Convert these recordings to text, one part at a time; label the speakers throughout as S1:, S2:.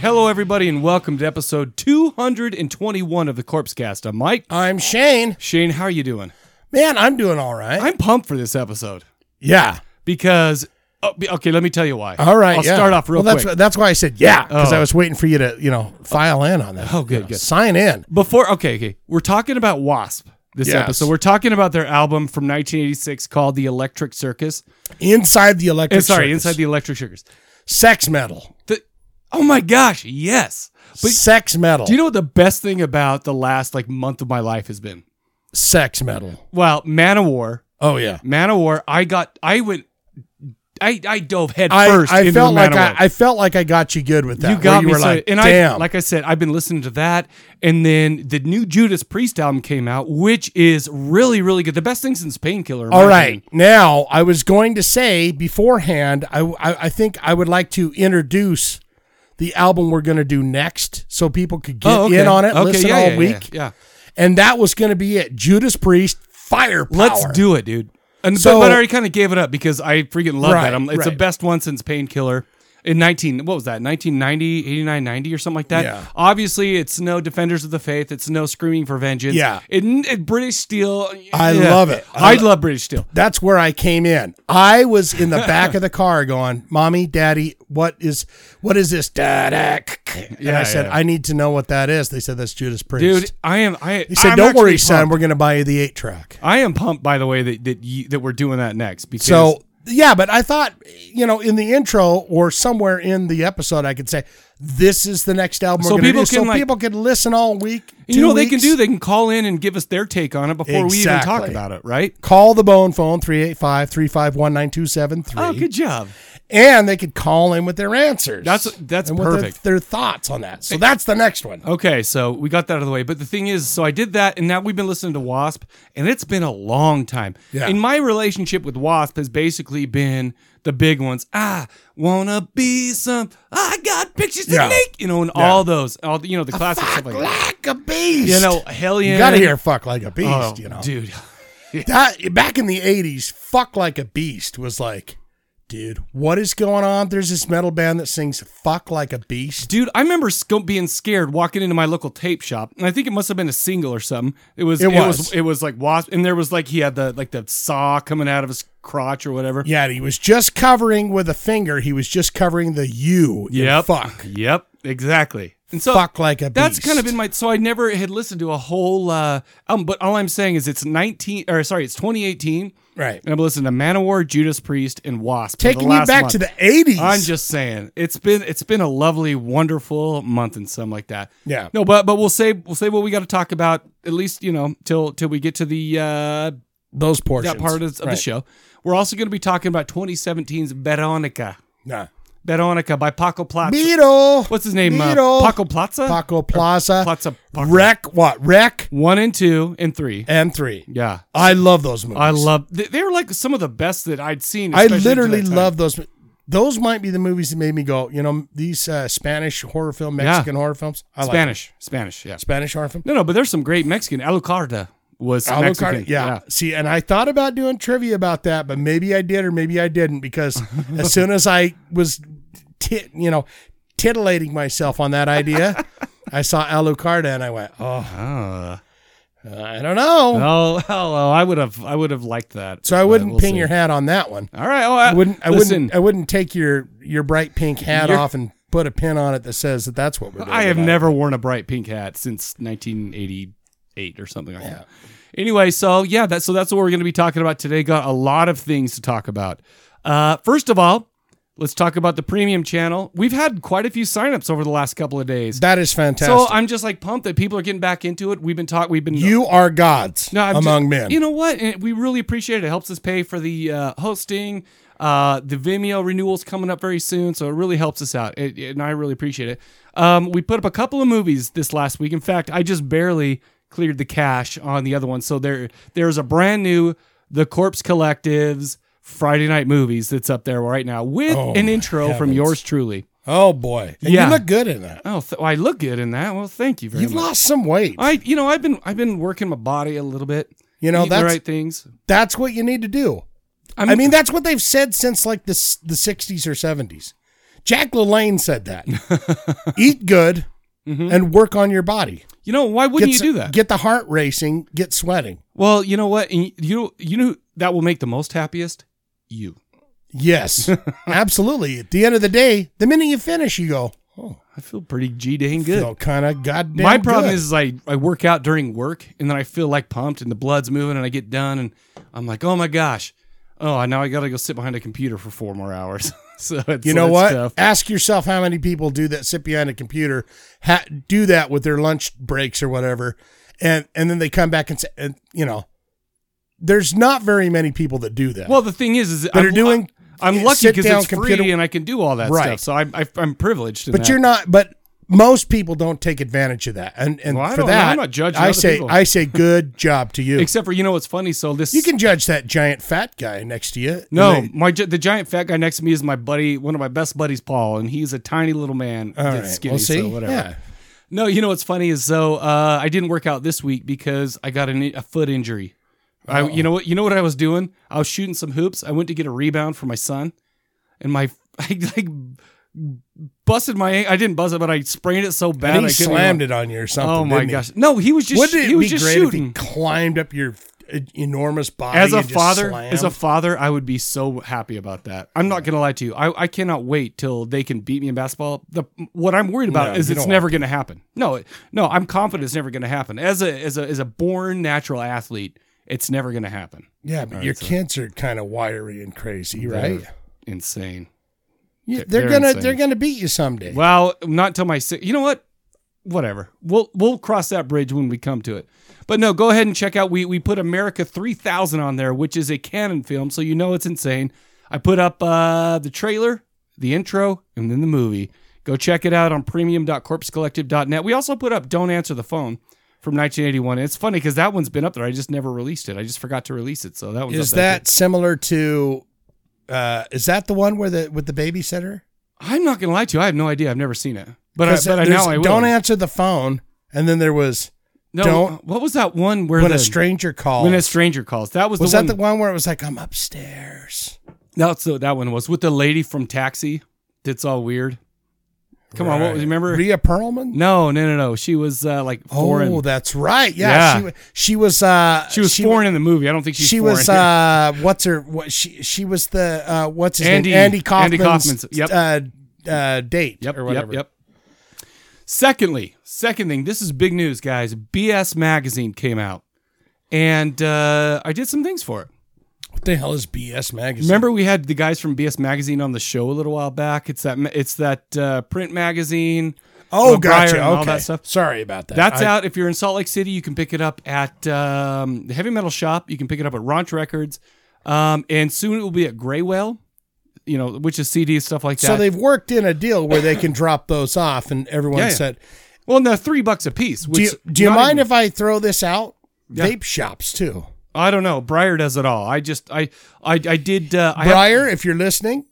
S1: Hello, everybody, and welcome to episode 221 of the Corpse Cast. I'm Mike.
S2: I'm Shane.
S1: Shane, how are you doing?
S2: Man, I'm doing all right.
S1: I'm pumped for this episode
S2: yeah.
S1: because, oh, be- okay, let me tell you why.
S2: All right.
S1: I'll
S2: yeah.
S1: start off real
S2: well,
S1: quick.
S2: That's, that's why I said yeah, because
S1: Oh.
S2: I was waiting for you to, you know, file in on that.
S1: Oh, good,
S2: You know,
S1: good.
S2: Sign in.
S1: Before, okay, okay, we're talking about Wasp this
S2: Yes.
S1: episode. We're talking about their album from 1986 called The Electric Circus.
S2: Inside the electric.
S1: And Eh, sorry,
S2: circus.
S1: Inside the Electric Circus.
S2: sex metal.
S1: The, oh my gosh, yes. But
S2: sex metal.
S1: do you know what the best thing about the last like month of my life has been?
S2: sex metal?
S1: Well, Manowar
S2: Oh yeah.
S1: Man of War, I got, I went, I, I dove head
S2: I,
S1: first.
S2: I
S1: into
S2: felt
S1: the
S2: like
S1: Man
S2: I,
S1: of
S2: I felt like I got you good with that.
S1: War. you
S2: where
S1: got me.
S2: were
S1: so,
S2: like,
S1: and I,
S2: damn.
S1: like I said, I've been listening to that, and then the new Judas Priest album came out, which is really, really good. The best thing since Painkiller. in my
S2: all right.
S1: opinion.
S2: Now I was going to say beforehand. I I, I think I would like to introduce the album we're going to do next, so people could get
S1: Oh, okay.
S2: in on it,
S1: Okay,
S2: listen
S1: yeah,
S2: all
S1: yeah,
S2: week.
S1: Yeah, yeah.
S2: and that was going to be it. Judas Priest, firepower.
S1: let's do it, dude. And
S2: So-
S1: but, but I already kind of gave it up because I freaking love
S2: Right,
S1: that. album. it's the
S2: right.
S1: best one since Painkiller. In 19, what was that? 1990, 89, 90 or something like that.
S2: Yeah.
S1: Obviously, it's no Defenders of the Faith. It's no Screaming for Vengeance.
S2: Yeah.
S1: It, it- British Steel.
S2: I love it.
S1: I,
S2: I lo-
S1: love British Steel.
S2: That's where I came in. I was in the back of the car going, "Mommy, Daddy, what is what is this?" Da da. k- k." And
S1: Yeah,
S2: I said,
S1: yeah.
S2: "I need to know what that is." They said, "That's Judas Priest."
S1: Dude, I am. I,
S2: he said,
S1: I'm
S2: "Don't worry,
S1: actually
S2: son.
S1: pumped. Oh,
S2: We're going to buy you the eight track."
S1: I am pumped, by the way, that that, you, that we're doing that next. Because
S2: So yeah, but I thought you know in the intro or somewhere in the episode I could say this is the next album.
S1: So
S2: we're gonna
S1: people
S2: do. so
S1: can, like-
S2: people could listen all week.
S1: you know
S2: two
S1: what they can
S2: weeks.
S1: do? They can call in and give us their take on it before we even talk
S2: Exactly.
S1: about it, right?
S2: Call the bone phone 385 351 9273.
S1: Oh, good job.
S2: and they could call in with their answers.
S1: That's- that's
S2: and with their-
S1: perfect.
S2: Their, thoughts on that. So that's the next one.
S1: Okay, so we got that out of the way. But the thing is, so I did that, and now we've been listening to Wasp, and it's been a long time.
S2: Yeah.
S1: And my relationship with Wasp has basically been the big ones. I wanna be some. I got pictures to
S2: Yeah.
S1: make, you know, and all those, all the- you know, the classic stuff like that.
S2: Like a beast.
S1: You know, hell yeah.
S2: you gotta hear "fuck like a beast."
S1: Oh,
S2: you know,
S1: dude.
S2: That- back in the '80s, "fuck like a beast" was like, dude, what is going on? There's this metal band that sings "fuck like a beast."
S1: Dude, I remember sc- being scared walking into my local tape shop, and I think it must have been a single or something. It was,
S2: It
S1: it, was,
S2: was.
S1: it was like wasp, and there was like he had the like the saw coming out of his crotch or whatever.
S2: Yeah, and he was just covering with a finger. He was just covering the U. in
S1: Yep.
S2: fuck,
S1: Yep, exactly. And so
S2: fuck like a beast.
S1: that's kind of been my so I never had listened to a whole uh album, but all I'm saying is it's 19 or sorry, it's 2018
S2: right.
S1: and I've listened to Manowar, Judas Priest and Wasp. for the
S2: Taking you
S1: last
S2: back
S1: month.
S2: to the '80s.
S1: I'm just saying, it's been it's been a lovely, wonderful month and some like that.
S2: Yeah.
S1: No, but but we'll save we'll save what we got to talk about at least you know till till we get to the uh,
S2: those portions.
S1: that part of, of the
S2: Right.
S1: show. We're also going to be talking about 2017's Veronica,
S2: Nah.
S1: Veronica by Paco Plaza.
S2: Beetle.
S1: What's his name?
S2: Beetle.
S1: Uh, Paco Plaza.
S2: Paco Plaza.
S1: Plaza. Paco.
S2: Wreck what? Wreck
S1: One and two and three.
S2: and three.
S1: Yeah.
S2: I love those movies.
S1: I love. They, they were like some of the best that I'd seen.
S2: I
S1: especially to
S2: literally
S1: that time.
S2: love those. Those might be the movies that made me go. You know these uh, Spanish horror film, Mexican horror films. I like them.
S1: Spanish. Spanish. Yeah.
S2: Spanish horror film.
S1: No, no, but there's some great Mexican. Alucarda was
S2: Alucard-
S1: Mexican.
S2: yeah. See, and I thought about doing trivia about that, but maybe I did or maybe I didn't because as soon as I was, tit, you know, titillating myself on that idea, I saw Alucarda and I went, oh, Uh,
S1: Oh.
S2: I don't know.
S1: Oh, hello. I would have. I would have liked that.
S2: So I
S1: but
S2: wouldn't
S1: we'll
S2: ping
S1: see.
S2: your hat on that one.
S1: All right. Oh, I,
S2: I wouldn't. I
S1: listen,
S2: wouldn't. I wouldn't take your your bright pink hat
S1: You're-
S2: off and put a pin on it that says that that's what we're doing.
S1: I have
S2: tonight.
S1: never worn a bright pink hat since 1988 or something like that. Anyway, so yeah, that so that's what we're going to be talking about today. Got a lot of things to talk about. Uh, first of all, Let's talk about the premium channel. We've had quite a few signups over the last couple of days.
S2: That is fantastic.
S1: So I'm just like pumped that people are getting back into it. We've been talking. We've been
S2: you are gods
S1: I'm just-
S2: among men.
S1: You know what? And we really appreciate it. It helps us pay for the uh, hosting. Uh, the Vimeo renewals coming up very soon, so it really helps us out, It- it- and I really appreciate it. Um, we put up a couple of movies this last week. In fact, I just barely cleared the cash on the other one. So there, there's a brand new The Corpse Collective's Friday Night Movies that's up there right now with
S2: Oh,
S1: an intro from
S2: heavens.
S1: yours truly.
S2: oh boy, And
S1: Yeah.
S2: you look good in that.
S1: Oh, th- I look good in that. Well, thank you very
S2: You've
S1: much.
S2: lost some weight.
S1: I, you know, I've been, I've been working my body a little bit.
S2: You know,
S1: eating the
S2: that's-
S1: right things.
S2: That's what you need to do.
S1: I
S2: I mean, that's what they've said since like the s- the sixties or seventies. Jack LaLanne said that. Eat good and work on your body.
S1: You know, why
S2: Get
S1: wouldn't
S2: s-
S1: Mm-hmm. you do that?
S2: Get the heart racing. Get sweating.
S1: well, you know what? And You you know who that will make the most happiest you.
S2: Yes, absolutely. At the end of the day, the minute you finish, you go, oh,
S1: I feel pretty g dang good.
S2: feel kind of goddamn.
S1: My problem
S2: good.
S1: is, is I I work out during work and then I feel like pumped and the blood's moving and I get done and I'm like, oh my gosh, oh now I gotta go sit behind a computer for four more hours. so it's,
S2: you know
S1: it's
S2: what?
S1: tough.
S2: Ask yourself how many people do that. Sit behind a computer, ha- do that with their lunch breaks or whatever, and and then they come back and say, and, you know, there's not very many people that do that.
S1: Well, the thing is, is
S2: But are doing
S1: I'm lucky
S2: sit
S1: because
S2: down
S1: it's
S2: computer-
S1: free and I can do all that
S2: Right.
S1: stuff. So I'm I, I'm privileged. In
S2: but
S1: that.
S2: you're not. But most people don't take advantage of that. And and
S1: Well, I
S2: for
S1: don't know.
S2: that,
S1: I'm not judging
S2: I
S1: other
S2: say
S1: people.
S2: I say good job to you.
S1: except for you know what's funny. So this
S2: you can judge that giant fat guy next to you.
S1: No,
S2: And they-
S1: my gi- the giant fat guy next to me is my buddy, one of my best buddies, Paul, and he's a tiny little man
S2: all
S1: that's
S2: right.
S1: skinny,
S2: well, see,
S1: so whatever.
S2: Yeah.
S1: No, you know what's funny is so uh, I didn't work out this week because I got an, a foot injury. I, you know what? You know what I was doing? I was shooting some hoops. I went to get a rebound for my son, and my I like busted my. an- I didn't buzz it, but I sprained it so bad.
S2: And
S1: I
S2: he
S1: couldn't
S2: slammed
S1: even-
S2: it on you or something.
S1: Oh my
S2: didn't he?
S1: gosh! No, he was just
S2: Wouldn't it
S1: he was
S2: be
S1: just
S2: great
S1: shooting.
S2: if he climbed up your uh, enormous body
S1: as a
S2: and just
S1: father as a
S2: slammed?
S1: father i would be so happy about that i'm not gonna lie to you i, I cannot wait till they can beat me in basketball the, what i'm worried about
S2: No,
S1: is
S2: you
S1: it's
S2: don't
S1: never gonna happen no it- no i'm confident it's never gonna happen as a as a as a born natural athlete it's never gonna happen
S2: yeah, but your kids are kind of wiry and crazy, right?
S1: They're insane
S2: You-
S1: they're
S2: They're, gonna
S1: insane.
S2: they're gonna beat you someday.
S1: well not till my si- you know what whatever we'll we'll cross that bridge when we come to it but no go ahead and check out we we put america 3000 on there which is a canon film so you know it's insane i put up uh the trailer the intro and then the movie go check it out on premium.corpsecollective.net we also put up don't answer the phone from 1981 it's funny because that one's been up there i just never released it i just forgot to release it so that one's
S2: is
S1: up there,
S2: that similar to? uh Is that the one where the with the babysitter?
S1: too. i'm not gonna lie to you i have no idea i've never seen it but I,
S2: 'Cause
S1: but I,
S2: there's
S1: now i will.
S2: don't answer the phone, and then there was
S1: no,
S2: don't-
S1: what was that one where
S2: when
S1: the
S2: a stranger called.
S1: When a stranger calls. That was,
S2: Oh. was
S1: the
S2: that
S1: one.
S2: the one where it was like I'm upstairs?
S1: that's the, that one was with the lady from Taxi. That's all weird. Come on, what was
S2: Right.
S1: remember?
S2: Rhea Perlman?
S1: no, no, no, no. She was uh, like foreign.
S2: Oh, that's right. Yeah,
S1: Yeah.
S2: She, she was. Uh,
S1: she was foreign in the movie. I don't think she's
S2: she
S1: foreign.
S2: was uh what's her what she she was the uh what's his
S1: Andy-
S2: name Andy Kaufman's,
S1: Andy Kaufman's, yep.
S2: uh uh date
S1: yep,
S2: or whatever.
S1: Yep, yep. Secondly, second thing, this is big news, guys. BS magazine came out, and uh, I did some things for it.
S2: What the hell is BS magazine?
S1: Remember, we had the guys from BS magazine on the show a little while back. It's that ma- it's that uh, print magazine.
S2: Oh,
S1: McGuire
S2: gotcha.
S1: and
S2: Okay.
S1: all that stuff.
S2: Sorry about that.
S1: That's
S2: I-
S1: out. If you're in Salt Lake City, you can pick it up at um, the Heavy Metal Shop. You can pick it up at Raunch Records, um, and soon it will be at Gray Whale, you know, which is CD stuff like that.
S2: So they've worked in a deal where they can drop those off, and everyone
S1: Yeah, yeah.
S2: said,
S1: well, no, three bucks a piece.
S2: "Do
S1: Which
S2: you, do you mind if I throw this out?" Vape shops too.
S1: I don't know? Briar does it all. I just I I, I did. Uh, I have,
S2: Briar, if you're listening,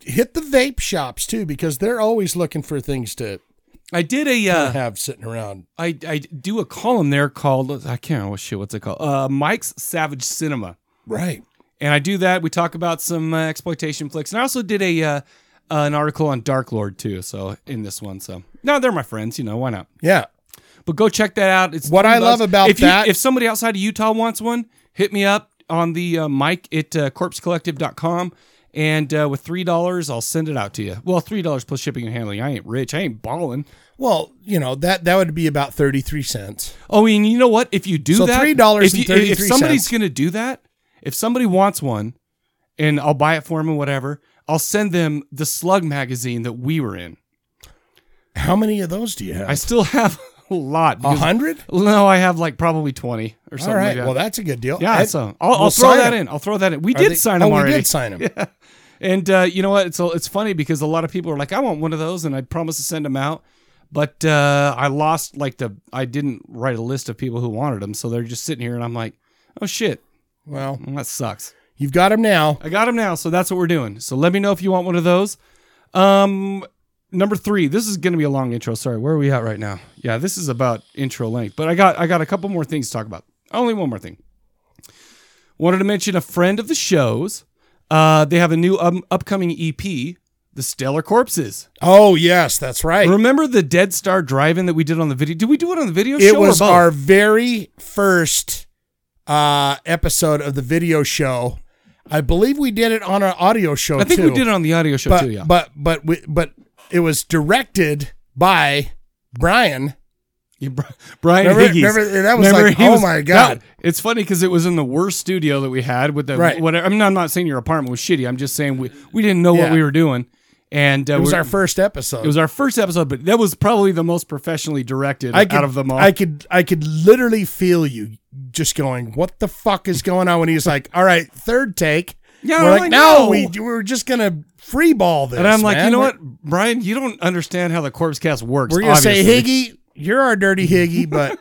S2: hit the vape shops too because they're always looking for things to
S1: I did a uh,
S2: have sitting around.
S1: I, I do a column there called I can't remember shit what's it called uh, Mike's Savage Cinema.
S2: Right.
S1: and I do that. We talk about some uh, exploitation flicks, and I also did a uh, an article on Dark Lord too. So in this one, so no, they're my friends. You know why not?
S2: Yeah.
S1: But go check that out. It's
S2: What
S1: three
S2: I love
S1: bucks.
S2: about
S1: if you-
S2: that-
S1: if somebody outside of Utah wants one, hit me up on the uh, mic at uh, corpsecollective.com. And uh, with three dollars, I'll send it out to you. Well, three dollars plus shipping and handling. I ain't rich. I ain't balling.
S2: Well, you know that that would be about thirty three cents.
S1: Oh, and you know what? If you do
S2: So
S1: that,
S2: $3.33
S1: if you- If somebody's gonna do that, if somebody wants one, and I'll buy it for them and whatever, I'll send them the Slug magazine that we were in.
S2: How many of those do you have?
S1: I still have a lot.
S2: A
S1: because-
S2: hundred?
S1: No, I have like probably 20 or something
S2: All right.
S1: like that.
S2: Well, that's a good deal.
S1: yeah,
S2: I-
S1: so I'll, I'll
S2: we'll
S1: throw
S2: sign
S1: that
S2: 'em.
S1: in. I'll throw that in. We
S2: Are
S1: did
S2: they-
S1: sign
S2: oh,
S1: them already.
S2: We did sign them.
S1: And uh, you know what? It's it's funny because a lot of people are like, "I want one of those," and I promised to send them out, but uh, I lost like the I didn't write a list of people who wanted them, so they're just sitting here, and I'm like, "Oh shit,
S2: Well,
S1: well, that sucks."
S2: you've got them now.
S1: I got them now, so that's what we're doing. So let me know if you want one of those. Um, number three. This is going to be a long intro. Sorry, where are we at right now? Yeah, this is about intro length, but I got I got a couple more things to talk about. Only one more thing. Wanted to mention a friend of the shows. Uh, they have a new um, upcoming EP, The Stellar Corpses.
S2: Oh yes, that's right.
S1: Remember the Dead Star Drive-In that we did on the video? Did we do it on the video
S2: it
S1: show?
S2: was
S1: or both?
S2: our very first uh, episode of the video show. I believe we did it on our audio show.
S1: I think
S2: too.
S1: we did it on the audio show
S2: but,
S1: too. Yeah.
S2: but but we, but it was directed by Brian.
S1: Yeah, Bri- Brian
S2: Remember-
S1: Higgies.
S2: remember- that was like,
S1: he
S2: oh my God.
S1: that- it's funny because it was in the worst studio that we had with the
S2: Right.
S1: whatever. I mean, I'm not saying your apartment was shitty. I'm just saying we, we didn't know what
S2: Yeah.
S1: we were doing, and uh,
S2: It was our first episode.
S1: it was our first episode, but that was probably the most professionally directed
S2: I could,
S1: out of them all.
S2: I could I could literally feel you just going, "What the fuck is going on?" When he's like, "All right, third take."
S1: Yeah,
S2: we're
S1: I'm
S2: like,
S1: like,
S2: "No,
S1: no."
S2: we we were just gonna free ball this."
S1: and I'm like,
S2: man.
S1: you know
S2: We're-
S1: what, Brian, you don't understand how the Corpse Cast works.
S2: We're gonna say,
S1: obviously.
S2: "Higgy, you're our dirty Higgy," but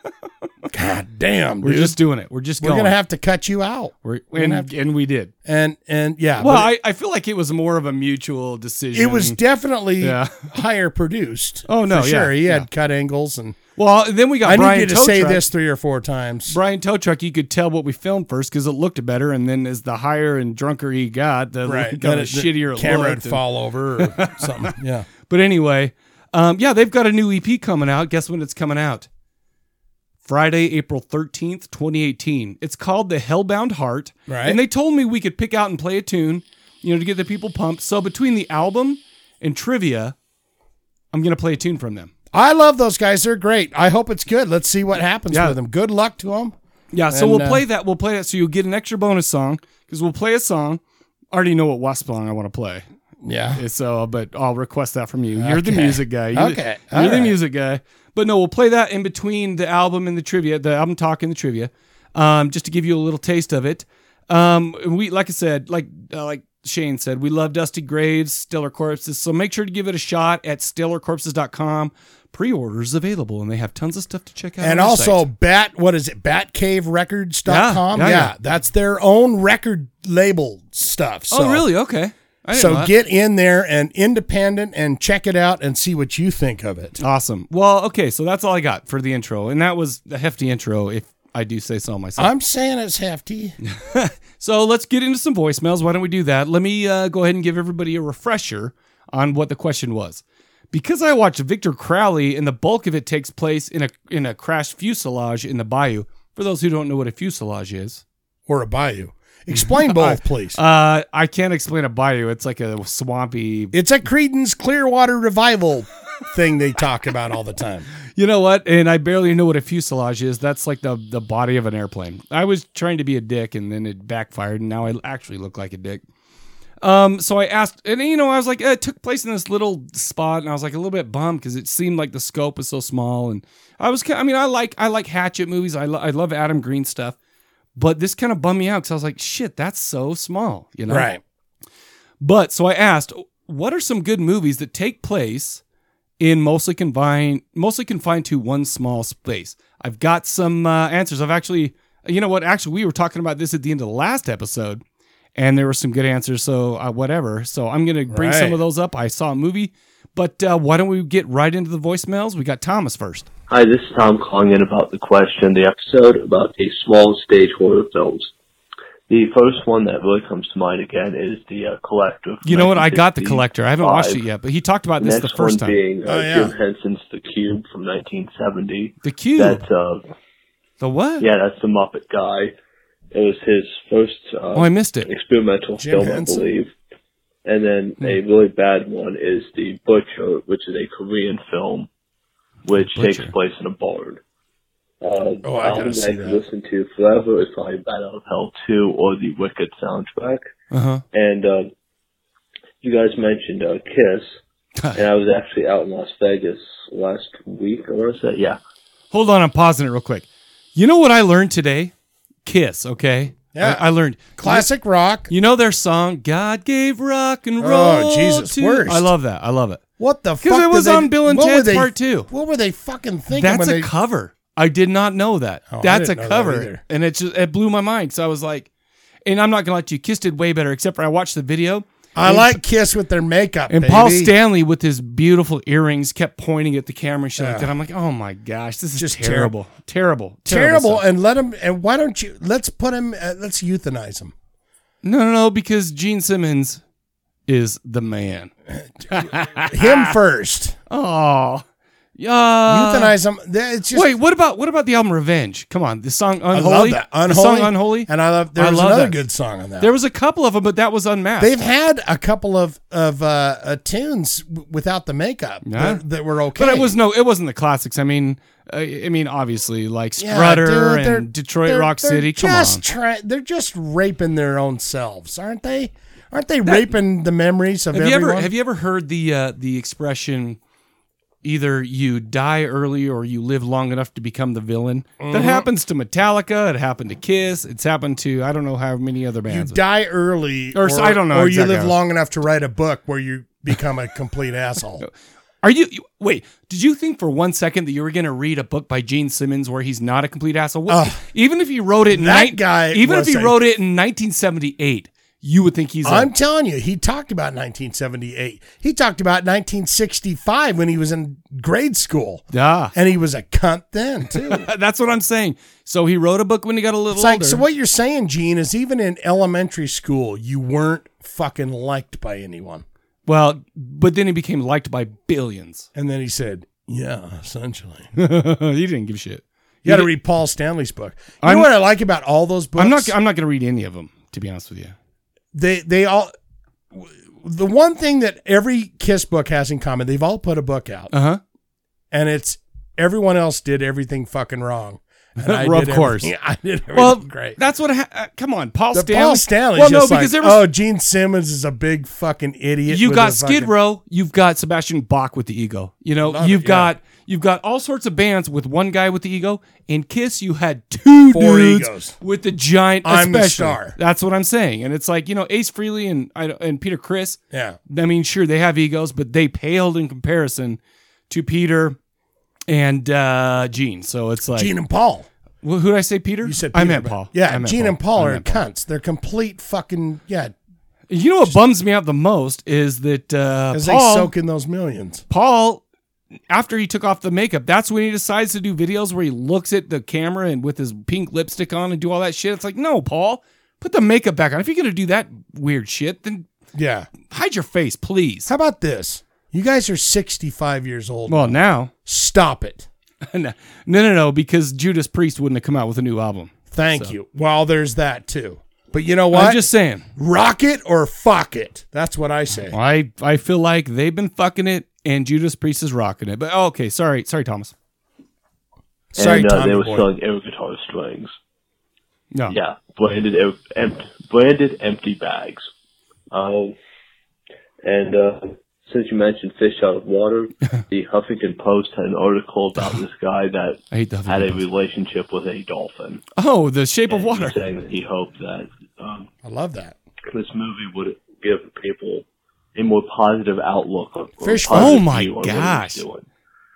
S2: god damn,
S1: We're
S2: dude.
S1: just doing it. We're just
S2: we're
S1: going.
S2: gonna have to cut you out.
S1: We're-
S2: we're
S1: and,
S2: gonna have
S1: and we did.
S2: And and yeah,
S1: Well,
S2: but
S1: I, I feel like it was more of a mutual
S2: it,
S1: decision.
S2: it was definitely
S1: Yeah.
S2: higher produced.
S1: Oh, no,
S2: for
S1: yeah,
S2: sure. He had
S1: yeah.
S2: cut angles, and
S1: Well, then we got
S2: I
S1: Brian
S2: need you to say
S1: Totruck.
S2: this three or four times.
S1: Brian Tow Truck, you could tell what we filmed first because it looked better, and then as the higher and drunker he got, the
S2: Right,
S1: got
S2: then
S1: a
S2: it- the
S1: shittier it
S2: camera would
S1: looked.
S2: fall over or something. Yeah.
S1: But anyway, um, yeah, they've got a new EP coming out. Guess when it's coming out? Friday, April thirteenth, twenty eighteen. It's called "The Hellbound Heart,"
S2: Right.
S1: And they told me we could pick out and play a tune, you know, to get the people pumped. So between the album and trivia, I'm gonna play a tune from them.
S2: I love those guys. They're great. I hope it's good. Let's see what happens
S1: Yeah.
S2: with them. Good luck to them.
S1: Yeah, so
S2: And,
S1: we'll
S2: uh,
S1: play that. We'll play that. So you'll get an extra bonus song because we'll play a song. I already know what Wasp song I want to play.
S2: Yeah.
S1: So, but I'll request that from you. You're the
S2: Okay.
S1: music guy. You're,
S2: Okay.
S1: You're the
S2: Alright.
S1: music guy. But no, we'll play that in between the album and the trivia, the album talk and the trivia, um, just to give you a little taste of it. Um, and we, like I said, like uh, like Shane said, we love Dusty Graves, Stellar Corpses. So make sure to give it a shot at stellarcorpses.com. Pre-orders available, and they have tons of stuff to check out.
S2: And
S1: on their
S2: also
S1: site.
S2: Bat, what is it? Batcaverecords.com.
S1: Yeah,
S2: Yeah,
S1: yeah,
S2: yeah,
S1: yeah.
S2: That's their own record label stuff. So,
S1: oh really? Okay. I didn't know
S2: So
S1: that.
S2: get in there and independent and check it out and see what you think of it.
S1: Awesome. Well, okay, so that's all I got for the intro, and that was a hefty intro, if I do say so myself.
S2: I'm saying it's hefty.
S1: so let's get into some voicemails. Why don't we do that? Let me uh, go ahead and give everybody a refresher on what the question was. Because I watched Victor Crowley, and the bulk of it takes place in a in a crashed fuselage in the bayou. For those who don't know what a fuselage is,
S2: Or a bayou. Explain both, please.
S1: uh, I can't explain a bayou. It's like a swampy
S2: It's a Creedence Clearwater Revival thing they talk about all the time.
S1: You know what? And I barely know what a fuselage is. That's like the the body of an airplane. I was trying to be a dick, and then it backfired, and now I actually look like a dick. Um, so I asked, and you know, I was like, eh, it took place in this little spot, and I was like a little bit bummed because it seemed like the scope was so small. And I was, ki- I mean, I like I like Hatchet movies. I lo- I love Adam Green stuff, but this kind of bummed me out because I was like, shit, that's so small. You know,
S2: Right.
S1: but so I asked, what are some good movies that take place in mostly confined, mostly confined to one small space? I've got some uh, answers. I've actually, you know what? Actually, we were talking about this at the end of the last episode, and there were some good answers. So uh, whatever. So I'm gonna bring some
S2: Right.
S1: of those up. I saw a movie, but uh, why don't we get right into the voicemails? We got Thomas first.
S3: Hi, this is Tom calling in about the question, the episode about the small stage horror films. The first one that really comes to mind again is the uh, Collector.
S1: You know what? I got the
S3: 1965.
S1: collector. I haven't watched it yet, but he talked about this
S3: Next
S1: the first time.
S3: one being uh,
S2: Oh, yeah.
S3: Jim Henson's The Cube from 1970.
S1: The cube.
S3: That's uh,
S1: the what?
S3: yeah, that's the Muppet guy. It was his first uh,
S1: Oh, I missed it.
S3: experimental
S2: Jim
S3: film,
S2: Henson. Hmm.
S3: I believe. And then a really bad one is The Butcher, which is a Korean film, which
S1: Butcher.
S3: takes place in a barn. Uh,
S2: Oh, I gotta
S3: album
S2: see
S3: could
S2: that.
S3: listen to forever is
S1: Uh-huh.
S3: probably Bad Out of Hell 2 or the Wicked soundtrack.
S1: Uh huh.
S3: And um, you guys mentioned uh, Kiss, and I was actually out in Las Vegas last week. I want to say, yeah,
S1: Hold on, I'm pausing it real quick. You know what I learned today? Kiss, okay?
S2: Yeah.
S1: I, I learned
S2: Classic rock.
S1: You know their song, God Gave Rock and Roll.
S2: Oh, Jesus,
S1: to-"
S2: worst.
S1: I love that. I love it.
S2: What the fuck?
S1: 'Cause it
S2: did
S1: was
S2: they-
S1: on Bill and
S2: what were
S1: Ted's
S2: they-
S1: Part Two.
S2: What were they fucking thinking?
S1: That's
S2: when
S1: a
S2: they,
S1: cover. I did not know that.
S2: Oh, I
S1: That's a
S2: didn't know that
S1: cover.
S2: either.
S1: and it just it blew my mind. So I was like, and I'm not gonna let you Kiss did way better, except for I watched the video.
S2: I
S1: And-
S2: like Kiss with their makeup.
S1: And Paul
S2: baby.
S1: Stanley with his beautiful earrings kept pointing at the camera and shit like
S2: Yeah.
S1: that. I'm like, oh my gosh, this is
S2: Just
S1: just terrible. Terrible.
S2: terrible.
S1: stuff.
S2: and let him. And why don't you? Let's put him. Uh, let's euthanize him.
S1: No, no, no, because Gene Simmons is the man.
S2: Him first.
S1: Oh. Yeah.
S2: euthanize him. Th- It's just.
S1: Uh, Wait, what about what about the album Revenge? Come on, the song
S2: I
S1: Unholy.
S2: love that
S1: The
S2: unholy.
S1: song Unholy.
S2: And I love. There
S1: I
S2: was
S1: love
S2: another
S1: that.
S2: good song on that.
S1: There was a couple of them, but that was unmasked.
S2: They've had a couple of of uh, uh, tunes w- without the makeup
S1: Yeah.
S2: that, that were okay.
S1: but it was no, it wasn't the classics. I mean, uh, I mean, obviously, like
S2: Yeah,
S1: Strutter
S2: dude, they're-
S1: and Detroit
S2: they're-
S1: Rock
S2: they're
S1: City. Come
S2: just
S1: on,
S2: try- they're just raping their own selves, aren't they? Aren't they raping the memories of
S1: have you
S2: everyone?
S1: ever have you ever heard the uh, the expression? Either you die early or you live long enough to become the villain.
S2: Mm-hmm.
S1: That happens to Metallica. It happened to Kiss. It's happened to I don't know how many other
S2: You
S1: bands.
S2: die early,
S1: Or so- I don't know
S2: or
S1: exactly
S2: you live
S1: how-
S2: long enough to write a book where you become a complete asshole.
S1: Are you, you- wait? Did you think for one second that you were going to read a book by Gene Simmons where he's not a complete asshole? What,
S2: Ugh.
S1: even if he wrote it, in
S2: That guy
S1: Even if
S2: was
S1: he
S2: a-
S1: wrote it in 1978, you would think he's. a-
S2: I'm telling you, he talked about 1978. He talked about 1965 when he was in grade school,
S1: ah,
S2: and he was a cunt then too.
S1: that's what I'm saying. So he wrote a book when he got a little
S2: It's like,
S1: older.
S2: so what you're saying, Gene, is even in elementary school, you weren't fucking liked by anyone.
S1: Well, but then he became liked by billions.
S2: And then he said, yeah, essentially.
S1: he didn't give a shit.
S2: You got to read Paul Stanley's book. You
S1: I'm-
S2: know what I like about all those books?
S1: I'm not. I'm not going to read any of them. To be honest with you,
S2: they they all the one thing that every Kiss book has in common, they've all put a book out,
S1: uh huh.
S2: and it's everyone else did everything fucking wrong. And I
S1: Well, of
S2: did
S1: course.
S2: everything- I did everything
S1: Well,
S2: great.
S1: that's what. Ha- uh, come on, Paul
S2: The
S1: Stanley.
S2: Paul Stanley's
S1: Well, no,
S2: just
S1: because there
S2: like,
S1: was
S2: oh, Gene Simmons is a big fucking idiot.
S1: you
S2: with
S1: got
S2: a
S1: Skid
S2: fucking-
S1: Row, you've got Sebastian Bach with the ego. You know,
S2: Love
S1: you've
S2: it, yeah.
S1: got you've got all sorts of bands with one guy with the ego. In Kiss, you had two
S2: Four
S1: dudes
S2: egos.
S1: with the giant.
S2: I'm the
S1: especially.
S2: star.
S1: That's what I'm saying, and it's like you know Ace Frehley and I don't- and Peter Chris.
S2: Yeah.
S1: I mean, sure they have egos, but they paled in comparison to Peter and uh Gene. So it's like
S2: Gene and Paul.
S1: who did I say? Peter?
S2: You said
S1: I
S2: Peter,
S1: meant
S2: but-
S1: Paul.
S2: Yeah,
S1: I meant
S2: Gene and Paul
S1: I
S2: are
S1: meant
S2: cunts. They're complete fucking yeah.
S1: You know what bums me out the most is that uh,
S2: Because they
S1: Paul
S2: soak in those millions.
S1: Paul, after he took off the makeup, that's when he decides to do videos where he looks at the camera and with his pink lipstick on and do all that shit. It's like, no, Paul, put the makeup back on. If you're gonna do that weird shit, then
S2: Yeah.
S1: hide your face, please.
S2: How about this? You guys are 65 years old.
S1: Well, now,
S2: Stop it.
S1: no, no, no, because Judas Priest wouldn't have come out with a new album.
S2: Thank you. Well, there's that too. But you know what?
S1: I'm just saying.
S2: rock it or fuck it. That's what I say.
S1: I I feel like they've been fucking it, and Judas Priest is rocking it. But okay, sorry, sorry, Thomas.
S2: Sorry,
S3: and uh,
S2: Tommy
S3: they were
S2: boy.
S3: selling air guitar strings.
S1: No,
S3: Yeah, branded em- em- branded empty bags. Um, and uh, since you mentioned fish out of water, the Huffington Post had an article about this guy that
S1: I hate the
S3: had a
S1: Huffington Post.
S3: relationship with a dolphin,
S1: Oh, the Shape of
S3: And he was
S1: Water.
S3: saying that he hoped that um,
S2: I love that.
S3: this movie would give people a more positive outlook on or
S2: Fish-
S3: a positive
S1: oh my
S3: view on what he's
S1: gosh.
S3: doing.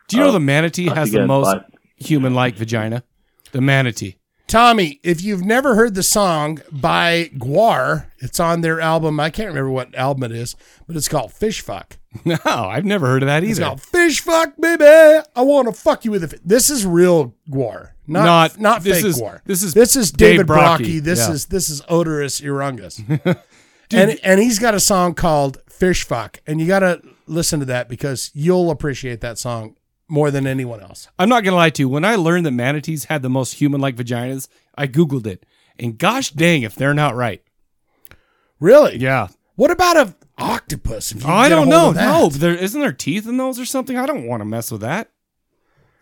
S1: Do
S3: Oh,
S1: you know the manatee
S3: Not
S1: has
S3: again,
S1: the most
S3: but-
S1: human-like vagina? The manatee.
S2: Tommy, if you've never heard the song by Guar, it's on their album. I can't remember what album it is, but it's called Fish Fuck.
S1: No, I've never heard of that
S2: He's
S1: either.
S2: got fish fuck, baby. I want to fuck you with a. Fi-. This is real guar, not
S1: Not-
S2: not,
S1: this
S2: fake
S1: is-
S2: guar.
S1: this is
S2: this is
S1: Dave
S2: David Brocky.
S1: Brockie,
S2: This
S1: yeah.
S2: is this is odorous urungus. and and he's got a song called Fish Fuck, and you got to listen to that because you'll appreciate that song more than anyone else.
S1: I'm not gonna lie to you. When I learned that manatees had the most human-like vaginas, I googled it, and gosh dang, if they're not right.
S2: Really?
S1: Yeah. Oh,
S2: What about a octopus? If you
S1: I
S2: get a
S1: don't
S2: hold
S1: know.
S2: of that?
S1: No, there isn't there teeth in those or something. I don't want to mess with that.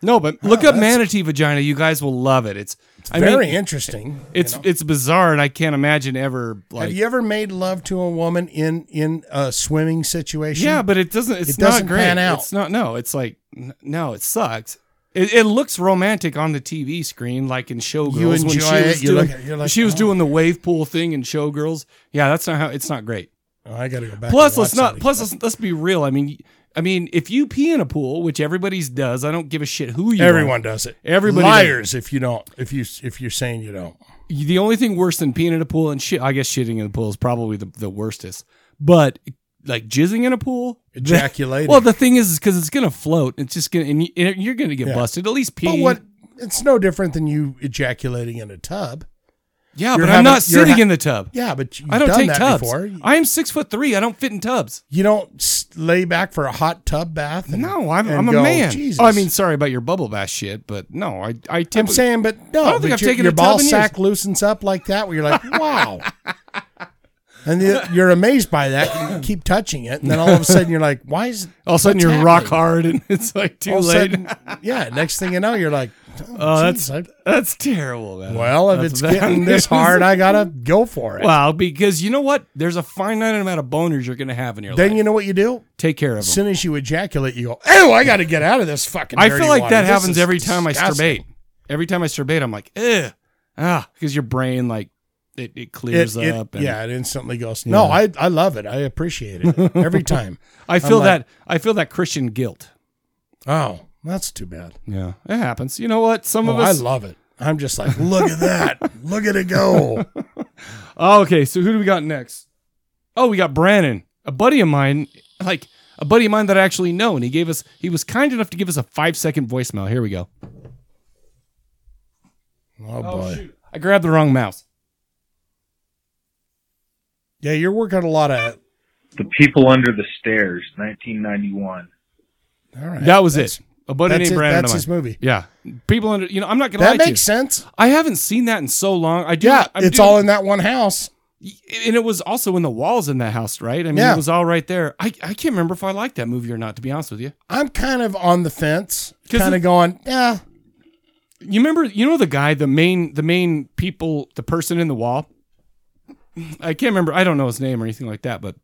S1: No, but look up manatee vagina. You guys will love it. It's, it's I
S2: Oh, Very
S1: mean,
S2: interesting.
S1: it's it's bizarre, and I can't imagine ever like.
S2: Have you ever made love to a woman in in a swimming situation?
S1: yeah, but it doesn't. It's
S2: It doesn't
S1: not great.
S2: pan out.
S1: It's not. No, it's like n- no. It sucks. It, it looks romantic on the TV screen, like in Showgirls
S2: You
S1: when she
S2: enjoy it,
S1: was
S2: you
S1: doing
S2: look at it, you're like,
S1: she was
S2: oh.
S1: doing the wave pool thing in Showgirls. Yeah, that's not how. It's not great.
S2: Oh, I gotta go back.
S1: Plus,
S2: and
S1: let's
S2: watch
S1: not.
S2: that.
S1: Plus, let's, let's be real. I mean, I mean, if you pee in a pool, which everybody's does, I don't give a shit who you. are.
S2: everyone does it.
S1: Everybody does it.
S2: liars if you don't. If you if you're saying you don't.
S1: the only thing worse than peeing in a pool and shit, I guess shitting in the pool is probably the, the worstest. But like jizzing in a pool,
S2: Ejaculating.
S1: well, the thing is, is because it's gonna float. It's just gonna and you- and you're gonna get
S2: Yeah.
S1: busted. At least pee.
S2: But what? It's no different than you ejaculating in a tub.
S1: yeah,
S2: you're
S1: but
S2: having-
S1: I'm not
S2: you're
S1: sitting
S2: ha-
S1: in the tub.
S2: Yeah, but you've
S1: I don't
S2: done
S1: take
S2: that
S1: tubs.
S2: before.
S1: I am six foot three. I don't fit in tubs.
S2: you don't s- lay back for a hot tub bath. and-
S1: No, I'm,
S2: and
S1: I'm a
S2: go,
S1: man.
S2: Jesus.
S1: Oh, I mean, sorry about your bubble bath shit, but no, I I
S2: I'm
S1: tip,
S2: saying, but no,
S1: I don't think
S2: but
S1: I've
S2: your,
S1: taken
S2: your
S1: a tub
S2: ball
S1: in years.
S2: sack loosens up like that, where you're like, wow. And you- you're amazed by that. You keep touching it, and then all of a sudden you're like, "Why is?"
S1: all of a sudden
S2: what's
S1: you're rock
S2: happening?
S1: hard and it's like Oh, too
S2: All of a
S1: late.
S2: sudden, yeah. Next thing you know, you're like,
S1: oh,
S2: "Geez,
S1: that's
S2: I-
S1: that's terrible, man.
S2: well, if
S1: That's
S2: it's
S1: bad
S2: getting
S1: news.
S2: this hard, I gotta go for it."
S1: Well, because you know what? There's a finite amount of boners you're going to have in your
S2: then
S1: life.
S2: you know what you do.
S1: Take care of
S2: As
S1: them.
S2: soon as you ejaculate, you go, "Oh, I gotta get out of this fucking."
S1: I
S2: dirty
S1: feel like
S2: water.
S1: that
S2: This
S1: happens
S2: is
S1: every time I
S2: disgusting."
S1: masturbate. Every time I masturbate, I'm like, ugh, ah, because your brain like it, it clears
S2: It- it-
S1: up. and
S2: yeah, it instantly goes. No, I I love it. I appreciate it every time.
S1: I feel
S2: like-
S1: that I feel that Christian guilt.
S2: Oh, that's too bad.
S1: Yeah, it happens. You know what? Some
S2: Oh,
S1: of
S2: I
S1: us.
S2: love it. I'm just like, look at that. Look at it go.
S1: Oh, okay, so who do we got next? Oh, we got Brandon, a buddy of mine, like a buddy of mine that I actually know, and he gave us. He was kind enough to give us a five second voicemail. Here we go.
S2: Oh, boy.
S1: I grabbed the wrong mouse.
S2: Yeah, you're working a lot of.
S4: The People Under the Stairs, 1991.
S2: All right.
S1: That was it. A buddy
S2: That's,
S1: named
S2: it,
S1: Brandon.
S2: that's
S1: of
S2: his
S1: mine.
S2: movie.
S1: Yeah, people under. You know, I'm not gonna
S2: That
S1: lie to you.
S2: makes sense.
S1: I haven't seen that in so long. I do.
S2: Yeah,
S1: I'm
S2: it's
S1: doing-
S2: all in that one house.
S1: and it was also in the walls in that house, right? I mean,
S2: Yeah.
S1: it was all right there. I, I can't remember if I liked that movie or not. To be honest with you,
S2: I'm kind of on the fence,
S1: 'Cause
S2: kind
S1: it-
S2: of going, yeah,
S1: you remember, you know, the guy, the main, the main people, the person in the wall. I can't remember. I don't know his name or anything like that, but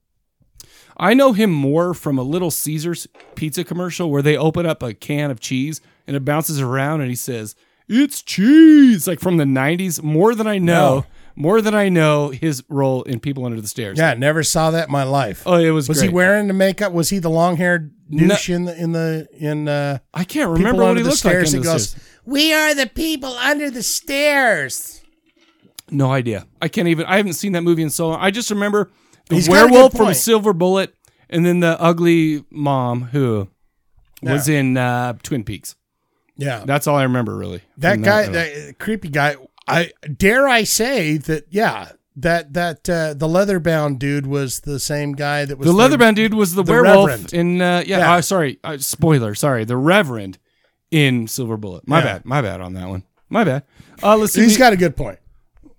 S1: I know him more from a Little Caesars pizza commercial where they open up a can of cheese and it bounces around and he says, "It's cheese!" Like from the '90s. More than I know.
S2: No.
S1: More than I know his role in People Under the Stairs.
S2: yeah. Never saw that in my life.
S1: Oh, it was.
S2: was
S1: great.
S2: he wearing the makeup? Was he the long haired
S1: No.
S2: douche in the in the in? Uh,
S1: I can't
S2: people
S1: remember what
S2: under
S1: he
S2: the
S1: looked like.
S2: stairs.
S1: under
S2: he
S1: the
S2: goes,
S1: stairs.
S2: "We are the people under the stairs."
S1: No idea. I can't even. I haven't seen that movie in so long. I just remember the
S2: He's got a good
S1: werewolf from
S2: point.
S1: Silver Bullet, and then the ugly mom who was in uh, Twin Peaks.
S2: Yeah,
S1: That's all I remember really.
S2: that
S1: from
S2: guy,
S1: era.
S2: that uh, creepy guy. I dare I say that? Yeah, that that uh, the leatherbound dude was the same guy that was
S1: the
S2: their-
S1: leatherbound dude was the,
S2: the
S1: werewolf
S2: Reverend.
S1: in. Uh, yeah.
S2: Yeah.
S1: uh, sorry. Uh, spoiler. Sorry. The Reverend in Silver Bullet. My
S2: Yeah.
S1: bad. My bad on that one. My bad. Uh, let's see.
S2: He's
S1: We-
S2: got a good point.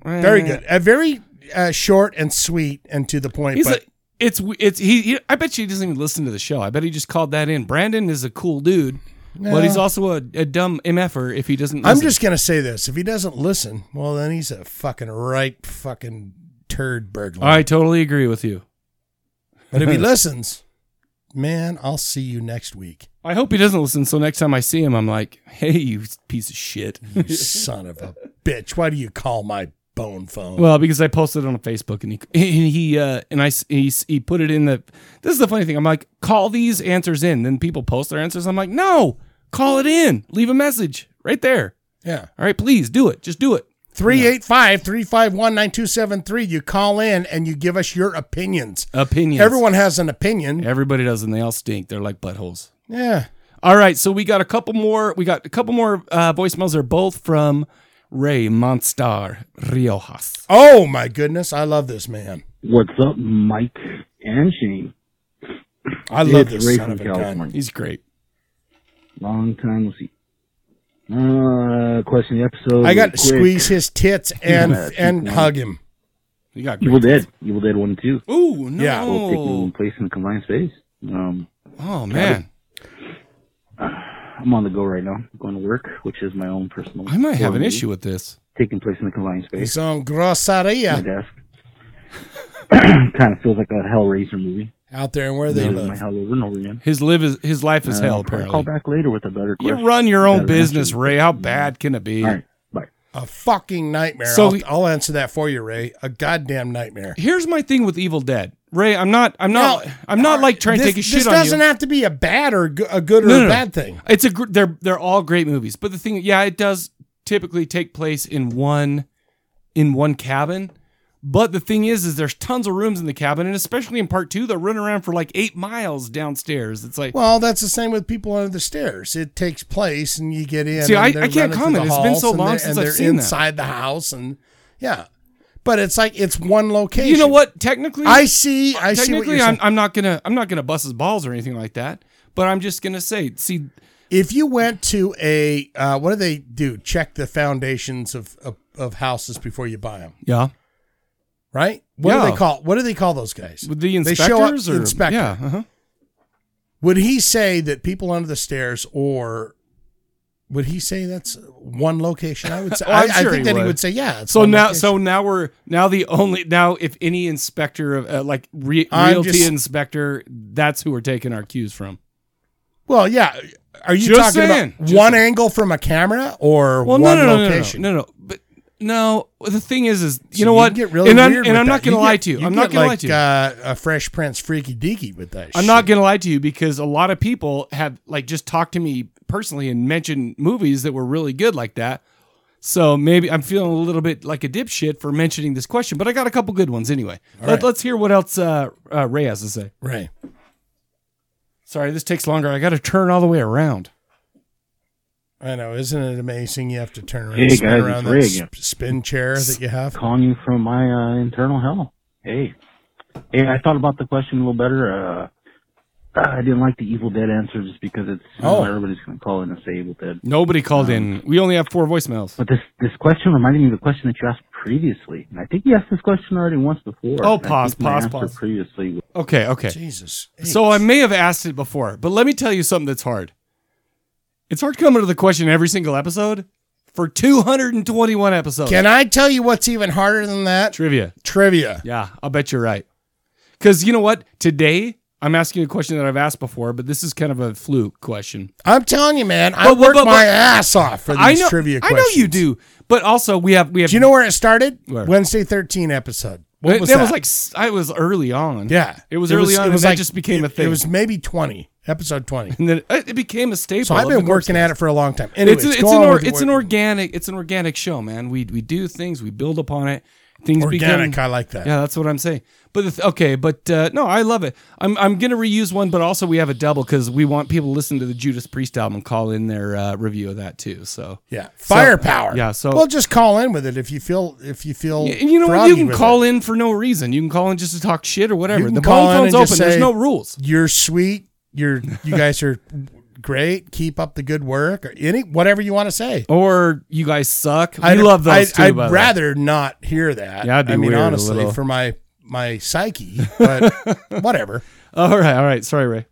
S2: Very
S1: Uh,
S2: good. A very uh, short and sweet and to the point.
S1: He's
S2: but
S1: a, it's it's he, he. I bet you he doesn't even listen to the show. I bet he just called that in. Brandon is a cool dude, but he's also a, a dumb mf'er if he doesn't.
S2: I'm
S1: listen.
S2: just gonna say this: if he doesn't listen, well, then he's a fucking right fucking turd burglar.
S1: I totally agree with you.
S2: But if he listens, man, I'll see you next week.
S1: I hope he doesn't listen. So next time I see him, I'm like, "Hey, you piece of shit."
S2: You son of a bitch! Why do you call my bone phone?
S1: well, because I posted it on Facebook, and he and he uh, and I s- he, s- he put it in the. This is the funny thing. I'm like, call these answers in. Then people post their answers. I'm like, no, call it in. Leave a message right there.
S2: yeah.
S1: All right, please do it. Just do it.
S2: 385 351 9273. You call in and you give us your opinions.
S1: Opinions.
S2: Everyone has an opinion.
S1: Everybody does, and they all stink. They're like buttholes.
S2: Yeah.
S1: All right, so we got a couple more. We got a couple more uh, voicemails. Are both from Ray Monstar Riojas.
S2: Oh, my goodness. I love this man.
S5: What's up, Mike and Shane?
S2: I love
S5: It's
S2: this
S5: Ray
S2: son
S5: from
S2: of a gun.
S5: California.
S1: He's great.
S5: Long time no see. Uh, question the episode.
S2: I got
S5: real
S2: to
S5: quick.
S2: squeeze his tits and
S5: Yeah,
S2: and
S5: keep
S2: hug him.
S1: He got great.
S5: Evil Dead. Evil Dead One and Two.
S1: Ooh no!
S2: Yeah.
S5: Both taking place in a confined space. Um,
S1: Oh man,
S5: I'm on the go right now. I'm going to work, which is my own personal.
S1: I might have an
S5: quarantine
S1: issue with this.
S5: taking place in the confined space.
S2: It's on Groceria
S5: My desk kind of feels like a Hellraiser movie.
S2: out there and where they
S5: This is my
S2: live.
S5: hell over and over again.
S1: His live is his life is
S5: Uh,
S1: hell.
S5: I'll call
S1: Apparently,
S5: back later with a better
S1: you
S5: question.
S1: run your own
S5: Better
S1: business,
S5: answer.
S1: Ray. How bad can it be?
S5: All right, bye.
S2: A fucking nightmare.
S1: So
S2: I'll,
S1: he-
S2: I'll answer that for you, Ray. A goddamn nightmare.
S1: Here's my thing with Evil Dead, Ray. I'm not. I'm not.
S2: Now,
S1: I'm not like trying
S2: this,
S1: to take a shit
S2: This
S1: on you.
S2: doesn't have to be a bad or go- a good or
S1: No, no,
S2: a
S1: no.
S2: bad thing.
S1: It's a gr- they're they're all great movies, but the thing, yeah, it does typically take place in one in one cabin. But the thing is, is there's tons of rooms in the cabin, and especially in part two, they run around for like eight miles downstairs. It's like,
S2: Well, that's the same with people under the stairs. It takes place, and you get in.
S1: See,
S2: and
S1: I-
S2: they're
S1: I can't
S2: running through
S1: comment.
S2: the
S1: It's been
S2: halls,
S1: so
S2: and
S1: long
S2: they're-
S1: since
S2: and
S1: I've
S2: they're
S1: seen that.
S2: inside the house, and yeah, but it's like it's one location.
S1: you know what? Technically,
S2: I see. I see what you're
S1: technically,
S2: saying.
S1: I'm, I'm not gonna I'm not gonna bust his balls or anything like that. But I'm just gonna say, see,
S2: if you went to a uh, what do they do? Check the foundations of, of of houses before you buy them,
S1: yeah,
S2: right? What do
S1: Yeah.
S2: they call? What do they call those guys?
S1: with the
S2: They
S1: inspectors
S2: show up-
S1: or
S2: inspector.
S1: yeah, uh-huh.
S2: Would he say that people under the stairs, or would he say that's one location? I would say.
S1: Oh,
S2: I,
S1: I'm
S2: I
S1: sure
S2: think
S1: he
S2: that he
S1: would.
S2: would say, yeah. It's
S1: So
S2: one
S1: now,
S2: location.
S1: so now we're now the only now if any inspector of uh, like re,
S2: I'm
S1: realty
S2: just-
S1: inspector, that's who we're taking our cues from.
S2: well, yeah. Are you
S1: Just
S2: talking
S1: saying.
S2: about
S1: Just
S2: one
S1: saying.
S2: angle from a camera or
S1: Well,
S2: one
S1: no, no, no, no, no,
S2: location?
S1: no, no, but no. The thing is, is you
S2: So
S1: know
S2: you
S1: what?
S2: can Get really
S1: and I'm,
S2: weird
S1: and
S2: with
S1: I'm not
S2: that.
S1: gonna
S2: You
S1: lie
S2: get-
S1: to you.
S2: you
S1: I'm
S2: get
S1: not gonna
S2: like,
S1: lie to you.
S2: Uh, a Fresh Prince freaky deaky with that.
S1: I'm
S2: shit.
S1: not gonna lie to you because a lot of people have like just talked to me personally and mentioned movies that were really good like that. So maybe I'm feeling a little bit like a dipshit for mentioning this question, but I got a couple good ones anyway. Let,
S2: right.
S1: Let's hear what else uh, uh, Ray has to say.
S2: Right.
S1: Sorry, this takes longer. I got to turn all the way around.
S2: I know, isn't it amazing? You have to turn around,
S5: Hey,
S2: and spin
S5: guys,
S2: around
S5: it's
S2: that
S5: Ray
S2: s-
S5: again.
S2: spin chair that you have.
S5: Calling you from my uh, internal hell. Hey, hey, I thought about the question a little better. Uh, I didn't like the Evil Dead answer just because it's you know,
S2: Oh.
S5: everybody's going to call in and say Evil Dead.
S1: Nobody called
S2: Um,
S1: in. We only have four voicemails.
S5: But this this question reminded me of the question that you asked previously, and I think you asked this question already once before.
S1: Oh,
S5: I think
S1: pause,
S5: my
S1: pause,
S5: answer
S1: pause.
S5: Previously, was-
S1: Okay, okay.
S2: Jesus.
S1: So
S2: Hey,
S1: I may have asked it before, but let me tell you something that's hard. It's hard coming to the question every single episode for 221 episodes.
S2: Can I tell you what's even harder than that?
S1: Trivia.
S2: Trivia.
S1: Yeah, I'll bet you're right. Because you know what? Today, I'm asking a question that I've asked before, but this is kind of a fluke question.
S2: I'm telling you, man. I
S1: But- but-
S2: work
S1: but-
S2: my
S1: but-
S2: ass off for these
S1: I know,
S2: trivia
S1: I
S2: questions.
S1: know you do, but also we have we have.
S2: Do you know where it started?
S1: Where?
S2: Wednesday 13 episode.
S1: it,
S2: What was
S1: that
S2: that?
S1: was like s- I was early on.
S2: yeah.
S1: it was early on. and that just became a
S2: it-
S1: thing.
S2: It was maybe 20, episode 20.
S1: and then uh, it it became a staple.
S2: So I've
S1: of
S2: been
S1: the Corpse
S2: working at it for a long time. Anyways,
S1: It's, it's,
S2: go
S1: an
S2: on
S1: or,
S2: with
S1: it's an
S2: your-
S1: organic it's an organic show, man. We we do things, we build upon it. Things
S2: organic.
S1: become
S2: I like that.
S1: yeah, that's what I'm saying. But the th- okay, but uh, no, I love it. I'm I'm gonna reuse one, but also we have a double because we want people to listen to the Judas Priest album, and call in their uh, review of that too. So
S2: Yeah, firepower.
S1: yeah, so-
S2: well, just call in with it if you feel if you feel.
S1: Y- you know what?
S2: froggy
S1: You can
S2: with
S1: call
S2: it.
S1: in for no reason. You can call in just to talk shit or
S2: You
S1: whatever.
S2: can
S1: The
S2: call
S1: phone
S2: in
S1: phone's
S2: and just
S1: open. There's
S2: say-
S1: no rules.
S2: You're sweet. You're you guys are great. Keep up the good work. Or any whatever you want to say.
S1: Or you guys suck. I love those
S2: I'd,
S1: too.
S2: I'd
S1: by the way.
S2: rather not hear that.
S1: Yeah, that'd be
S2: I mean,
S1: weird a
S2: honestly,
S1: little.
S2: for my my psyche, but whatever.
S1: All right, all right. Sorry, Ray.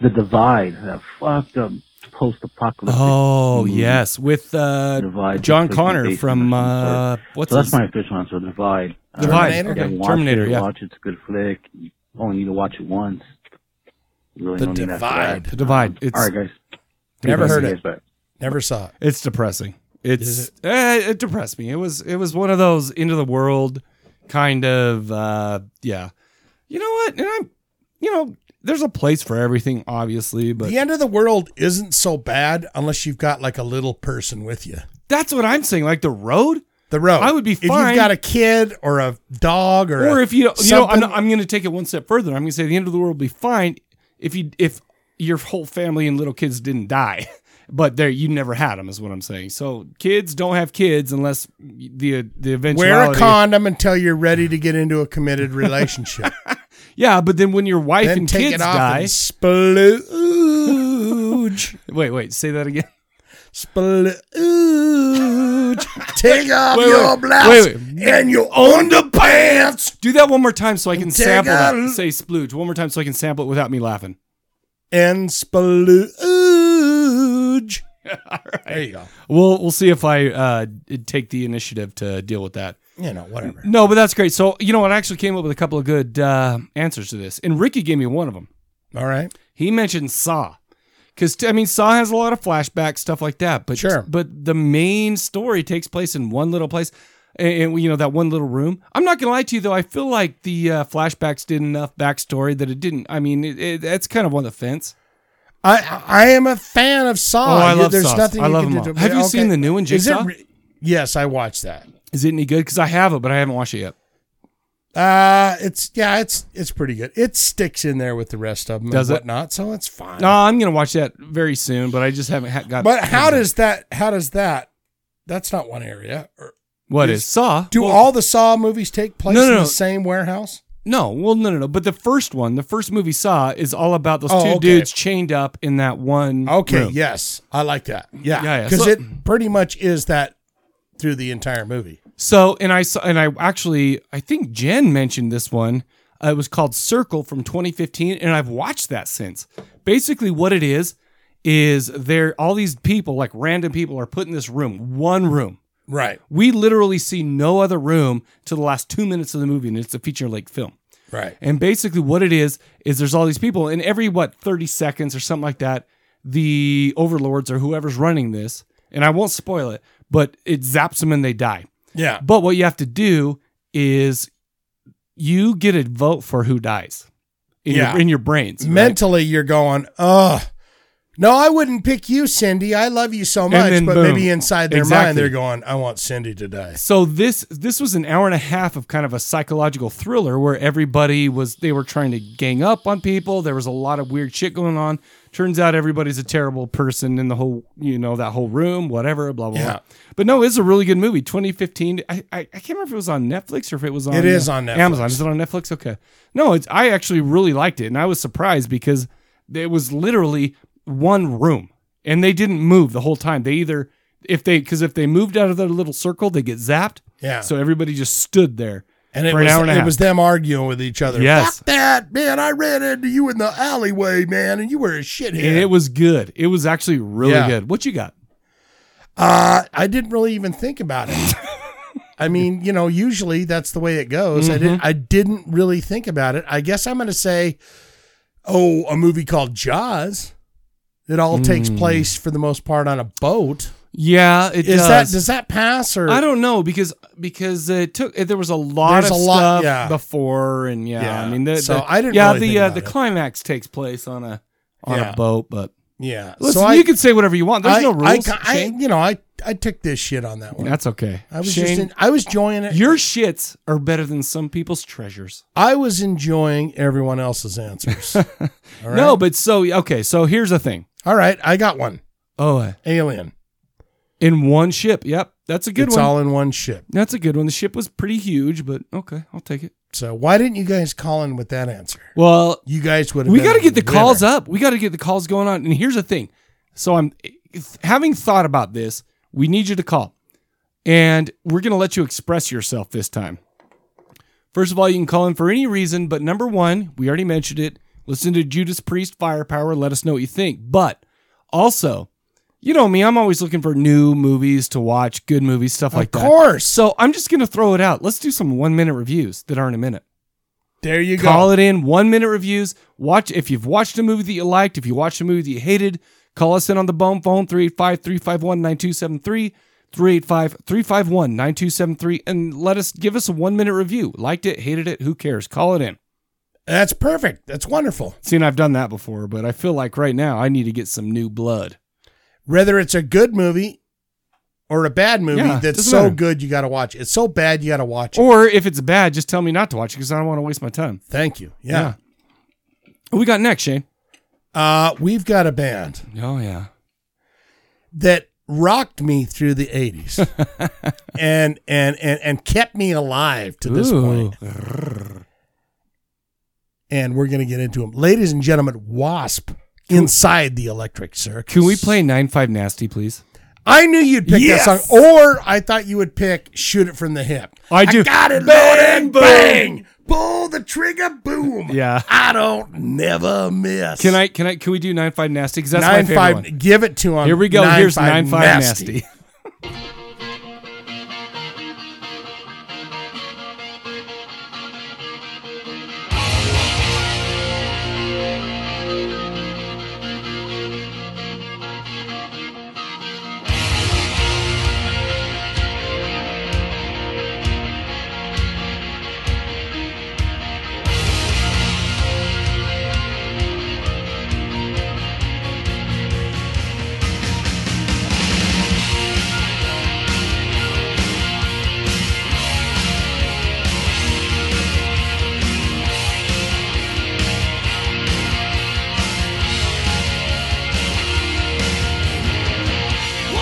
S5: the divide, that fucked up post-apocalyptic.
S1: Oh
S5: movie,
S1: yes, with uh,
S5: Divide
S1: John
S5: that took
S1: Connor
S5: place in
S1: from
S5: the
S1: uh, what's
S5: so that's
S1: his?
S5: my official answer. Divide. Uh,
S1: Divide,
S5: you
S2: okay.
S5: can watch
S1: Terminator,
S5: It,
S1: yeah.
S5: Watch it, it's a good flick. You only need to watch it once. You really
S2: The
S5: don't need
S2: Divide.
S5: that.
S1: The Divide. It's
S5: All right, guys.
S2: Never heard
S5: Guys,
S2: it.
S5: bye.
S2: Never saw it.
S1: it's depressing. It's
S2: Is
S1: eh, it depressed me. It was it was one of those into the world kind of uh, yeah. You know what? And I'm you know there's a place for everything, obviously, but
S2: the end of the world isn't so bad unless you've got like a little person with you.
S1: that's what I'm saying. Like the road.
S2: The road.
S1: I would be
S2: if
S1: fine.
S2: you've got a kid or a dog or,
S1: or
S2: a
S1: if you you know I'm,
S2: something-
S1: I'm going to take it one step further. I'm going to say the end of the world will be fine if you if your whole family and little kids didn't die, but there you never had them is what I'm saying. So kids don't have kids unless the the
S2: Wear a
S1: eventuality.
S2: condom until you're ready to get into a committed relationship.
S1: yeah, but then when your wife
S2: then
S1: and
S2: take
S1: kids
S2: it off
S1: die,
S2: and splooge.
S1: wait, wait, say that again.
S2: Splooge. Take off
S1: Wait, wait,
S2: your blouse
S1: wait,
S2: and your underpants.
S1: Do that one more time so I can
S2: Take
S1: sample
S2: a-
S1: that. Say splooge one more time so I can sample it without me laughing.
S2: And splooge. There you go.
S1: We'll we'll see if I uh, take the initiative to deal with that.
S2: You know, whatever.
S1: No, but that's great. So you know, what, I actually came up with a couple of good uh, answers to this, and Ricky gave me one of them.
S2: All right.
S1: He mentioned Saw. Because I mean, Saw has a lot of flashback stuff like that, but
S2: Sure.
S1: but the main story takes place in one little place, and, and, you know that one little room. I'm not gonna lie to you though, I feel like the uh, flashbacks did enough backstory that it didn't. I mean, it, it, that's kind of on the fence.
S2: I I am a fan of Saw.
S1: Oh, I
S2: You-
S1: love
S2: There's
S1: Saws.
S2: nothing
S1: I
S2: you
S1: love
S2: can
S1: them
S2: do
S1: all.
S2: to-
S1: Have you
S2: okay.
S1: seen the new one,
S2: Is it
S1: Jigsaw?
S2: re- yes, I watched that.
S1: Is it any good? Because I have it, but I haven't watched it yet.
S2: Uh it's yeah, it's it's pretty good. It sticks in there with the rest of them
S1: Does it? Ah,
S2: and whatnot, so it's fine.
S1: No, I'm gonna watch that very soon, but I just haven't ha- got.
S2: but how does that? How does that? That's not one area. Or-
S1: what
S2: is-
S1: is Saw?
S2: Do
S1: Well,
S2: all the Saw movies take place
S1: No, no,
S2: in
S1: no.
S2: the same warehouse?
S1: No, well, no, no, no. But the first one, the first movie Saw, is all about those two
S2: Oh, okay.
S1: dudes chained up in that one.
S2: Okay,
S1: room.
S2: yes, I like that. Yeah,
S1: Mm, Yeah, yeah.
S2: because
S1: So-
S2: it pretty much is that through the entire movie.
S1: So, and I saw, and I actually, I think Jen mentioned this one. Uh, it was called Circle from 2015, and I've watched that since. Basically, what it is is there all these people, like random people, are put in this room, one room.
S2: Right,
S1: We literally see no other room till the last two minutes of the movie, and it's a feature length film.
S2: right.
S1: And basically, what it is is there's all these people, and every what 30 seconds or something like that, the overlords or whoever's running this, and I won't spoil it, but it zaps them and they die.
S2: Yeah,
S1: But what you have to do is you get a vote for who dies in,
S2: Yeah.
S1: your, in your brains. right?
S2: mentally you're going, oh, no, I wouldn't pick you, Cindy. I love you so much,
S1: then
S2: but
S1: boom.
S2: maybe inside their
S1: Exactly.
S2: mind they're going, I want Cindy to die.
S1: So this this was an hour and a half of kind of a psychological thriller where everybody was they were trying to gang up on people. There was a lot of weird shit going on. Turns out everybody's a terrible person in the whole you know that whole room, whatever, blah blah
S2: Yeah.
S1: blah. But no, it's a really good movie. 2015. I, I I can't remember if it was on Netflix or if it was on
S2: It is
S1: uh,
S2: on Netflix.
S1: Amazon. Is it on Netflix? Okay. No, it's I actually really liked it and I was surprised because it was literally one room and they didn't move the whole time. They either if they because if they moved out of their little circle, they get zapped.
S2: Yeah,
S1: So everybody just stood there.
S2: and it
S1: for an
S2: was
S1: hour and a
S2: it
S1: half.
S2: was them arguing with each other.
S1: Yes.
S2: Fuck that man! I ran into you in the alleyway, man, and you were a shithead.
S1: And it was good. It was actually really
S2: Yeah.
S1: good. What you got?
S2: Uh, I didn't really even think about it. I mean, you know, usually that's the way it goes. I
S1: Mm-hmm.
S2: didn't. I didn't really think about it. I guess I'm going to say, oh, a movie called Jaws. It all takes
S1: Mm.
S2: place for the most part on a boat.
S1: Yeah, it
S2: Is
S1: does.
S2: that does that pass or
S1: I don't know because because it took there was a lot
S2: There's
S1: of
S2: a lot,
S1: stuff
S2: yeah.
S1: before and yeah,
S2: Yeah.
S1: I mean the,
S2: So
S1: the-
S2: I didn't
S1: yeah
S2: really
S1: the
S2: think
S1: uh,
S2: about
S1: the
S2: it.
S1: climax takes place on a on
S2: Yeah.
S1: a boat, but
S2: Yeah.
S1: listen,
S2: so I,
S1: you can say whatever you want. There's
S2: I,
S1: no rules.
S2: I, I,
S1: Shane.
S2: you know, I I took this shit on that one.
S1: That's okay.
S2: I was just
S1: Shane,
S2: in, I was enjoying it.
S1: your shits are better than some people's treasures.
S2: I was enjoying everyone else's answers. all right.
S1: No, but so okay. So here's the thing.
S2: all right, I got one.
S1: Oh, uh,
S2: Alien.
S1: in one ship. Yep, that's a good
S2: it's
S1: one.
S2: all in one ship.
S1: That's a good one. The ship was pretty huge, but okay, I'll take it.
S2: So why didn't you guys call in with that answer?
S1: Well,
S2: You guys would. have
S1: we
S2: been
S1: got to
S2: a
S1: get the
S2: winner.
S1: calls up. We got to get the calls going on. And here's the thing. So I'm having thought about this. We need you to call, and we're gonna let you express yourself this time. First of all, you can call in for any reason, but number one, we already mentioned it. Listen to Judas Priest Firepower. Let us know what you think. But also, you know me, I'm always looking for new movies to watch, good movies, stuff like
S2: Of
S1: that.
S2: course.
S1: So I'm just gonna throw it out. Let's do some one minute reviews that aren't a minute.
S2: There you
S1: Call
S2: go.
S1: it in one minute reviews. Watch if you've watched a movie that you liked, if you watched a movie that you hated, call us in on the bone phone 385 351 9273. 385 351 9273 and let us give us a one minute review. Liked it, hated it, who cares? Call it in.
S2: That's perfect. That's wonderful.
S1: Seen I've done that before, but I feel like right now I need to get some new blood.
S2: Whether it's a good movie or a bad movie
S1: Yeah,
S2: that's
S1: doesn't
S2: so
S1: matter.
S2: good you got to watch it. It's so bad you got to watch it.
S1: Or if it's bad, just tell me not to watch it because I don't want to waste my time.
S2: Thank you. Yeah.
S1: What we got next, Shane?
S2: Uh, we've got a band
S1: Oh yeah.
S2: that rocked me through the 80s and, and and and kept me alive to this point. And we're going to get into them. Ladies and gentlemen, Wasp inside the electric circus.
S1: Can we play 9-5 Nasty, please?
S2: I knew you'd pick
S1: Yes!
S2: that song, or I thought you would pick "Shoot It from the Hip."
S1: I do.
S2: got it,
S1: Bang,
S2: loaded, bang, bang, pull the trigger, boom.
S1: Yeah.
S2: I don't never miss.
S1: Can I? Can I? Can we do nine five nasty? Because that's
S2: nine
S1: my favorite
S2: five?
S1: one.
S2: Give it to him.
S1: Here we go. Here's nine five nasty.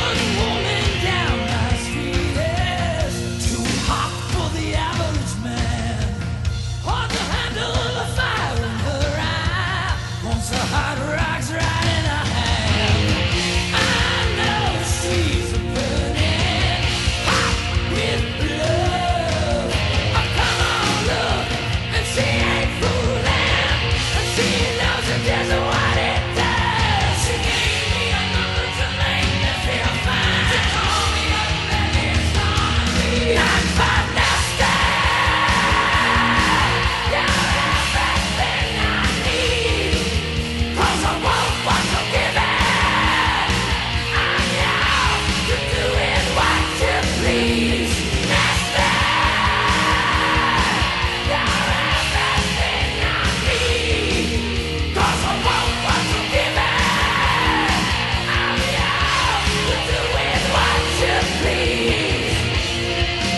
S6: One woman down my street is too hot for the average man. Hard to handle the fire in her eye. Wants the hot rocks right in her hand. I know she's burning hot with love. Oh, come on, look, and she ain't fooling, and she knows just what it does. She gave me a number to make me feel fine. She called me up and it's gonna be not fun to You're everything I need, 'cause I want what you give it. I know you're doing what you please. Cause I won't want to give in I'm out to doing what you please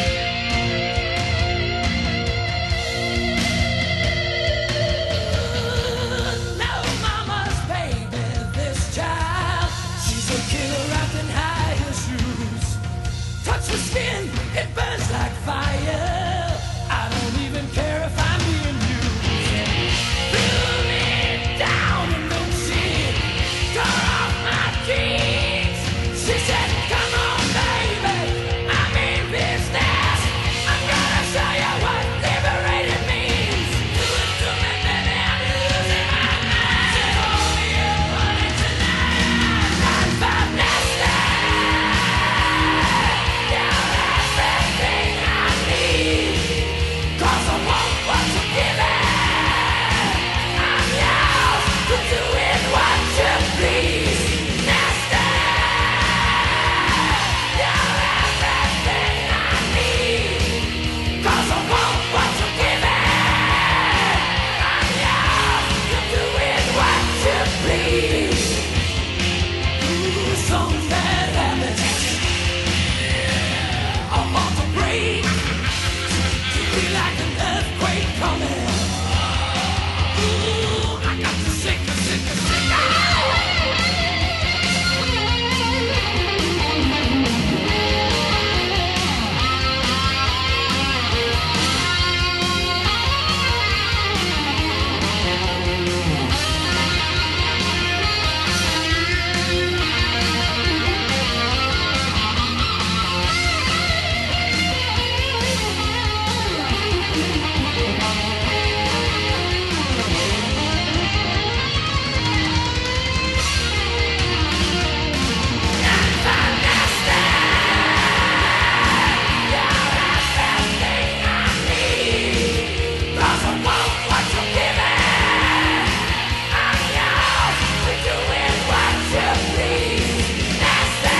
S6: No mama's baby, this child She's a killer wrapped in high heel shoes Touch her skin, it burns like fire I don't even care if I'm being used Cause I want what you give it Doing what you please, nasty. You're everything I need. 'Cause I want what you give it. I'm yours. You're doing what you please. Ooh, some bad habits I want to break. To be like an earthquake coming. I got the sick, the sick, the sick. Doesn't want what you give it. I'm yours. You're doing what you please. Nasty.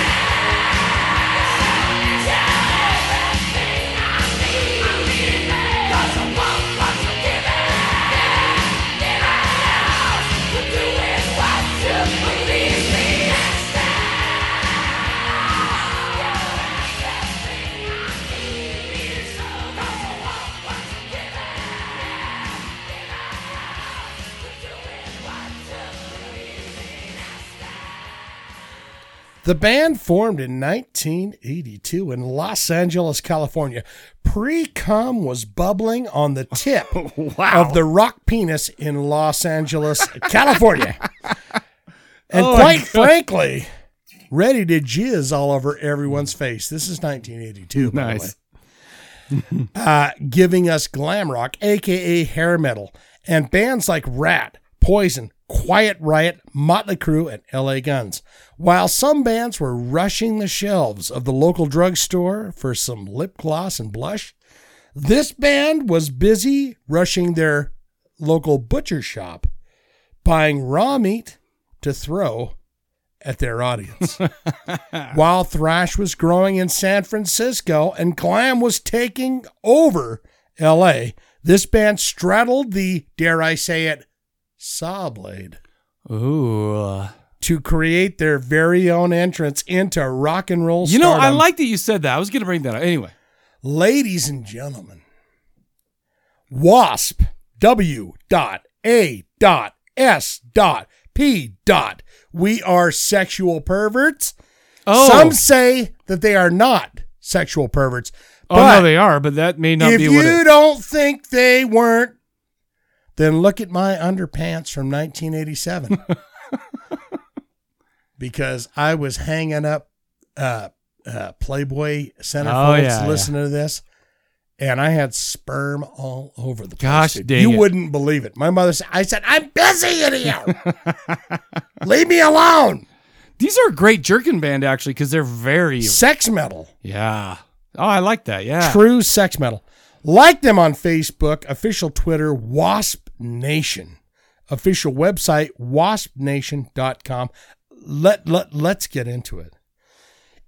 S6: You're everything I need. Doesn't want what you give it. Give it. You're doing what you please. Nasty.
S2: The band formed in 1982 in Los Angeles, California. Pre cum was bubbling on the tip of the rock penis in Los Angeles, California. And
S1: Oh, my
S2: quite
S1: God.
S2: frankly, ready to jizz all over everyone's face. This is 1982. by the way.
S1: nice.
S2: uh, giving us glam rock, aka hair metal, and bands like Rat, Poison, Quiet Riot, Motley Crue, and LA Guns. While some bands were rushing the shelves of the local drugstore for some lip gloss and blush, this band was busy rushing their local butcher shop, buying raw meat to throw at their audience. While thrash was growing in San Francisco and glam was taking over LA, this band straddled the, dare I say it, saw blade
S1: Ooh. uh,
S2: to create their very own entrance into rock and roll.
S1: You know, I
S2: stardom.
S1: like that you said that. I was going to bring that up. Anyway.
S2: ladies and gentlemen, Wasp W dot A dot S dot P dot. We are sexual perverts.
S1: Oh.
S2: Some say that they are not sexual perverts.
S1: oh,
S2: but
S1: no, they are, but that may not
S2: if
S1: be
S2: you
S1: what it
S2: don't think they weren't, then look at my underpants from 1987. because I was hanging up uh, uh, Playboy centerfolds
S1: Oh, yeah,
S2: listening to this. And I had sperm all over the place.
S1: Gosh
S2: dude.
S1: dang
S2: You
S1: it.
S2: wouldn't believe it. My mother said, I said, I'm busy in here. Leave me alone.
S1: These are a great jerkin band, actually, because they're very.
S2: Sex metal.
S1: Yeah. Oh, I like that. Yeah.
S2: True sex metal. Like them on Facebook, official Twitter, Wasp Nation. Official website, waspnation.com. Let, let, let's get into it.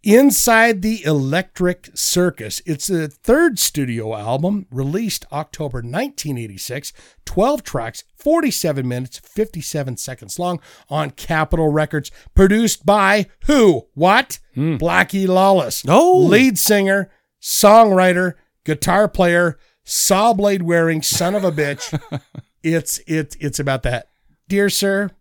S2: Inside the Electric Circus. It's the third studio album released October 1986, 12 tracks, 47 minutes, 57 seconds long on Capitol Records, produced by who? What? Blackie Lawless.
S1: Oh.
S2: Lead singer, songwriter, guitar player, saw blade wearing son of a bitch. it's it, it's about that. Dear sir,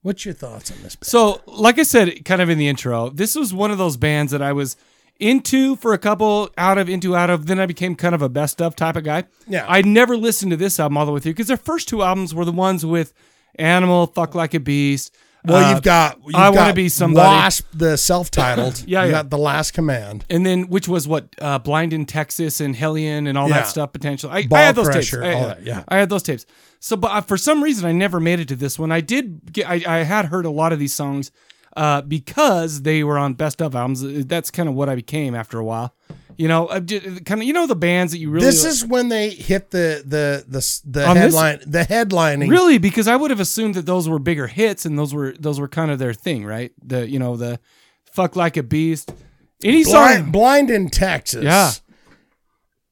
S2: what's your thoughts on this?
S1: So, like I said, kind of in the intro, this was one of those bands that I was into for a couple, out of, into, out of. Then I became kind of a best of type of guy.
S2: Yeah.
S1: I never listened to this album all the way through because their first two albums were the ones with Animal, Fuck Like a Beast.
S2: Well,
S1: uh,
S2: you've got you've
S1: I Wanna
S2: got
S1: Be Somebody.
S2: Wasp, the self-titled.
S1: Yeah,
S2: you
S1: yeah.
S2: got the last command.
S1: and then which was what uh, blind in Texas and Hellion and all
S2: Yeah.
S1: that stuff potentially. I,
S2: Ball
S1: I had those
S2: Crusher,
S1: tapes. I,
S2: all that, yeah.
S1: I had those tapes. So, but uh, for some reason, I never made it to this one. I did. Get, I, I had heard a lot of these songs uh, because they were on best of albums. That's kind of what I became after a while. You know, kind of. You know the bands that you really
S2: this is when they hit the the the s- the
S1: On this-
S2: headline the headlining.
S1: really because I would have assumed that those were bigger hits and those were those were kind of their thing, right? The you know the fuck like a beast. Any
S2: blind,
S1: song,
S2: blind in Texas.
S1: yeah.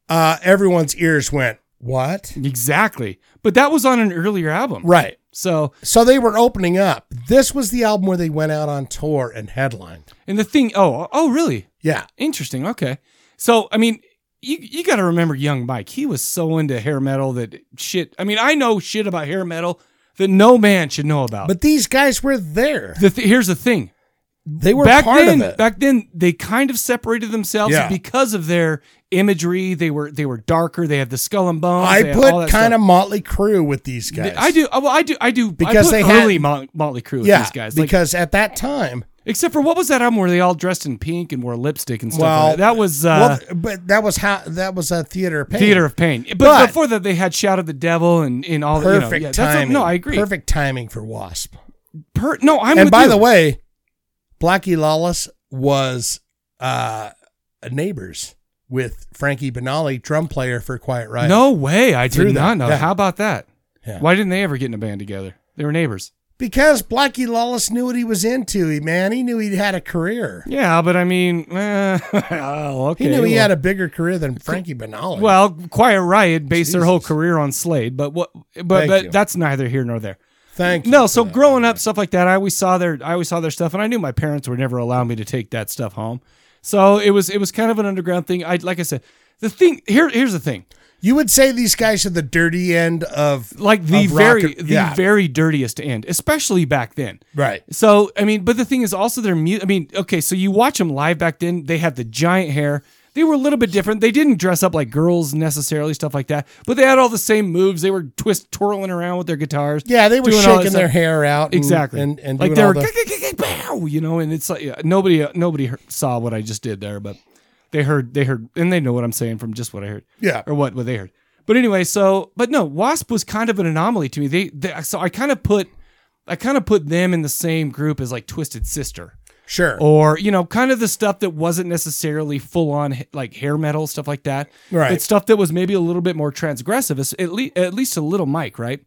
S2: Uh, everyone's ears went what?
S1: Exactly. But that was on an earlier album.
S2: Right.
S1: So,
S2: So they were opening up. This was the album where they went out on tour and headlined.
S1: and the thing, oh, oh, really?
S2: Yeah.
S1: Interesting. Okay. So, I mean, you, you got to remember young Mike. He was so into hair metal that shit. I mean, I know shit about hair metal that no man should know about.
S2: But these guys were there.
S1: the th- here's the thing.
S2: They were
S1: back
S2: part
S1: then,
S2: of it.
S1: back then they kind of separated themselves
S2: Yeah.
S1: because of their imagery. They were they were darker. They had the skull and bones.
S2: I
S1: they had all
S2: put
S1: that
S2: kind
S1: stuff.
S2: of Motley Crue with these guys.
S1: I do. uh, Well, I do. I do.
S2: Because
S1: I put
S2: they had-
S1: early Mo- Motley Crue. With
S2: Yeah,
S1: these guys. Like,
S2: because at that time,
S1: Except for what was that album where they all dressed in pink and wore lipstick and stuff?
S2: Well,
S1: like that? that was
S2: well,
S1: uh,
S2: but that was how that was a theater of pain.
S1: Theater of Pain. But,
S2: But-
S1: before that, they had Shout of the Devil and in all the
S2: perfect
S1: you know, yeah, that's-
S2: timing.
S1: no, I agree.
S2: Perfect timing for Wasp.
S1: Per- no, I'm.
S2: and
S1: with
S2: by
S1: you.
S2: the way, Blackie Lawless was uh, neighbors with Frankie Benali, drum player for Quiet Riot.
S1: no way, I
S2: Through
S1: did
S2: that,
S1: not know.
S2: yeah.
S1: How about that?
S2: Yeah.
S1: Why didn't they ever get in a band together? They were neighbors.
S2: because Blackie Lawless knew what he was into. He man, he knew he had a career.
S1: Yeah, but I mean, eh, oh, okay.
S2: He knew he
S1: well-
S2: had a bigger career than Frankie Benali.
S1: Well, Quiet Riot based their whole
S2: Jesus.
S1: career on Slade, but what? But
S2: Thank
S1: but
S2: you.
S1: that's neither here nor there.
S2: thank you
S1: no
S2: for
S1: so
S2: that.
S1: growing up stuff like that i always saw their i always saw their stuff and i knew my parents would never allow me to take that stuff home so it was it was kind of an underground thing i like i said the thing here here's the thing
S2: you would say these guys are the dirty end of
S1: like the
S2: Of rock-
S1: very the
S2: yeah.
S1: very dirtiest end especially back then
S2: right.
S1: so I mean, but the thing is also their music. I mean, okay, so you watch them live back then. They had the giant hair. They were a little bit different. They didn't dress up like girls necessarily, stuff like that. But they had all the same moves. They were twist twirling around with their guitars.
S2: Yeah, they were
S1: doing all that
S2: shaking their
S1: stuff.
S2: hair out and-
S1: exactly,
S2: and and
S1: like
S2: doing
S1: they
S2: all
S1: were
S2: the-
S1: "Gah, gah, gah, gah, bow, you know, and it's like yeah, nobody nobody heard- saw what I just did there, but They heard they heard and they know what I'm saying from just what I heard
S2: Yeah.
S1: or what what they heard. But anyway, so but no, Wasp was kind of an anomaly to me. They, they so I kind of put I kind of put them in the same group as like Twisted Sister
S2: Sure.
S1: or you know kind of the stuff that wasn't necessarily full on like hair metal stuff like that.
S2: Right.
S1: But stuff that was maybe a little bit more transgressive, as- at least at least a little Mike, right?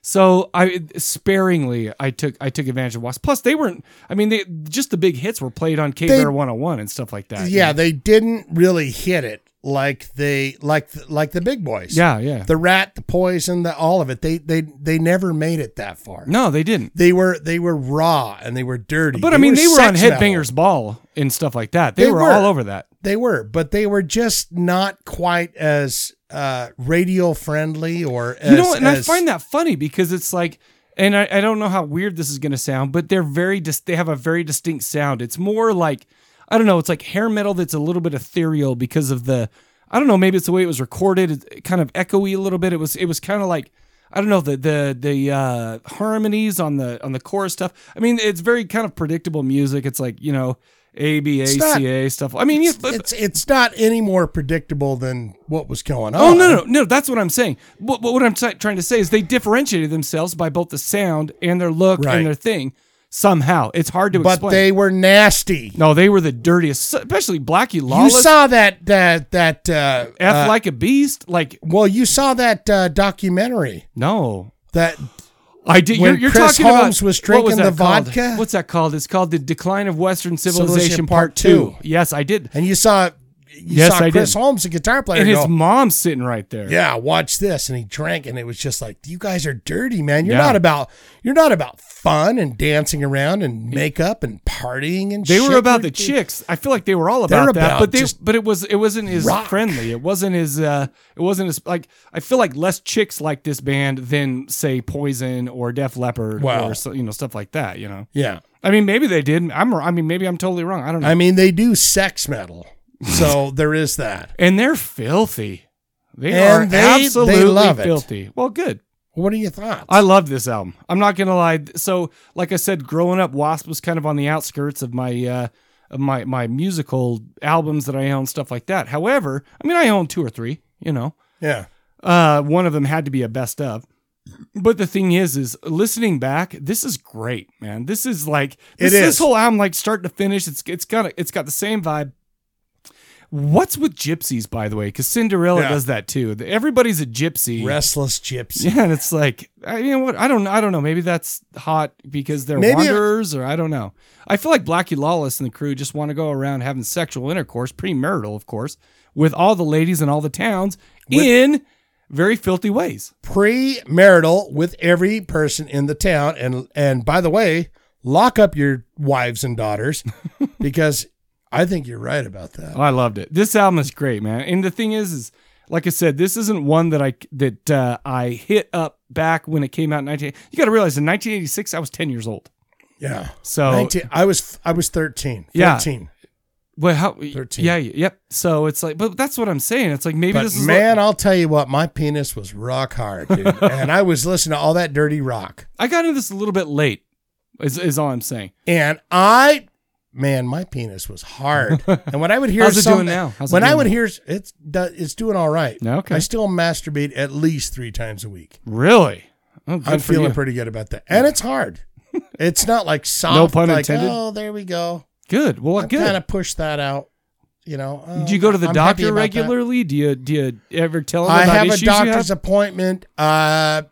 S1: So I sparingly I took I took advantage of Wasp. Plus they weren't I mean they just the big hits were played on K
S2: They-
S1: Bear 101 and stuff like that. you
S2: yeah,
S1: know?
S2: they didn't really hit it like they like th- like the big boys.
S1: yeah, yeah.
S2: The rat, the poison, the all of it. They they they never made it that far.
S1: No, they didn't.
S2: They were they were raw and they were dirty.
S1: But I mean, they were on
S2: sex metal.
S1: Headbangers Ball and stuff like that. They,
S2: They
S1: were,
S2: were.
S1: all over that.
S2: They were, but they were just not quite as uh radio friendly or as,
S1: you know, and I
S2: as-
S1: find that funny because it's like, and I, I don't know how weird this is going to sound, but they're very dis- they have a very distinct sound. It's more like I don't know, it's like hair metal that's a little bit ethereal because of the I don't know, maybe it's the way it was recorded, it's kind of echoey a little bit. It was it was kind of like I don't know the the the uh, harmonies on the on the chorus stuff. I mean, it's very kind of predictable music. It's like you know A B A
S2: It's not-
S1: C A stuff. I mean, yeah, but-
S2: it's it's not any more predictable than what was going on.
S1: Oh no, no, no! That's what I'm saying. What, what I'm try- trying to say is they differentiated themselves by both the sound and their look
S2: Right.
S1: and their thing. Somehow, it's hard to
S2: But
S1: explain.
S2: they were nasty.
S1: no, they were the dirtiest, especially Blackie
S2: you
S1: Lawless.
S2: saw that that that uh,
S1: F
S2: uh,
S1: like a beast. Like
S2: well, you saw that uh, documentary
S1: no,
S2: that
S1: I did.
S2: When
S1: you're you're
S2: Chris
S1: talking
S2: Holmes
S1: about
S2: was
S1: what was
S2: drinking the
S1: that called?
S2: vodka?
S1: What's that called? It's called the Decline of Western Civilization,
S2: Civilization
S1: Part
S2: Part
S1: Two.
S2: Two.
S1: Yes, I did.
S2: and you saw you
S1: Yes,
S2: saw
S1: I
S2: Chris
S1: did.
S2: Holmes, the guitar player,
S1: And his
S2: go,
S1: mom's sitting right there.
S2: yeah, watch this, and he drank, and it was just like you guys are dirty, man. You're
S1: Yeah.
S2: not about you're not about fun and dancing around and makeup and partying and
S1: They
S2: shit.
S1: were about the
S2: We're-
S1: chicks. I feel like they were all
S2: They're
S1: about, that,
S2: about
S1: but they
S2: just
S1: but it was it wasn't as
S2: rock.
S1: friendly. It wasn't as uh it wasn't as like I feel like less chicks like this band than say Poison or Def Leppard
S2: Wow.
S1: or so, you know stuff like that, you know.
S2: Yeah,
S1: I mean maybe they did. I'm I mean maybe I'm totally wrong. I don't know.
S2: I mean they do sex metal, so there is that.
S1: and they're filthy. They
S2: And
S1: are
S2: they- they
S1: absolutely
S2: love it.
S1: filthy. Well, good.
S2: What are your thoughts?
S1: I love this album. I'm not gonna lie. So, like I said, growing up, Wasp was kind of on the outskirts of my uh, of my my musical albums that I own, stuff like that. However, I mean, I own two or three. You know,
S2: yeah,
S1: uh, one of them had to be a best of. But the thing is, is listening back, this is great, man. This is like this,
S2: It is.
S1: this whole album, like start to finish. It's it's got a, it's got the same vibe. What's with gypsies, by the way? Because Cinderella
S2: Yeah.
S1: does that too. Everybody's a gypsy.
S2: restless gypsy.
S1: Yeah, and it's like I, you know what? I don't I don't know. Maybe that's hot because they're
S2: Maybe-
S1: wanderers, or I don't know. I feel like Blackie Lawless and the crew just want to go around having sexual intercourse, premarital, of course, with all the ladies in all the towns in very filthy ways.
S2: premarital with every person in the town and and by the way lock up your wives and daughters because i think you're right about that
S1: Oh, I loved it. This album is great, man. And the thing is, is like I said, this isn't one that I that uh, I hit up back when it came out in nineteen. You got to realize in nineteen eighty six, I was ten years old.
S2: yeah
S1: So
S2: 19 i was i was 13
S1: Yeah.
S2: 13
S1: well, how?
S2: 13.
S1: Yeah, yep. So it's like, but that's what I'm saying. It's like maybe
S2: but
S1: this is
S2: man i'll tell you what my penis was rock hard dude and i was listening to all that dirty rock
S1: I got into this a little bit late. Is is all I'm saying.
S2: and i man my penis was hard and when i would hear
S1: How's it
S2: some-
S1: doing now? How's it
S2: when i
S1: doing
S2: would
S1: now?
S2: hear it's do- it's doing all right
S1: Okay.
S2: i still masturbate at least three times a week
S1: Really? Oh, good
S2: I'm
S1: for
S2: feeling
S1: you.
S2: pretty good about that. And it's hard. it's not like soft.
S1: No pun
S2: like,
S1: intended.
S2: Oh, there we go.
S1: good. Well,
S2: I
S1: good.
S2: kind of pushed that out. You know. Oh,
S1: do you go to the
S2: I'm happy
S1: doctor
S2: about
S1: regularly? Do you do you ever tell
S2: that.
S1: them
S2: I
S1: about
S2: have a
S1: issues you
S2: doctor's
S1: have?
S2: appointment uh,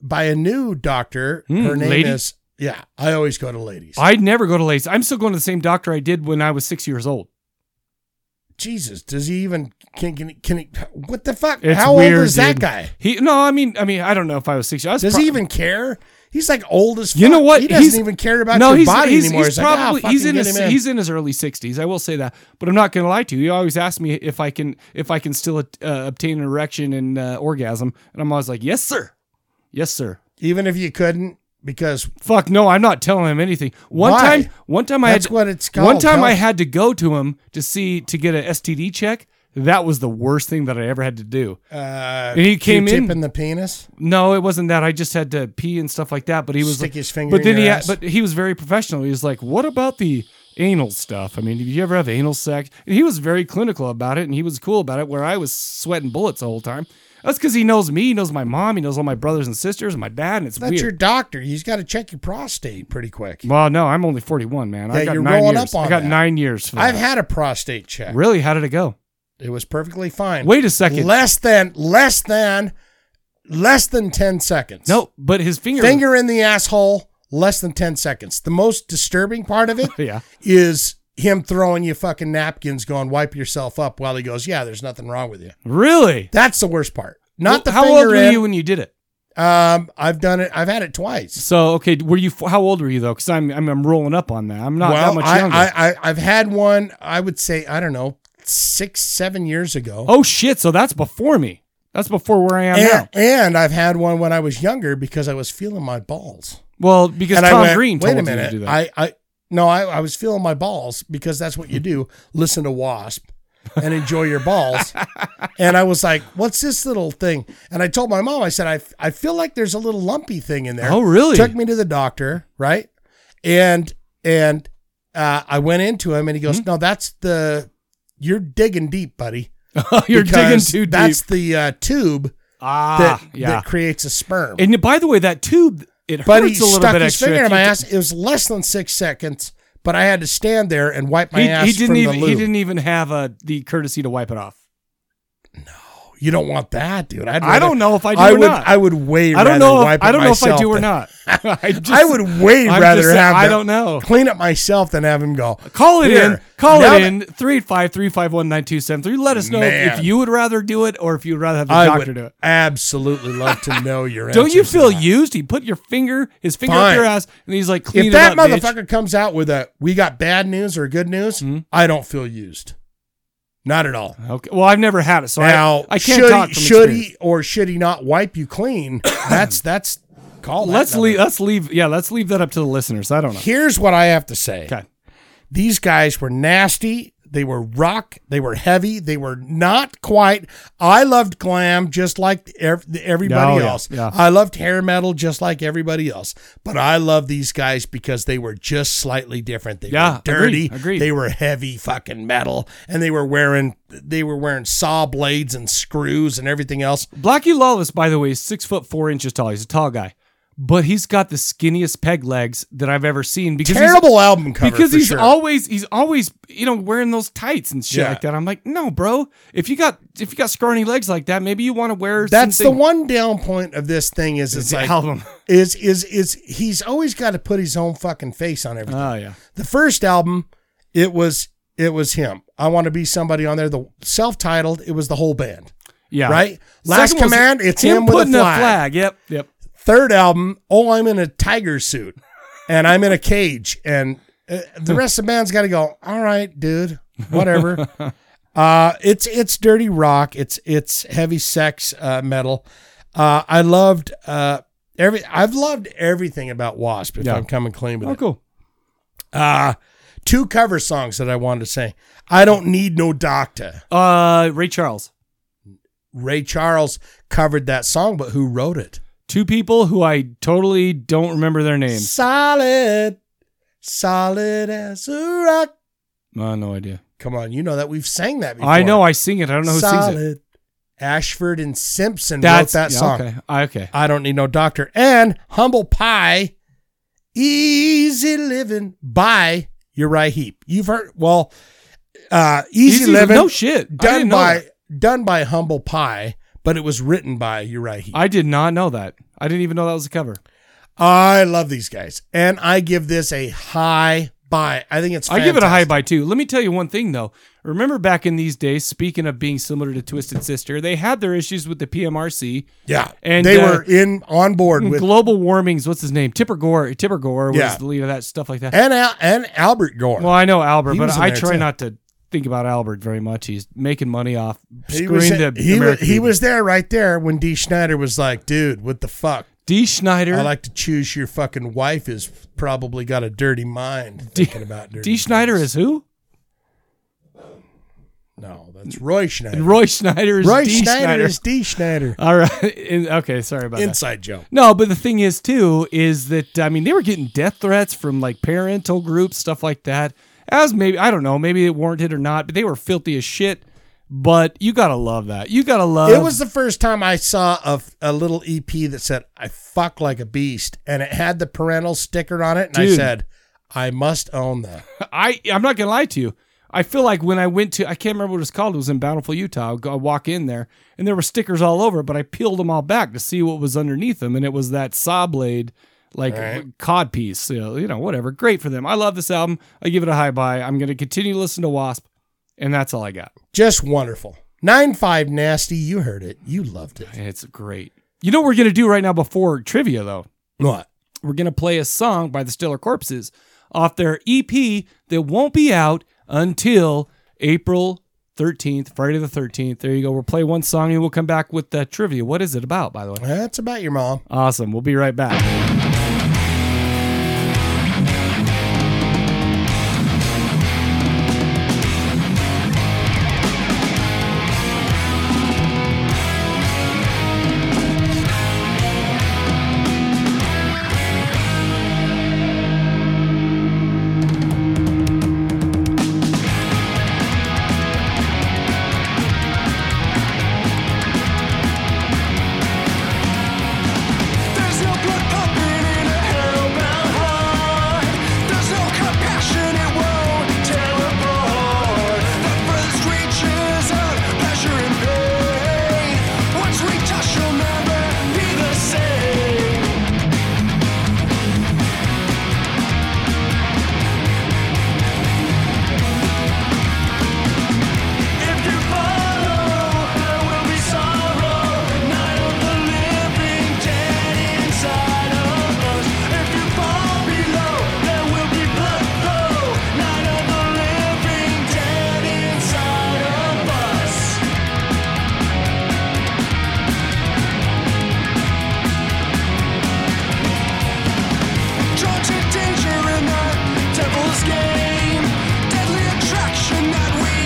S2: by a new doctor.
S1: Hmm,
S2: Her name
S1: lady?
S2: is. Yeah, I always go to ladies.
S1: I never go to Lace. I'm still going to the same doctor I did when I was six years old.
S2: Jesus, does he even can can, can he? What the fuck?
S1: It's
S2: How
S1: weird,
S2: old is that
S1: dude.
S2: guy?
S1: He no, I mean, I mean, I don't know if I was six. years- I was
S2: Does
S1: pro-
S2: he even care? He's like old as fuck.
S1: You know what?
S2: He doesn't
S1: He's-
S2: even care about
S1: no,
S2: your
S1: he's,
S2: body
S1: he's,
S2: anymore.
S1: He's,
S2: like, ah,
S1: probably
S2: fucking
S1: he's in
S2: get
S1: his
S2: him in.
S1: he's in his early sixties. I will say that, but I'm not going to lie to you. He always asks me if I can if I can still uh, obtain an erection and uh, orgasm, and I'm always like, yes, sir, yes, sir.
S2: even if you couldn't because
S1: Fuck no, I'm not telling him anything. One
S2: Why?
S1: time, one time I
S2: That's
S1: had,
S2: what it's
S1: One
S2: called,
S1: time I
S2: health.
S1: had to go to him to see to get an STD check. That was the worst thing that I ever had to do.
S2: uh,
S1: And he came in-
S2: Q-tip in the penis.
S1: No, it wasn't that. I just had to pee and stuff like that. But he was
S2: Stick
S1: like,
S2: his finger
S1: But
S2: in
S1: then
S2: your
S1: he,
S2: ass?
S1: but he was very professional. He was like, "What about the anal stuff. I mean, did you ever have anal sex? And he was very clinical about it and he was cool about it where I was sweating bullets the whole time. That's because he knows me, he knows my mom, he knows all my brothers and sisters and my dad, and it's
S2: That's
S1: weird.
S2: your doctor. He's got to check your prostate pretty quick.
S1: Well, no, I'm only 41, man. I
S2: Yeah,
S1: got
S2: you're
S1: nine
S2: rolling
S1: years.
S2: up on
S1: I got
S2: that.
S1: nine years. For
S2: I've
S1: that.
S2: had a prostate check.
S1: really. How did it go?
S2: It was perfectly fine.
S1: Wait a second.
S2: Less than less than less than 10 seconds.
S1: no, but his finger.
S2: Finger in the asshole, less than 10 seconds. The most disturbing part of it
S1: Yeah.
S2: is him throwing you fucking napkins going wipe yourself up while he goes, "Yeah, there's nothing wrong with you."
S1: Really?
S2: That's the worst part. Not the
S1: How
S2: finger
S1: old were
S2: in.
S1: you when you did it?
S2: um I've done it. I've had it twice.
S1: So okay, were you? How old were you though? Because I'm, I'm I'm rolling up on that. I'm not that much
S2: I,
S1: younger.
S2: I, I, I've had one, I would say, I don't know, six, seven years ago.
S1: oh shit! So that's before me. That's before where I am
S2: and,
S1: now.
S2: and I've had one when I was younger because I was feeling my balls.
S1: Well, because
S2: and
S1: Tom
S2: I went,
S1: Green told
S2: wait a
S1: me
S2: minute.
S1: to do that.
S2: I, I, no, I, I was feeling my balls because that's what you do. Listen to Wasp and enjoy your balls. and I was like, what's this little thing? And I told my mom, I said, I, I feel like there's a little lumpy thing in there.
S1: oh really?
S2: Took me to the doctor, right? And and uh, I went into him, and he
S1: Hmm?
S2: goes, "No, that's the you're digging deep, buddy.
S1: You're digging
S2: because
S1: too deep.
S2: That's the uh, tube
S1: ah
S2: that
S1: yeah.
S2: that creates a sperm."
S1: and by the way, that tube it
S2: but he
S1: hurts a little
S2: stuck
S1: bit
S2: his
S1: extra.
S2: finger in
S1: if
S2: my
S1: you-
S2: ass. It was less than six seconds, but I had to stand there and wipe my
S1: He,
S2: ass
S1: he didn't
S2: from
S1: even
S2: the lube.
S1: he didn't even have uh, the courtesy to wipe it off.
S2: You don't want that, dude. I'd
S1: I
S2: rather-
S1: don't know if I do or
S2: would.
S1: not.
S2: I would way.
S1: I don't
S2: rather
S1: know. If,
S2: wipe
S1: I
S2: it
S1: don't know if I
S2: myself
S1: do or
S2: than-
S1: not. I, just,
S2: I would way
S1: I'm
S2: rather
S1: just saying,
S2: have.
S1: I
S2: that-
S1: don't know.
S2: Clean it myself than have him go.
S1: Call it in.
S2: Here.
S1: Call
S2: Now
S1: it
S2: that-
S1: in. Three eight five three five one nine two seven three. Let us know if
S2: Man.
S1: you would rather do it or if you'd rather have the
S2: I
S1: doctor
S2: would
S1: do it.
S2: absolutely love to know your.
S1: Don't you
S2: answers to
S1: feel
S2: that.
S1: used? He put your finger, his finger up
S2: Fine.
S1: your ass, and he's like, "Clean
S2: If
S1: it
S2: that
S1: up, bitch." Hmm?
S2: motherfucker comes out with a "we got bad news" or "good news," I don't feel used. Not at all.
S1: Okay. Well, I've never had it, so
S2: now,
S1: I, I can't
S2: should,
S1: talk
S2: he,
S1: from
S2: should
S1: experience.
S2: he or should he not wipe you clean? That's that's call. that
S1: Let's
S2: number.
S1: leave. Let's leave. Yeah, let's leave that up to the listeners. I don't know.
S2: Here's what I have to say.
S1: Okay.
S2: These guys were nasty. They were rock. They were heavy. They were not quite. I loved glam just like ev-
S1: Oh,
S2: everybody
S1: yeah,
S2: else.
S1: yeah.
S2: I loved hair metal just like everybody else. But I love these guys because they were just slightly different. They
S1: Yeah,
S2: were dirty.
S1: agreed, agreed.
S2: They were heavy fucking metal, and they were wearing they were wearing saw blades and screws and everything else.
S1: Blackie Lawless, by the way, is six foot four inches tall. He's a tall guy, but he's got the skinniest peg legs that I've ever seen. Because he's-
S2: Terrible album cover
S1: because
S2: for
S1: he's
S2: sure.
S1: always he's always you know wearing those tights and shit
S2: Yeah.
S1: like that. I'm like, no, bro. If you got if you got scrawny legs like that, maybe you want to wear
S2: That's the
S1: something-
S2: one down point of this thing is it's
S1: the
S2: like
S1: album.
S2: is is is he's always got to put his own fucking face on everything.
S1: Oh yeah,
S2: the first album, it was it was him. I want to be somebody on there. The self-titled, it was the whole band,
S1: yeah.
S2: right?
S1: Second
S2: Last
S1: one was
S2: Command, it's him, with a
S1: putting
S2: flag.
S1: Yep, yep.
S2: Third album, oh, I'm in a tiger suit and I'm in a cage, and uh, the rest of the band's got to go. All right, dude, whatever. Uh, it's it's dirty rock. It's it's heavy sex uh, metal. Uh, I loved uh, every. I've loved everything about Wasp. If
S1: Yeah.
S2: I'm coming clean with
S1: Oh
S2: it.
S1: cool.
S2: Uh, two cover songs that I wanted to say. I don't need no doctor.
S1: Uh, Ray Charles.
S2: Ray Charles covered that song, but who wrote it?
S1: Two people who I totally don't remember their names.
S2: Solid, solid as a rock.
S1: Uh, no idea.
S2: Come on, you know that we've sang that before.
S1: I know I sing it. I don't know who
S2: solid.
S1: sings it.
S2: Ashford and Simpson
S1: That's
S2: wrote that
S1: yeah,
S2: song.
S1: Okay. I- okay.
S2: I don't need no doctor. And humble pie, easy living by Uriah Heep. You've heard well, uh, easy, living.
S1: No shit. I
S2: done
S1: didn't know
S2: by
S1: that.
S2: done by Humble Pie, but it was written by Uriah Heep. I,
S1: I did not know that. I didn't even know that was a cover.
S2: love these guys, and I give this a high buy. I think it's.
S1: I give it a high
S2: fantastic.
S1: buy too. Let me tell you one thing though. Remember back in these days, speaking of being similar to Twisted Sister, they had their issues with the PMRC,
S2: Yeah,
S1: And,
S2: and they
S1: uh,
S2: were in on board with
S1: global warmings. What's his name? Tipper Gore. Tipper Gore was
S2: Yeah.
S1: the lead of that stuff like that.
S2: and Al, and Albert Gore.
S1: well, I know Albert,
S2: He
S1: but
S2: was in
S1: I
S2: there,
S1: try
S2: too.
S1: not to think about Albert very much. He's making money off
S2: he was,
S1: screwing the
S2: he, was,
S1: American
S2: he
S1: people.
S2: was there right there when D. Schneider was like, "Dude, what the fuck?
S1: D. Schneider.
S2: I like to choose your fucking wife is probably got a dirty mind thinking about dirty."
S1: D. Schneider is
S2: things."
S1: who?
S2: no, that's Roy Schneider.
S1: Roy Schneider is
S2: Roy
S1: D.
S2: Schneider,
S1: Schneider. Uh,
S2: is D. Schneider.
S1: All right. In- okay. Sorry about that.
S2: Inside joke.
S1: No, but the thing is too is that I mean they were getting death threats from like parental groups, stuff like that, as maybe I don't know, maybe it warranted or not, but they were filthy as shit. But you gotta love that. You gotta love.
S2: It was the first time I saw a, a little EP that said, I fuck like a beast. And it had the parental sticker on it. And I
S1: Dude.
S2: said, I must own that.
S1: I I'm not gonna lie to you. I feel like when I went to I can't remember what it's called. It was in Bountiful, Utah. I go- I walk in there and there were stickers all over, but I peeled them all back to see what was underneath them, and it was that saw blade, like
S2: Right.
S1: cod piece. You know, you know, whatever. Great for them. I love this album. I give it a high buy. I'm gonna continue to listen to Wasp, and that's all I got.
S2: Just wonderful. 9 5 Nasty. You heard it. You loved it.
S1: It's great. You know what we're gonna do right now before trivia though.
S2: What?
S1: we're going to play a song by the Stellar Corpses off their EP that won't be out until April 13th, Friday the 13th. There you go. We'll play one song and we'll come back with the trivia. What is it about, by the way?
S2: That's about your mom.
S1: Awesome. We'll be right back.
S7: There's no good pumping in a hellbound heart. There's no compassion, it won't tear apart. The first reaches out pleasure and pain. Once we touch, you'll never be the same. If you follow, there will be sorrow. Night of the living dead inside of us. If you fall below, there will be blood flow. Night of the living dead inside of us. Drawn to danger in the devil's game. Deadly attraction that we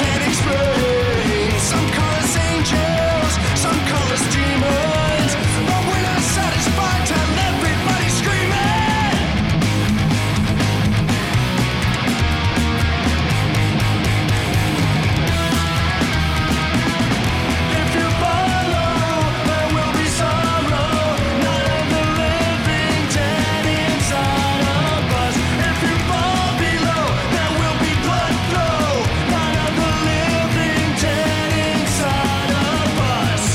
S7: can't explain. Some call us angels, some call us demons. But we're not satisfied till everybody's screaming. If you follow, there will be sorrow. Night of the living dead inside of us. If you fall below, there will be blood flow. Night of the living dead inside of us.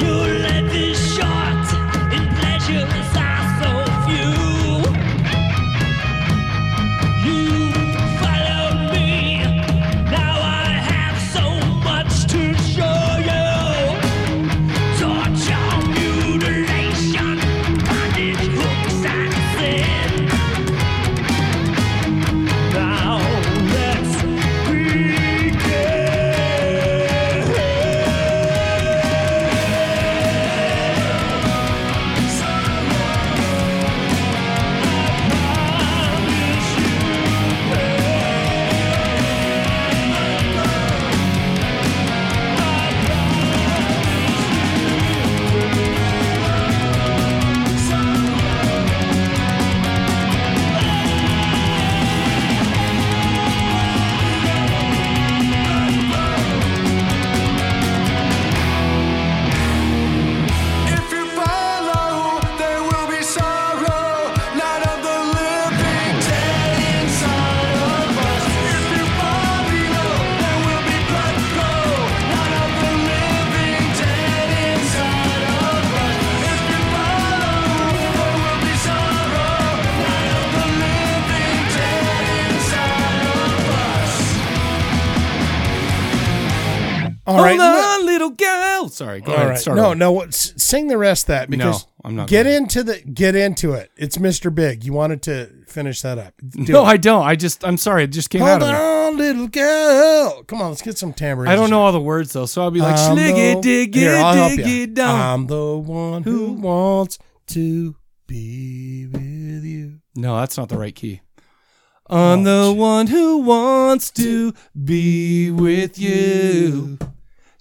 S8: You live is short, and pleasures are so few. You followed me, now I have so much to show you. Torture, mutilation, bondage, hooks, and sin. Now let's begin.
S7: If you follow, there will be sorrow. Night of the living dead inside of us. If you fall below, there will be blood flow. Night of the living dead inside of us. If you follow, there will be sorrow. Night of the living dead inside of us.
S2: All
S1: Hold
S2: right.
S1: on, little girl. Sorry, go
S2: no,
S1: ahead.
S2: all right.
S1: Start
S2: No,
S1: over.
S2: no. What, s- sing the rest of that because
S1: I'm not
S2: Get
S1: going.
S2: into the get into it. It's Mr. Big. You wanted to finish that up. Do
S1: No,
S2: it.
S1: I don't. I just, I'm sorry. It just came out of
S2: Hold
S1: me.
S2: on, little girl. Come on, let's get some tambourines.
S1: I don't know all the words though, so I'll be like,
S2: I'm the-
S1: schliggy diggy
S2: Um, Here, I'll help ya.
S1: diggy dong.
S2: I'm the one who wants to be with you.
S1: No, that's not the right key. I'm the one who wants to be with you.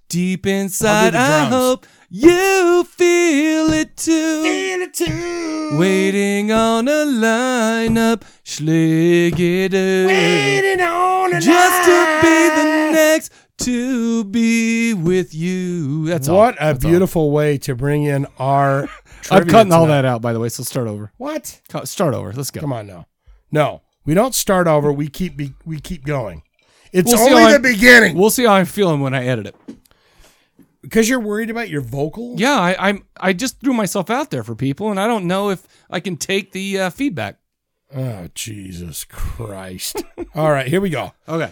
S1: Deep inside,
S2: the
S1: I
S2: drums.
S1: hope you feel it too. Feel it too. Waiting on a lineup, schligidu. Waiting on a Just to be the next to be with you. That's all.
S2: What a
S1: That's all.
S2: beautiful way to bring in our.
S1: I'm
S2: trivia
S1: cutting all
S2: tonight.
S1: that out, by the way, so start over.
S2: What?
S1: Cut- Start over. Let's go.
S2: Come on now. No, we don't start over. We keep be, we keep going. It's
S1: We'll see
S2: only
S1: how
S2: the
S1: I'm-
S2: beginning.
S1: We'll see how I'm feeling when I edit it.
S2: Because you're worried about your vocal.
S1: Yeah, I, I'm. I just threw myself out there for people, and I don't know if I can take the uh, feedback.
S2: Oh Jesus Christ! all right, here we go.
S1: Okay.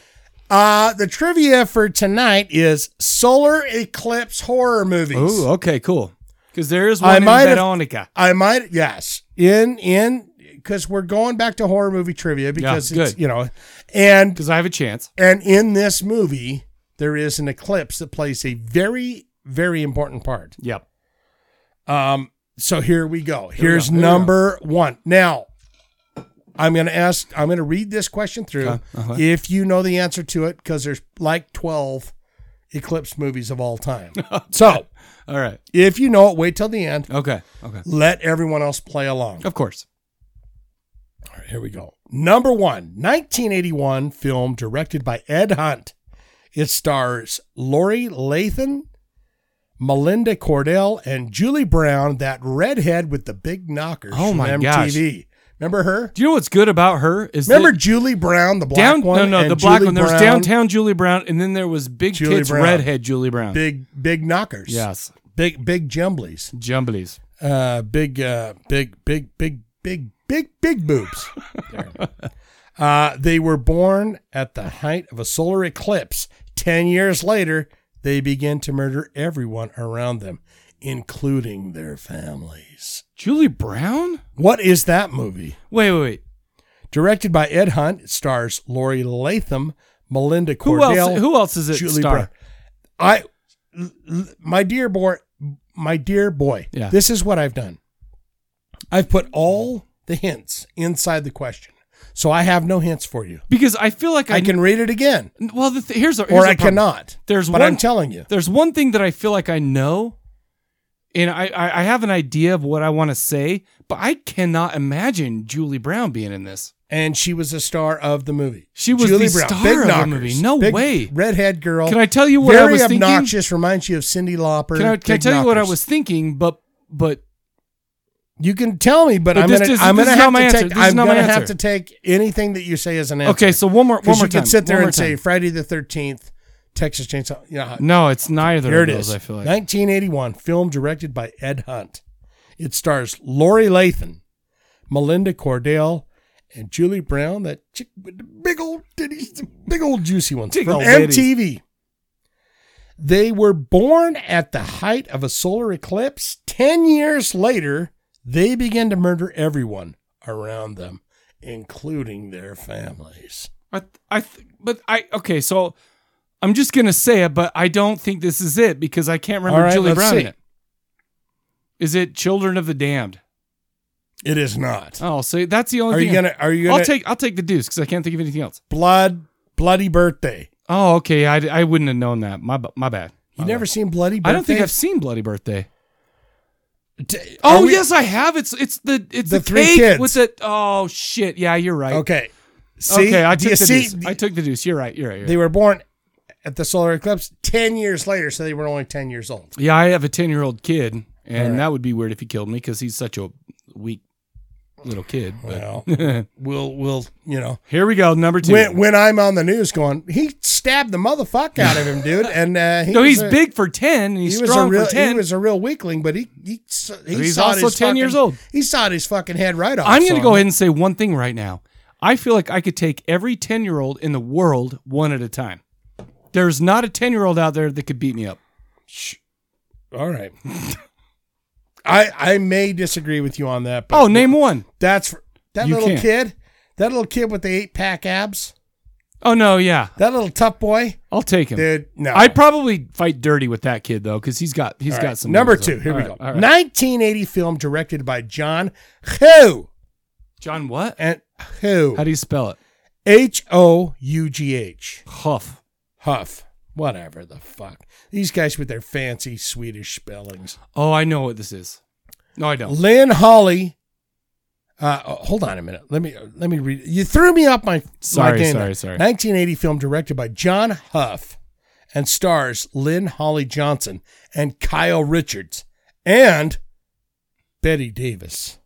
S2: Uh the trivia for tonight is solar eclipse horror movies.
S1: Ooh. oh. Okay. Cool. Because there is
S2: I
S1: one in
S2: might have-
S1: Veronica.
S2: I might yes in in because we're going back to horror movie trivia because it's
S1: good.
S2: you know and
S1: Because I have a chance.
S2: And in this movie, there is an eclipse that plays a very, very important part.
S1: Yep.
S2: Um, so here we go. Here's
S1: go. Here we
S2: number one. Now, I'm going to ask, I'm going to read this question through.
S1: Okay. Uh-huh.
S2: If you know the answer to it, because there's like 12 eclipse movies of all time. so
S1: All right.
S2: if you know it, wait till the end.
S1: Okay. Okay.
S2: Let everyone else play along.
S1: Of course.
S2: All right, here we go. Number one, 1981 film directed by Ed Hunt. It stars Lori Lathan, Melinda Cordell, and Julie Brown, that redhead with the big knockers
S1: Oh
S2: from
S1: my
S2: MTV. Remember her?
S1: Do you know what's good about her is
S2: Remember
S1: that
S2: Julie Brown, the black
S1: down?
S2: one?
S1: no, no,
S2: and
S1: the black
S2: Julie
S1: one. There was
S2: Brown,
S1: downtown Julie Brown, and then there was big
S2: Julie
S1: tits
S2: Brown.
S1: redhead Julie Brown.
S2: Big, big knockers.
S1: Yes.
S2: Big, big jumblies.
S1: Jumblies.
S2: Uh, big, uh, big, big, big, big, big, big boobs. Uh, they were born at the height of a solar eclipse. Ten years later, they began to murder everyone around them, including their families.
S1: Julie Brown.
S2: What is that movie?
S1: Wait, wait, wait.
S2: Directed by Ed Hunt, it stars Lori Latham, Melinda
S1: Who
S2: Cordell.
S1: else? Who else is it?
S2: Julie
S1: star?
S2: Brown. I, l- l- my dear boy, my dear boy,
S1: Yeah.
S2: this is what I've done. I've put all the hints inside the question, so I have no hints for you.
S1: Because I feel like I,
S2: I can read it again,
S1: Well, the th- here's a, here's
S2: or
S1: a
S2: I
S1: problem.
S2: cannot.
S1: There's
S2: but
S1: one.
S2: I'm telling you,
S1: there's one thing that I feel like I know, and I I, I have an idea of what I want to say, but I cannot imagine Julie Brown being in this.
S2: and she was a star of the movie.
S1: She was the star of the
S2: knockers,
S1: movie. No
S2: big
S1: way.
S2: redhead girl.
S1: Can I tell you what I
S2: Very
S1: was thinking?
S2: obnoxious. Reminds you of Cindy Lauper.
S1: Can I, can I
S2: big
S1: tell you what I
S2: knockers.
S1: was thinking? But but
S2: You can tell me, but,
S1: But
S2: I'm
S1: this
S2: gonna.
S1: is-
S2: I'm
S1: this
S2: gonna
S1: is not
S2: have
S1: my
S2: to
S1: answer.
S2: take.
S1: This is
S2: I'm
S1: not my
S2: gonna have
S1: answer.
S2: to take anything that you say as an answer.
S1: okay, so one more one
S2: Because
S1: more
S2: you
S1: time.
S2: can sit there
S1: one more
S2: and say
S1: time.
S2: Friday the Thirteenth, Texas Chainsaw. Yeah,
S1: no, it's neither
S2: Here
S1: of
S2: it
S1: those.
S2: is.
S1: I feel like
S2: 1981 film directed by Ed Hunt. It stars Lori Lathan, Melinda Cordell, and Julie Brown, that chick with the big old titties, the big old juicy ones
S1: Big
S2: from
S1: old titties.
S2: MTV. They were born at the height of a solar eclipse. Ten years later, they began to murder everyone around them, including their families.
S1: I th- I th- but I okay. So I'm just gonna say it, but I don't think this is it because I can't remember
S2: All right,
S1: Julie
S2: let's
S1: Brown in
S2: see.
S1: it. Is it Children of the Damned?
S2: It is not.
S1: Oh, so that's the only.
S2: Are
S1: thing
S2: you
S1: I-
S2: gonna? Are you gonna?
S1: I'll take I'll take the deuce because I can't think of anything else.
S2: blood, bloody birthday.
S1: Oh, okay. I, I wouldn't have known that. My b- my bad.
S2: You
S1: My
S2: never
S1: bad.
S2: seen Bloody Birthday?
S1: I don't think I've seen Bloody Birthday.
S2: D- are
S1: Oh
S2: we-
S1: yes, I have. It's it's the it's the,
S2: The three
S1: cake
S2: kids.
S1: with it. Oh shit. Yeah, you're right.
S2: Okay. See?
S1: okay. I
S2: Do you
S1: took the
S2: see?
S1: deuce. I took the deuce. You're right. You're right. You're
S2: They were born at the solar eclipse 10 years later, so they were only 10 years old.
S1: right. Yeah, I have a ten year old kid, and
S2: Alright.
S1: that would be weird if he killed me because he's such a weak little kid. But
S2: We'll, we'll, you know,
S1: here we go. Number two.
S2: when, when I'm on the news going, he stabbed the motherfucker out of him, dude. And uh, he
S1: no,
S2: was
S1: he's
S2: a-
S1: big for ten. And he's
S2: he was
S1: strong
S2: a real,
S1: for ten.
S2: he was a real weakling, but he, he, s- he
S1: But he's
S2: sawed
S1: also
S2: his
S1: 10
S2: fucking-
S1: years old.
S2: He sawed his fucking head right off.
S1: I'm going
S2: so-
S1: to go ahead and say one thing right now. I feel like I could take every 10 year old in the world one at a time. There's not a 10 year old out there that could beat me up.
S2: All right. I, I may disagree with you on that, but
S1: Oh, name one.
S2: That's that
S1: You
S2: little
S1: can't.
S2: kid. That little kid with the eight pack abs.
S1: Oh no, yeah,
S2: That little tough boy,
S1: I'll take him.
S2: dude. No,
S1: I'd probably fight dirty with that kid though, because he's got he's
S2: All right,
S1: got some
S2: number
S1: moves
S2: two.
S1: up.
S2: Here
S1: All
S2: we
S1: right,
S2: go.
S1: all right.
S2: 1980 film directed by John Who
S1: John, what?
S2: and Who
S1: How do you spell it?
S2: H O U G H
S1: Huff.
S2: Huff. Whatever the fuck. These guys with their fancy Swedish spellings.
S1: Oh, I know what this is. No, I don't.
S2: Lynn Holly. Uh, oh, hold on a minute. Let me let me read. You threw me off my my
S1: Sorry,
S2: game
S1: sorry,
S2: there.
S1: sorry.
S2: 1980 film directed by John Huff, and stars Lynn Holly Johnson and Kyle Richards and Betty Davis.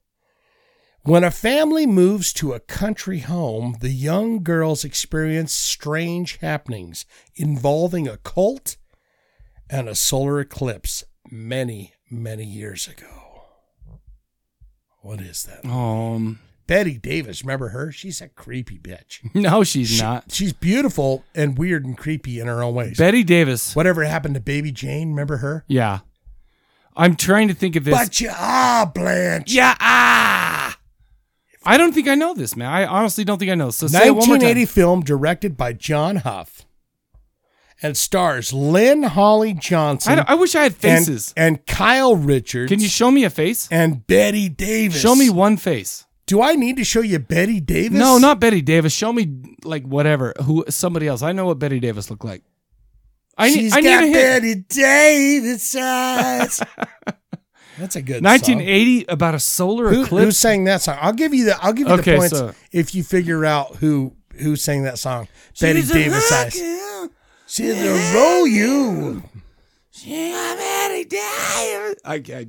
S2: When a family moves to a country home, the young girls experience strange happenings involving a cult and a solar eclipse many, many years ago. What is that?
S1: Um,
S2: Betty Davis, remember her? She's a creepy bitch.
S1: no, she's
S2: She-
S1: not.
S2: She's beautiful and weird and creepy in her own ways.
S1: Betty Davis.
S2: Whatever happened to Baby Jane, remember her?
S1: Yeah, I'm trying to think of this.
S2: But you are Blanche.
S1: yeah, ah. I don't think I know this, man. I honestly don't think I know. So say it one more time.
S2: 1980 film directed by John Huff and stars Lynn Holly
S1: I,
S2: Johnson
S1: don't- I wish I had
S2: and-
S1: faces.
S2: And, Kyle Richards
S1: Can you show me a face?
S2: and Betty Davis.
S1: Show me one face.
S2: Do I need to show you Betty Davis?
S1: No, not Betty Davis. Show me like whatever who somebody else. I know what Betty Davis looked like. I, need
S2: She's
S1: I need
S2: got
S1: a hint.
S2: Betty Davis eyes. That's a good
S1: 1980
S2: 1980.
S1: about a solar
S2: Who, who
S1: eclipse.
S2: sang that song? I'll give you the I'll give you
S1: Okay,
S2: the points
S1: so-
S2: if you figure out who who sang that song. Betty Davis eyes. She's a roll you.
S1: I, I,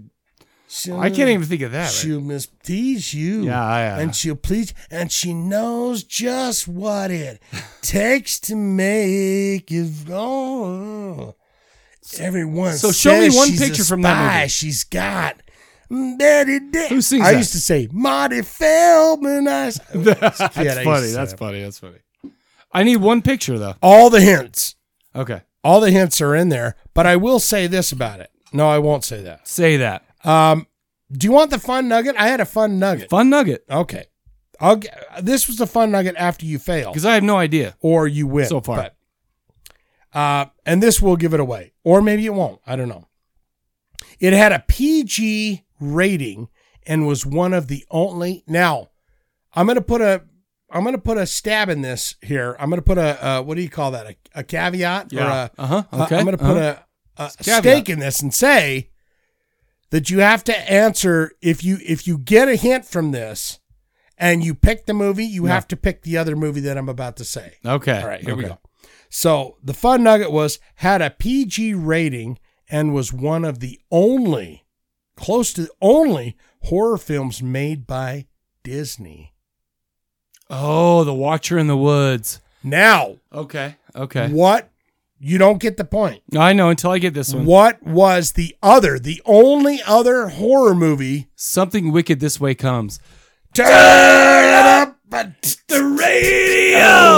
S2: She'll,
S1: I can't even think of that. Right?
S2: She'll misplease you.
S1: Yeah, yeah.
S2: And she'll please and she knows just what it takes to make you go. Everyone
S1: So show me
S2: says
S1: one
S2: she's a
S1: picture from that
S2: spy.
S1: movie.
S2: She's got Betty Davis.
S1: Who sings
S2: I
S1: that?
S2: used to say Marty Feldman. I s- Kid,
S1: that's
S2: I used to
S1: funny.
S2: say
S1: That's
S2: that.
S1: funny. That's funny. I need one picture though.
S2: all the hints.
S1: Okay,
S2: All the hints are in there, but I will say this about it. No, I won't say that.
S1: say that.
S2: Um, do you want the fun nugget? I had a fun nugget.
S1: Fun nugget
S2: Okay. I'll g- this was a fun nugget after you fail
S1: because I have no idea.
S2: or you win
S1: So far.
S2: but- uh, and this will give it away, or maybe it won't. I don't know. It had a PG rating and was one of the only. Now, I'm gonna put a I'm gonna put a stab in this here. I'm gonna put a uh, what do you call that? A, a caveat or a
S1: Uh huh.
S2: uh,
S1: Okay. Uh-huh.
S2: I'm going to put a, a
S1: Caveat.
S2: stake in this and say that you have to answer if you if you get a hint from this and you pick the movie, you
S1: Yeah.
S2: have to pick the other movie that I'm about to say.
S1: a. Okay.
S2: All right, here we
S1: Okay.
S2: go. So the fun nugget was had a PG rating and was one of the only, close to the only horror films made by Disney.
S1: Oh, the Watcher in the Woods.
S2: Now,
S1: Okay. Okay.
S2: what? You don't get the point.
S1: I know until I get this one.
S2: What was the other, the only other horror movie?
S1: Something wicked this way comes.
S2: Turn up the
S1: Oh,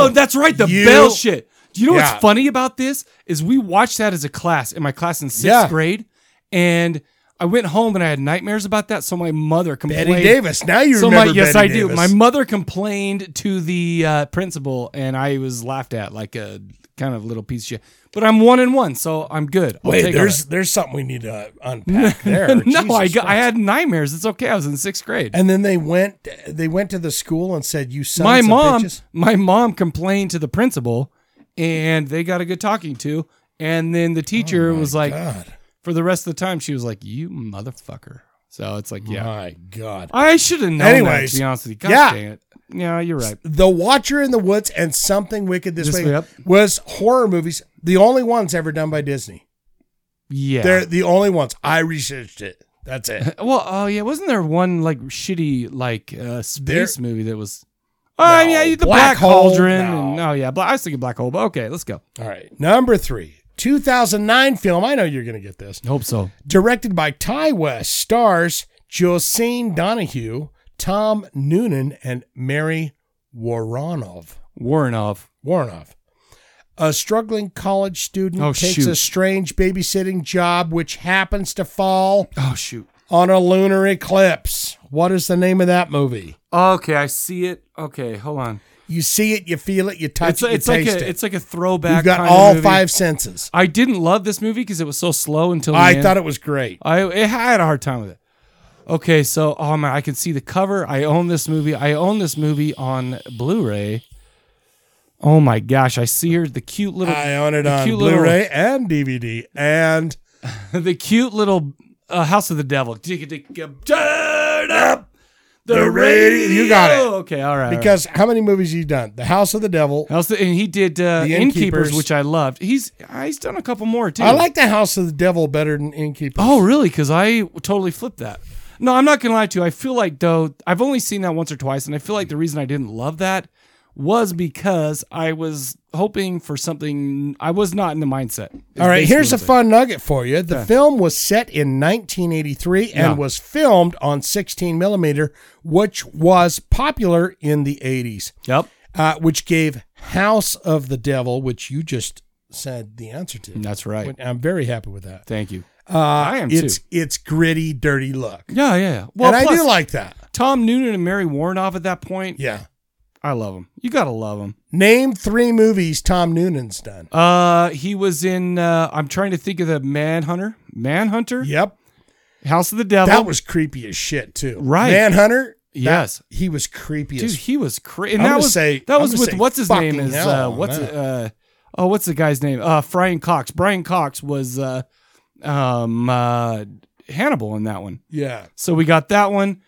S2: radio.
S1: that's right. The
S2: You-
S1: bell shit. Do you know
S2: Yeah.
S1: what's funny about this? Is we watched that as a class in my class in sixth
S2: Yeah.
S1: grade. And I went home and I had nightmares about that. So my mother complained.
S2: Betty Davis. Now you
S1: so my,
S2: remember.
S1: yes,
S2: Betty
S1: I do.
S2: Davis.
S1: My mother complained to the uh, principal, and I was laughed at like a kind of little piece of shit. But I'm one and one, so I'm good. I'll
S2: Wait,
S1: take all
S2: there's
S1: that.
S2: there's something we need to unpack there.
S1: no, I,
S2: Jesus
S1: got, I
S2: Christ.
S1: had nightmares. It's okay. I was in sixth grade.
S2: And then they went they went to the school and said, "You sons
S1: my
S2: of
S1: mom
S2: bitches."
S1: my mom complained to the principal and they got a good talking to and then the teacher was like
S2: Oh God.
S1: for the rest of the time she was like you motherfucker so it's like yeah
S2: My God.
S1: i should have known
S2: Uh-huh. Anyways,
S1: that, to be honest with you God
S2: yeah.
S1: dang it yeah you're right
S2: The Watcher in the Woods and Something Wicked This,
S1: This
S2: Way
S1: Way Up.
S2: was horror movies, the only ones ever done by Disney.
S1: yeah
S2: They're the only ones. I researched it. That's it.
S1: well oh yeah wasn't there one like shitty like uh space
S2: There-
S1: movie that was oh
S2: No.
S1: yeah the black,
S2: Black Hole,
S1: cauldron
S2: no.
S1: and, oh yeah Bla- i was thinking black hole but okay let's go
S2: All right. Number three, 2009 film. I know you're going to get this.
S1: hope so
S2: Directed by Ty West, stars Josine Donahue, Tom Noonan, and Mary Waronov.
S1: warnoff
S2: Waronov. A struggling college student
S1: Oh,
S2: takes
S1: shoot.
S2: a strange babysitting job, which happens to fall
S1: oh shoot
S2: on a lunar eclipse. What is the name of that movie?
S1: okay i see it okay hold on
S2: You see it, you feel it, you
S1: It's
S2: touch it, you
S1: it's like
S2: taste
S1: a
S2: it.
S1: it's like a throwback.
S2: You've got
S1: kind of
S2: all
S1: movie.
S2: five senses.
S1: I didn't love this movie because it was so slow until the
S2: I
S1: end.
S2: thought it was great.
S1: I, I had a hard time with it. Okay, so oh man, I can see the cover. I own this movie. I own this movie on Blu-ray. Oh my gosh, I see her the cute little
S2: I own it
S1: the
S2: on
S1: Oh, cute little-
S2: Blu-ray and DVD, and
S1: the cute little uh, House of the Devil. Turn up the radio.
S2: You got it.
S1: Okay, all right.
S2: because how many movies you done? The House of the Devil.
S1: all right. House of- and he did uh,
S2: The
S1: Innkeepers,
S2: Innkeepers.
S1: which I loved. He's uh, he's done a couple more too.
S2: I like the House of the Devil better than Innkeeper.
S1: Oh, really? Because I totally flipped that. No, I'm not gonna lie to you. I feel like though I've only seen that once or twice, and I feel like the reason I didn't love that was because I was hoping for something. I was not in the mindset. is
S2: All right,
S1: basically
S2: here's a
S1: what I'm
S2: fun nugget for you. The film was set in 1983
S1: Yeah.
S2: and was filmed on 16 millimeter, which was popular in the 80s,
S1: saying. Yep,
S2: uh, which gave House of the Devil, which you just said the answer to.
S1: that's right.
S2: I'm very happy with that.
S1: Thank you.
S2: Uh, I
S1: am
S2: it's,
S1: too.
S2: It's gritty, dirty look.
S1: Yeah, yeah. yeah. Well,
S2: and I
S1: plus,
S2: do like that.
S1: Tom Noonan and Mary Warnoff at that point.
S2: Yeah.
S1: I love him. You gotta love him.
S2: Name three movies Tom Noonan's done.
S1: Uh, he was in. Uh, I'm trying to think of the Manhunter. Manhunter.
S2: Yep.
S1: House of the Devil.
S2: That was creepy as shit, too.
S1: Right.
S2: Manhunter. that-
S1: Yes.
S2: he was creepy
S1: Dude,
S2: as
S1: he was crazy. And
S2: I'm
S1: that
S2: gonna
S1: was
S2: say-
S1: that
S2: I'm
S1: was
S2: gonna
S1: with
S2: say
S1: what's his
S2: fucking
S1: name is
S2: hell
S1: uh,
S2: on
S1: what's
S2: that.
S1: uh oh what's the guy's name? Uh Brian Cox. Brian Cox was uh um uh Hannibal in that one.
S2: Yeah.
S1: So we got that one.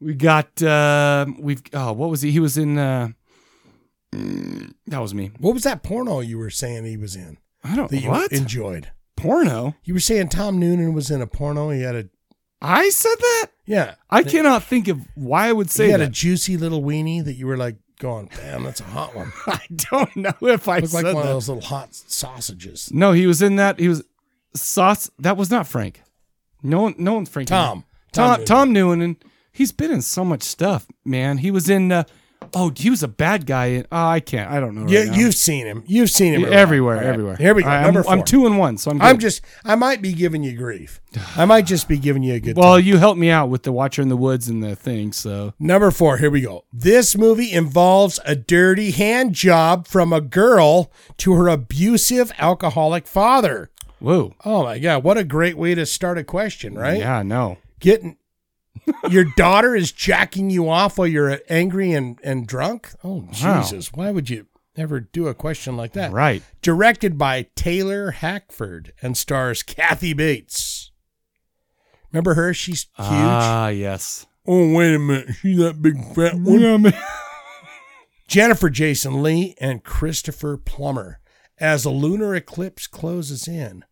S1: We got uh we've oh what was he? He was in uh mm, that was me.
S2: What was that porno you were saying he was in
S1: I don't
S2: that you
S1: what
S2: enjoyed?
S1: porno.
S2: You were saying Tom Noonan was in a porno. He had a
S1: I said that.
S2: yeah.
S1: I cannot think of why I would
S2: He
S1: say
S2: had
S1: that.
S2: a juicy little weenie that you were like going, damn, that's a hot one.
S1: I don't know if I
S2: Looked like
S1: said
S2: one
S1: that.
S2: of those little hot sausages.
S1: No, he was in that. He was sauce. That was not Frank. No one, no one's Frank.
S2: Tom.
S1: Tom.
S2: Tom
S1: Tom, Tom Newman. And he's been in so much stuff, man. He was in. Uh, oh, he was a bad guy. In, oh, I can't. I don't know.
S2: Yeah,
S1: right now.
S2: you've seen him. You've seen him
S1: Yeah,
S2: around.
S1: everywhere,
S2: All right.
S1: everywhere.
S2: Here we go.
S1: All right,
S2: Number
S1: I'm,
S2: four.
S1: I'm two and one, so I'm. Good.
S2: I'm just. I might be giving you grief. I might just be giving you a good.
S1: Well,
S2: time.
S1: you helped me out with the Watcher in the Woods and the thing, so
S2: Number four, here we go. This movie involves a dirty hand job from a girl to her abusive alcoholic father.
S1: whoa,
S2: Oh my God, what a great way to start a question, right?
S1: Yeah, no,
S2: Getting your daughter is jacking you off while you're angry and, and drunk. Oh,
S1: Wow.
S2: Jesus. Why would you ever do a question like that?
S1: right.
S2: Directed by Taylor Hackford and stars Kathy Bates. Remember her? She's huge.
S1: Ah, yes.
S2: oh, wait a minute. She's that big fat woman. Jennifer Jason Lee and Christopher Plummer. As a lunar eclipse closes in,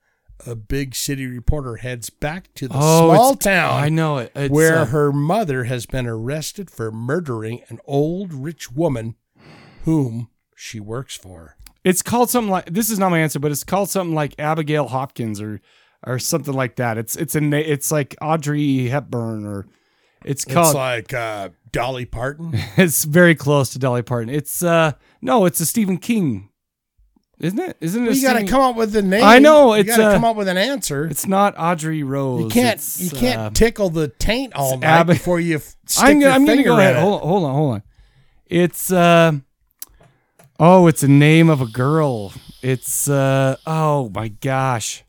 S2: a big city reporter heads back to the
S1: Oh,
S2: small
S1: it's-
S2: town
S1: I know it. It's,
S2: where
S1: uh,
S2: her mother has been arrested for murdering an old rich woman whom she works for.
S1: It's called something like this is not my answer, but it's called something like Abigail Hopkins or or something like that. It's it's a na- it's like Audrey Hepburn or it's
S2: it's
S1: called
S2: like uh, Dolly Parton.
S1: it's, very close to Dolly Parton. It's uh no, it's a Stephen King, isn't it? Isn't it? a
S2: you got to
S1: Stephen-
S2: come up with a name.
S1: I know,
S2: You
S1: it's,
S2: got to
S1: uh,
S2: come up with an answer.
S1: It's not Audrey Rose.
S2: You can't.
S1: It's,
S2: You
S1: uh,
S2: can't tickle the taint all
S1: it's
S2: night
S1: Ab-
S2: before you f- stick
S1: I'm
S2: your
S1: gonna, I'm gonna
S2: finger
S1: go
S2: in
S1: ahead.
S2: it.
S1: Hold on, hold on, hold on. It's uh oh, it's a name of a girl. It's uh oh my gosh.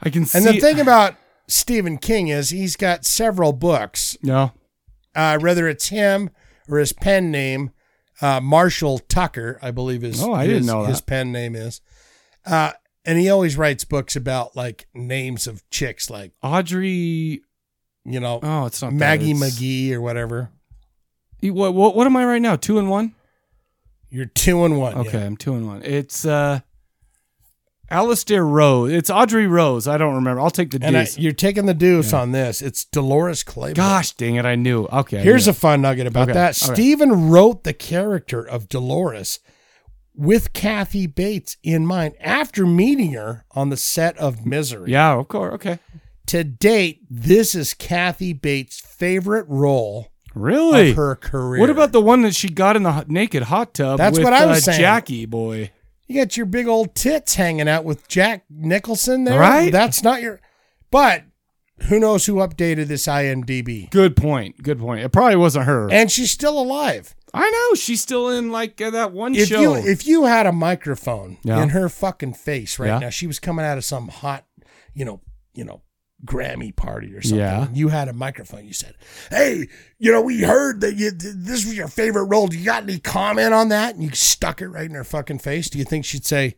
S1: I can see
S2: And the thing about Stephen King is he's got several books,
S1: No.
S2: uh, whether it's him or his pen name, uh, Marshall Tucker, I believe is
S1: Oh, I didn't
S2: his,
S1: know that.
S2: his pen name is. Uh, and he always writes books about like names of chicks, like,
S1: Audrey.
S2: you know,
S1: Oh, it's not that,
S2: Maggie
S1: it's-
S2: McGee or whatever.
S1: You- What, what what am I right now? Two and one.
S2: You're two and one.
S1: Okay,
S2: Uh, yeah.
S1: I'm two and one. It's uh, Alistair Rose. It's Audrey Rose. I don't remember. I'll take the
S2: And I,
S1: deuce.
S2: you're taking the deuce on this. It's Dolores Claiborne.
S1: Gosh dang it! I knew. Okay,
S2: Here's a fun nugget about
S1: Okay,
S2: that.
S1: all right.
S2: Stephen wrote the character of Dolores with Kathy Bates in mind after meeting her on the set of Misery.
S1: yeah, of course. Okay,
S2: To date, this is Kathy Bates' favorite role
S1: really.
S2: of her career.
S1: What about the one that she got in the hot- naked hot tub?
S2: That's
S1: with,
S2: what I was
S1: uh,
S2: saying.
S1: Jackie boy.
S2: you got your big old tits hanging out with Jack Nicholson there?
S1: Right?
S2: That's not your. But who knows who updated this IMDb?
S1: Good point. Good point. It probably wasn't her.
S2: And she's still alive.
S1: I know she's still in like uh, that one
S2: If
S1: show.
S2: you if you had a microphone
S1: Yeah.
S2: in her fucking face right
S1: Yeah.
S2: now, she was coming out of some hot, you know, you know, Grammy party or something.
S1: Yeah.
S2: You had a microphone. You said, "Hey, you know, we heard that you, th- this was your favorite role. Do you got any comment on that?" And you stuck it right in her fucking face. Do you think she'd say,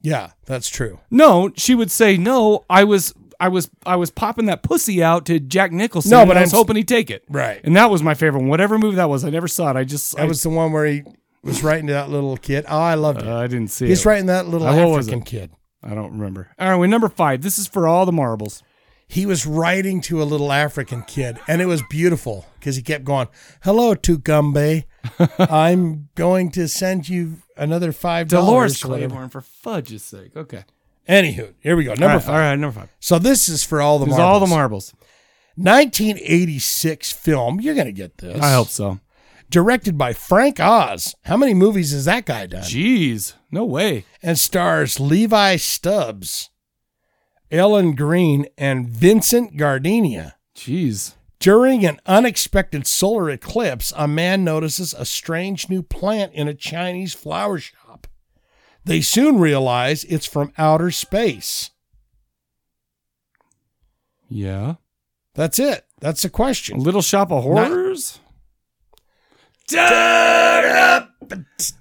S2: "Yeah, that's true"?
S1: no, she would say no. I was I was I was popping that pussy out to Jack Nicholson.
S2: No,
S1: and
S2: but
S1: I was
S2: I'm-
S1: hoping he'd take it.
S2: Right.
S1: And that was my favorite one. Whatever movie that was, I never saw it. I just I
S2: That was the one where he was writing to that little kid. Oh, I loved it.
S1: uh, I didn't see
S2: He's
S1: it.
S2: writing that little
S1: Uh, what was
S2: African
S1: it?
S2: kid.
S1: I don't remember. All right, we're number five. This is for all the marbles.
S2: He was writing to a little African kid, and it was beautiful because he kept going, "Hello, Tukumbe. I'm going to send you another five
S1: Dolores
S2: dollars." or whatever."
S1: Claiborne, for fudge's sake. Okay.
S2: Anywho, here we go. Number
S1: all right,
S2: five.
S1: All right, number five.
S2: So this is for all the
S1: This is
S2: marbles.
S1: all the marbles.
S2: 1986 film. You're gonna get this.
S1: I hope so.
S2: Directed by Frank Oz. How many movies has that guy done?
S1: Jeez, no way.
S2: and stars Levi Stubbs, Ellen Green, and Vincent Gardenia.
S1: Jeez.
S2: During an unexpected solar eclipse, a man notices a strange new plant in a Chinese flower shop. They soon realize it's from outer space.
S1: Yeah.
S2: That's it. That's the
S1: A
S2: question.
S1: little Shop of
S2: Not-
S1: Horrors.
S2: the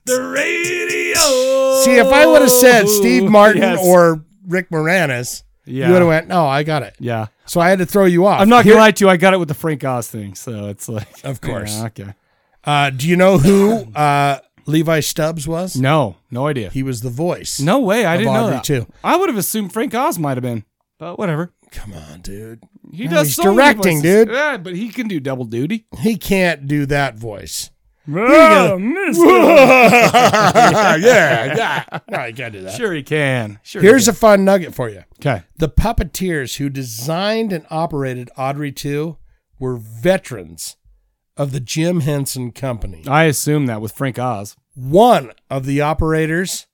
S2: radio. See, if I would have said Steve Martin
S1: Yes.
S2: or Rick Moranis,
S1: Yeah.
S2: you would have went, "No, I got it."
S1: yeah.
S2: So I had to throw you off.
S1: I'm not
S2: Here-
S1: gonna lie to you. I got it with the Frank Oz thing, so it's like,
S2: Of course.
S1: Yeah, okay.
S2: Uh, do you know who uh, Levi Stubbs was?
S1: No, no idea.
S2: He was the voice.
S1: No way. I
S2: Of
S1: didn't know
S2: Audrey,
S1: that.
S2: too.
S1: I would have assumed Frank Oz might have been, but whatever.
S2: Come on, dude.
S1: He
S2: No,
S1: does
S2: he's
S1: so many
S2: directing,
S1: voices.
S2: dude.
S1: Yeah, but he can do double duty.
S2: He can't do that voice.
S1: Oh,
S2: yeah, yeah. No, he can't do that.
S1: Sure he can. Sure.
S2: Here's a fun nugget for you.
S1: okay.
S2: The puppeteers who designed and operated Audrey 2 were veterans of the Jim Henson Company.
S1: I assume that with Frank Oz.
S2: One of the operators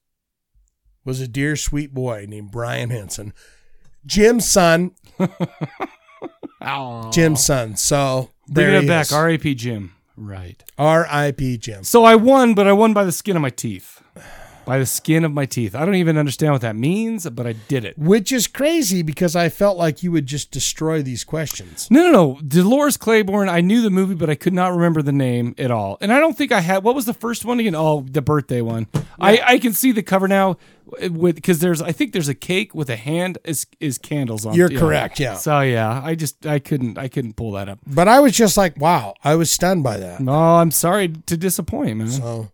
S2: was a dear sweet boy named Brian Henson, Jim's son. Jim's son. So there
S1: Bringing it
S2: he
S1: back.
S2: is.
S1: R.A.P. Jim. Right.
S2: R.I.P. Jim.
S1: So I won, but I won by the skin of my teeth. By the skin of my teeth. I don't even understand what that means, but I did it.
S2: Which is crazy because I felt like you would just destroy these questions.
S1: No, no, no. Dolores Claiborne. I knew the movie, but I could not remember the name at all. And I don't think I had. What was the first one again? Oh, the birthday one. I I can see the cover now with because there's I think there's a cake with a hand is is candles on.
S2: You're
S1: yeah.
S2: correct, yeah.
S1: So yeah, I just I couldn't I couldn't pull that up.
S2: But I was just like, wow, I was stunned by that.
S1: No, I'm sorry to disappoint, man.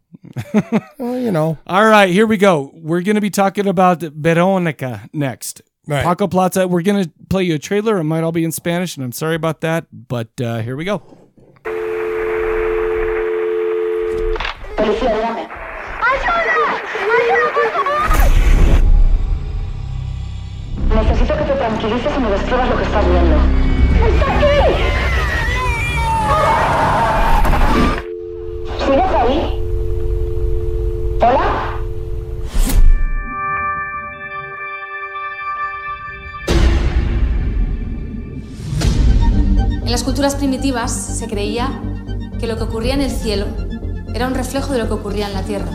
S2: So, well, you know,
S1: All right, here we go. We're going to be talking about Veronica next.
S2: Right.
S1: Paco Plaza, we're going to play you a trailer. It might all be in Spanish, and I'm sorry about that, but uh, here we go.
S9: Policía, dígame. ¡Ayuda! ¡Ayuda, por favor! Necesito que te tranquilices y me describas lo que estás viendo. ¡Está aquí! ¿Sigues ahí? ¿Hola?
S10: En las culturas primitivas se creía que lo que ocurría en el cielo era un reflejo de lo que ocurría en la tierra.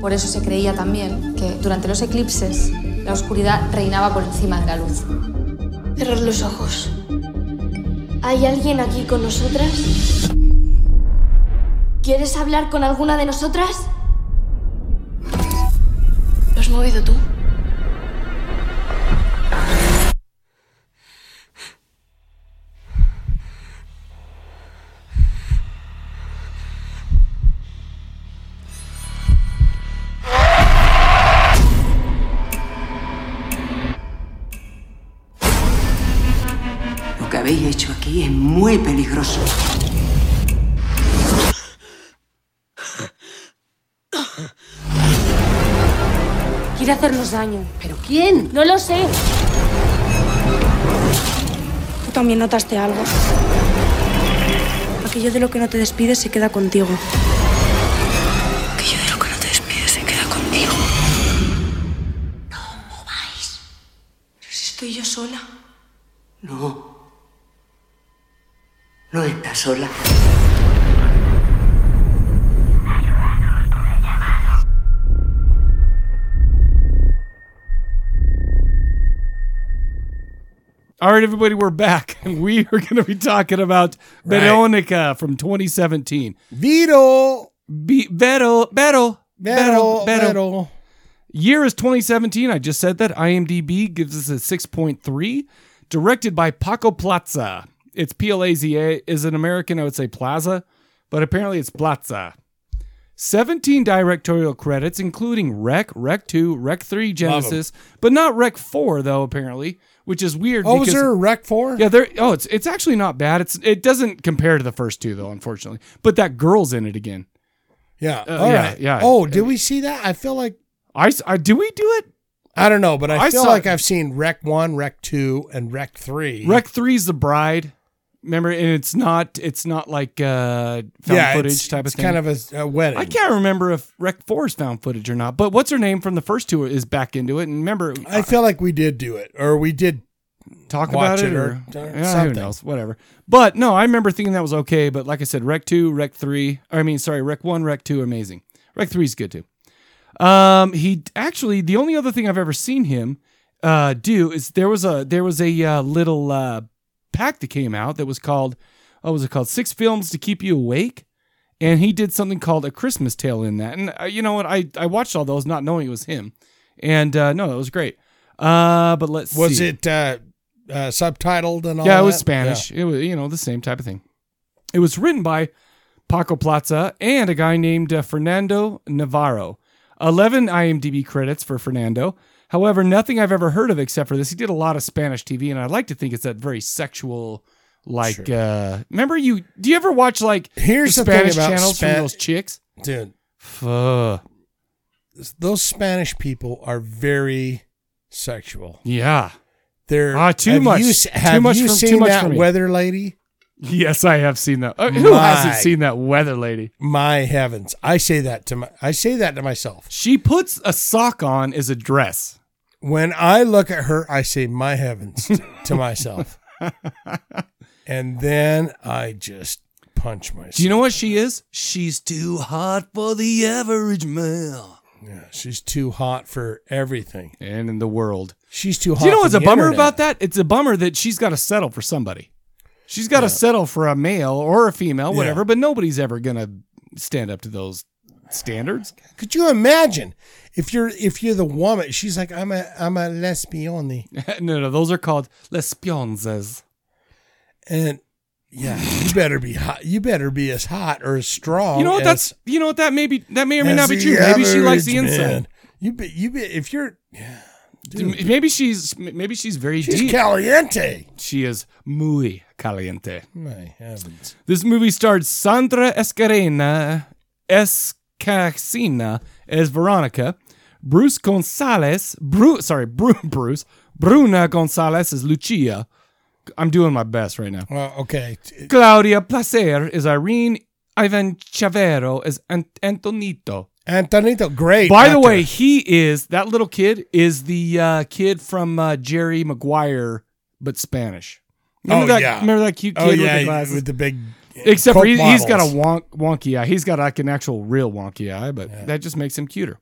S10: Por eso se creía también que durante los eclipses la oscuridad reinaba por encima de la luz.
S9: Cerrar los ojos. ¿Hay alguien aquí con nosotras? ¿Quieres hablar con alguna de nosotras? ¿Lo has movido tú?
S11: Lo que habéis hecho aquí es muy peligroso.
S10: Quiere hacernos daño.
S11: ¿Pero quién?
S9: No lo sé. Tú también notaste algo. Aquello de lo que no te despides se queda contigo.
S11: Aquello de lo que no te despides se queda contigo. No mováis. Pero si estoy yo sola. No. No estás sola.
S1: All right, everybody, we're back. And we are going to be talking about Veronica from 2017.
S2: Vito.
S1: Be- Vero. Vero.
S2: Vero, Vero.
S1: Year is 2017. I just said that. IMDb gives us a 6.3. Directed by Paco Plaza. It's P L A Z A. Is an American, I would say Plaza, but apparently it's Plaza. 17 directorial credits, including Rec, Rec 2, Rec 3, Genesis, but not Rec 4, though, apparently, which is weird.
S2: Oh, was
S1: because-
S2: there a Rec 4?
S1: yeah, there. Oh, it's it's actually not bad. It's it doesn't compare to the first two though, unfortunately. But that girl's in it again.
S2: Yeah.
S1: Uh,
S2: all
S1: yeah,
S2: right.
S1: yeah.
S2: Oh, did we see that? I feel like
S1: I, s- I- do we do it?
S2: I don't know, but I,
S1: I
S2: feel
S1: saw-
S2: like I've seen Rec One, Rec Two, and Rec Three.
S1: Rec Three's the bride. Remember, and it's not it's not like uh, found
S2: yeah,
S1: footage
S2: it's,
S1: type
S2: it's
S1: of thing.
S2: kind of a, a wedding.
S1: I can't remember if Rec Four's found footage or not. But what's her name from the first two is back into it. And remember,
S2: I feel like we did do it, or we did
S1: talk about
S2: watch
S1: it,
S2: it
S1: or,
S2: or- or
S1: yeah,
S2: something.
S1: who knows, whatever. But no, I remember thinking that was okay. But like I said, Rec Two, Rec Three, or I mean, sorry, Rec One, Rec Two, amazing. Rec Three is good too. Um, he actually the only other thing I've ever seen him uh do is there was a there was a uh, little uh pack that came out that was called what was it called Six Films to Keep You Awake. And he did something called A Christmas Tale in that. And uh, you know what? I, I watched all those not knowing it was him. And uh, no, that was great. Uh, but let's
S2: Was
S1: see
S2: it uh, uh, subtitled and all?
S1: yeah, it was
S2: that?
S1: Spanish. It was you know the same type of thing. It was written by Paco Plaza and a guy named uh, Fernando Navarro. Eleven IMDb credits for Fernando. However, nothing I've ever heard of except for this. He did a lot of Spanish TV, and I'd like to think it's that very sexual, like. uh Remember you? Do you ever watch like
S2: Here's
S1: the
S2: the thing
S1: Spanish
S2: about
S1: channels
S2: Spa-
S1: from those chicks?
S2: Yeah. dude.
S1: Fuh.
S2: Those Spanish people are very sexual.
S1: Yeah.
S2: They're
S1: Ah, too
S2: have
S1: much.
S2: You, s-
S1: Too
S2: have
S1: much
S2: you
S1: for- too
S2: seen
S1: much for
S2: that
S1: me.
S2: weather lady?
S1: Yes, I have seen that. Uh, who hasn't
S2: My.
S1: seen that weather lady?
S2: My heavens! I say that to my. I say that to myself.
S1: She puts a sock on as a dress.
S2: When I look at her, I say, "My heavens!" to myself, and then I just punch myself.
S1: Do you know what she is? She's too hot for the average male.
S2: Yeah, she's too hot for everything.
S1: And in the world.
S2: She's too hot.
S1: Do you know what's
S2: for
S1: a
S2: the
S1: bummer
S2: internet.
S1: about that? It's a bummer that she's got to settle for somebody. She's got to settle for a male or a female,
S2: Yeah.
S1: whatever, but nobody's ever going to stand up to those standards.
S2: Could you imagine if you're if you're the woman? She's like, I'm a I'm a lesbione,
S1: no, no, those are called lesbionzas.
S2: and yeah, you better be hot. You better be as hot or as strong.
S1: You know what
S2: as-
S1: that's you know what that may be that may or may
S2: as
S1: not be
S2: Oh, the
S1: true. Maybe she likes the
S2: average
S1: inside.
S2: man. You be you be if you're yeah, dude,
S1: Maybe she's maybe she's very
S2: she's
S1: deep.
S2: caliente.
S1: she is muy caliente.
S2: My heavens.
S1: This movie starred Sandra Escarena, Escasina as Veronica, Bruce Gonzalez, Bru, sorry, Bru, Bruce, Bruna Gonzalez as Lucia. I'm doing my best right now.
S2: Well, okay. T-
S1: Claudia Placer is Irene, Ivan Chavero as An- Antonito.
S2: Antonito, great.
S1: By the
S2: actor.
S1: way, he is, that little kid is the uh, kid from uh, Jerry Maguire, but Spanish. Remember
S2: Oh,
S1: that,
S2: yeah.
S1: Remember that cute kid
S2: oh
S1: with
S2: yeah,
S1: the glasses?
S2: with the big. uh,
S1: Except
S2: Coke
S1: for he, he's got a
S2: models.
S1: wonk, wonky eye. He's got like an actual real wonky eye, but that just makes him cuter.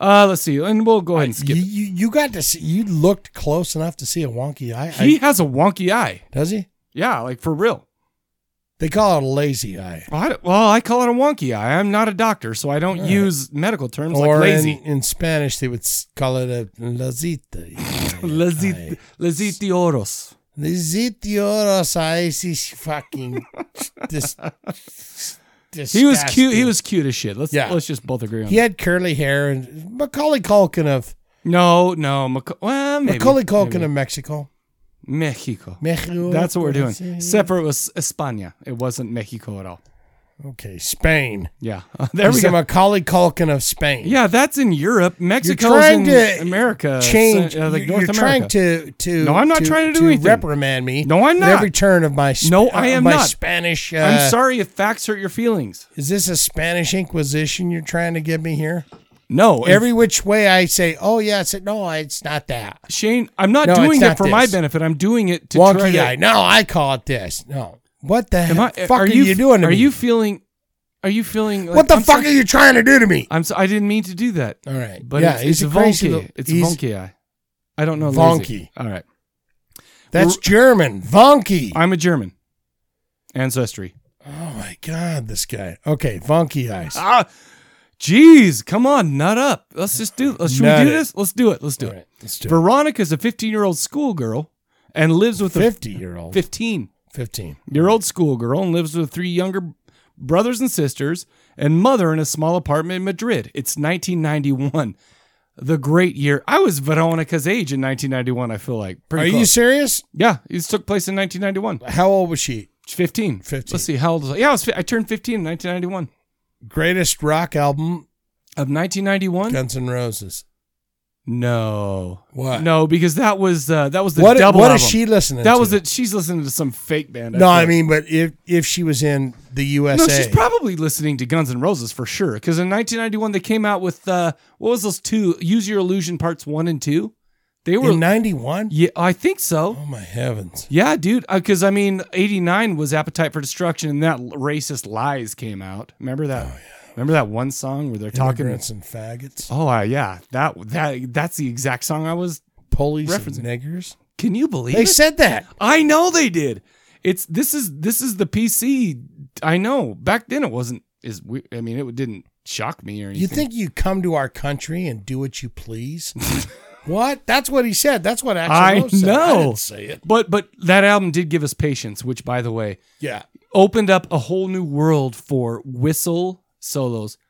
S1: Uh, let's see, and we'll go ahead and
S2: You,
S1: skip.
S2: you you got to see. You looked close enough to see a wonky eye. I-
S1: he has a wonky eye.
S2: does he?
S1: Yeah, like for real.
S2: They call it a lazy eye.
S1: Well, I, don't- well, I call it a wonky eye. I'm not a doctor, so I don't use medical terms
S2: Or
S1: like lazy.
S2: In, in Spanish, they would s- call it a lazita.
S1: Lazit, laziti oros.
S2: Lazitioros eyes is fucking this.
S1: He was cute. He was cute as shit. Let's
S2: Yeah.
S1: let's just both agree on.
S2: He had curly hair and Macaulay Culkin of
S1: that. No, no, Maca- well, maybe,
S2: Macaulay Culkin
S1: maybe.
S2: of Mexico.
S1: Mexico.
S2: Mexico.
S1: That's what we're doing.
S2: Sí.
S1: Except for it was España. It wasn't Mexico at all.
S2: Okay, Spain.
S1: Yeah, there we
S2: He's
S1: go.
S2: the Macaulay Culkin of Spain.
S1: Yeah, that's in Europe.
S2: You're
S1: Mexico's
S2: trying
S1: in
S2: to
S1: America.
S2: change.
S1: uh, like
S2: you're
S1: North
S2: you're
S1: America.
S2: trying to to.
S1: No, I'm not trying to do anything.
S2: Reprimand me.
S1: No, I'm
S2: at
S1: not.
S2: Every turn of my. Sp-
S1: No, I
S2: uh,
S1: am
S2: my
S1: not.
S2: Spanish. Uh,
S1: I'm sorry if facts hurt your feelings.
S2: Is this a Spanish Inquisition you're trying to give me here?
S1: No, in
S2: Every which way I say, oh, yeah, it's, no, it's not that.
S1: Shane, I'm not
S2: No,
S1: doing
S2: it's
S1: it
S2: not
S1: for my
S2: this.
S1: benefit. I'm doing it to try
S2: Wonky
S1: to-
S2: eye. No, I call it this. No. What the
S1: Am I-
S2: fuck are, you, doing to
S1: are
S2: me?
S1: you feeling? Are you feeling?
S2: What the fuck are you trying to do to me?
S1: I'm. So, I didn't mean to do that.
S2: All right,
S1: but
S2: Yeah,
S1: it's,
S2: he's
S1: it's a
S2: a crazy
S1: Vonky.
S2: little-
S1: it's
S2: he's-
S1: Vonky. I. I don't know.
S2: Vonky.
S1: Lazy. All right.
S2: That's
S1: We're-
S2: German. Vonky.
S1: I'm a German. Ancestry.
S2: Oh my God, this guy. Okay, Vonky eyes.
S1: Ah, jeez, come on, nut up. Let's just do. Let's, should
S2: Nut
S1: we do
S2: it.
S1: this? Let's do it. Let's do
S2: All
S1: it.
S2: right, let's do it.
S1: Veronica's a 15 year old schoolgirl and lives with a
S2: 50 year old.
S1: 15
S2: 15.
S1: year old schoolgirl and lives with three younger brothers and sisters and mother in a small apartment in Madrid. It's 1991. The great year. I was Veronica's age in 1991, I feel like. Pretty
S2: Are you
S1: close.
S2: serious?
S1: Yeah, it took place in 1991.
S2: How old was she?
S1: 15.
S2: 15.
S1: Let's see how old was I? Yeah, I, was, fi- I turned 15 in 1991.
S2: Greatest rock album,
S1: Of 1991?
S2: Guns N' Roses.
S1: No.
S2: What?
S1: No, because that was uh, that was the
S2: What-
S1: double.
S2: what is
S1: album.
S2: she listening
S1: That
S2: to?
S1: was it. She's listening to some fake band.
S2: No, I
S1: think.
S2: mean, but if if she was in the USA,
S1: No, she's probably listening to Guns N' Roses for sure. Because in 1991 they came out with uh, what was those two? Use Your Illusion parts one and two. They were
S2: in '91.
S1: yeah, I think so.
S2: Oh my heavens!
S1: Yeah, dude. Because I mean, '89 was Appetite for Destruction, and that racist lies came out. Remember that? Remember that one song where they're talking?
S2: Oh, Immigrants and faggots,
S1: Oh uh, yeah, that that that's the exact song I was.
S2: police and
S1: Referencing-
S2: niggers.
S1: Can you believe
S2: They
S1: it?
S2: said that.
S1: I know they did. It's this is this is the PC. I know. Back then it wasn't as we I mean it didn't shock me or anything.
S2: You think you come to our country and do what you please? what? That's what he said. That's what actually
S1: I
S2: Rose said. I
S1: know.
S2: didn't say it.
S1: But but that album did give us patience, which by the way
S2: Yeah.
S1: opened up a whole new world for whistle solos.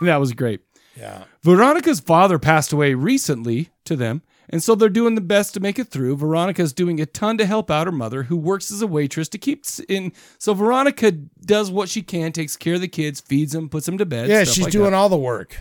S1: that was great.
S2: Yeah.
S1: Veronica's father passed away recently to them, and so they're doing the best to make it through. Veronica's doing a ton to help out her mother, who works as a waitress to keep s- in. So Veronica does what she can, takes care of the kids, feeds them, puts them to bed.
S2: yeah,
S1: stuff
S2: she's
S1: like
S2: doing
S1: that.
S2: all the work.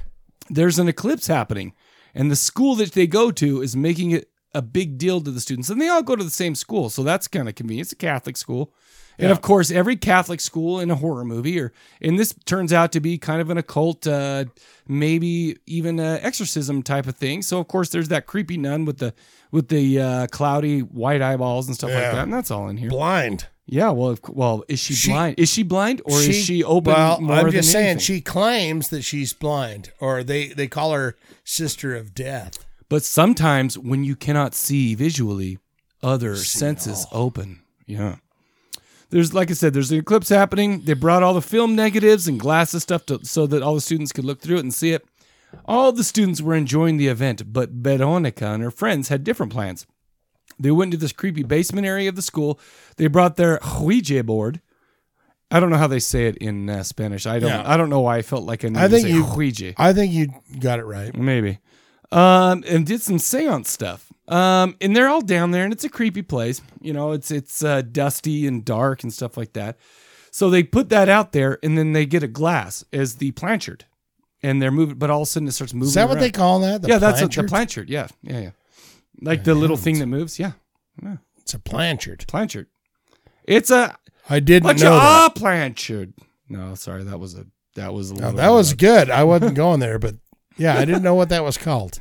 S1: There's an eclipse happening, and the school that they go to is making it a big deal to the students, and they all go to the same school, so that's kind of convenient. It's a Catholic school. And
S2: Yeah.
S1: of course, every Catholic school in a horror movie, or and this turns out to be kind of an occult, uh, maybe even a exorcism type of thing. So of course, there's that creepy nun with the with the uh, cloudy white eyeballs and stuff like
S2: Yeah.
S1: that, and that's all in here.
S2: Blind.
S1: yeah, well, of, cou- well, is she,
S2: She-
S1: blind? Is she blind, or is she open?
S2: Well,
S1: more
S2: I'm
S1: than
S2: just saying
S1: anything?
S2: she claims that she's blind, or they they call her sister of death.
S1: But sometimes when you cannot see visually, other senses open. Yeah. There's like I said, there's an eclipse happening. They brought all the film negatives and glasses stuff to, so that all the students could look through it and see it. All the students were enjoying the event, but Veronica and her friends had different plans. They went to this creepy basement area of the school. They brought their Ouija board. I don't know how they say it in uh, Spanish. I don't.
S2: Yeah.
S1: I don't know why I felt like I needed
S2: I think
S1: to say
S2: you.
S1: Ouija.
S2: I think you got it right.
S1: Maybe. Um, and did some seance stuff. Um, and they're all down there, and it's a creepy place. You know, it's it's uh, dusty and dark and stuff like that. So they put that out there, and then they get a glass as the planchard, and they're moving. But all of a sudden, it starts moving.
S2: Is that what
S1: around.
S2: they call that? The
S1: yeah, that's what, the planchard.
S2: planchard?
S1: Yeah, yeah, yeah. Like the little thing that moves. Yeah,
S2: It's a planchard.
S1: planchard. It's a
S2: I didn't
S1: what you
S2: know. That.
S1: are planchard. No, sorry, that was a that was a
S2: No,
S1: little
S2: that was
S1: uh,
S2: good. I wasn't going there, but yeah, I didn't know what that was called.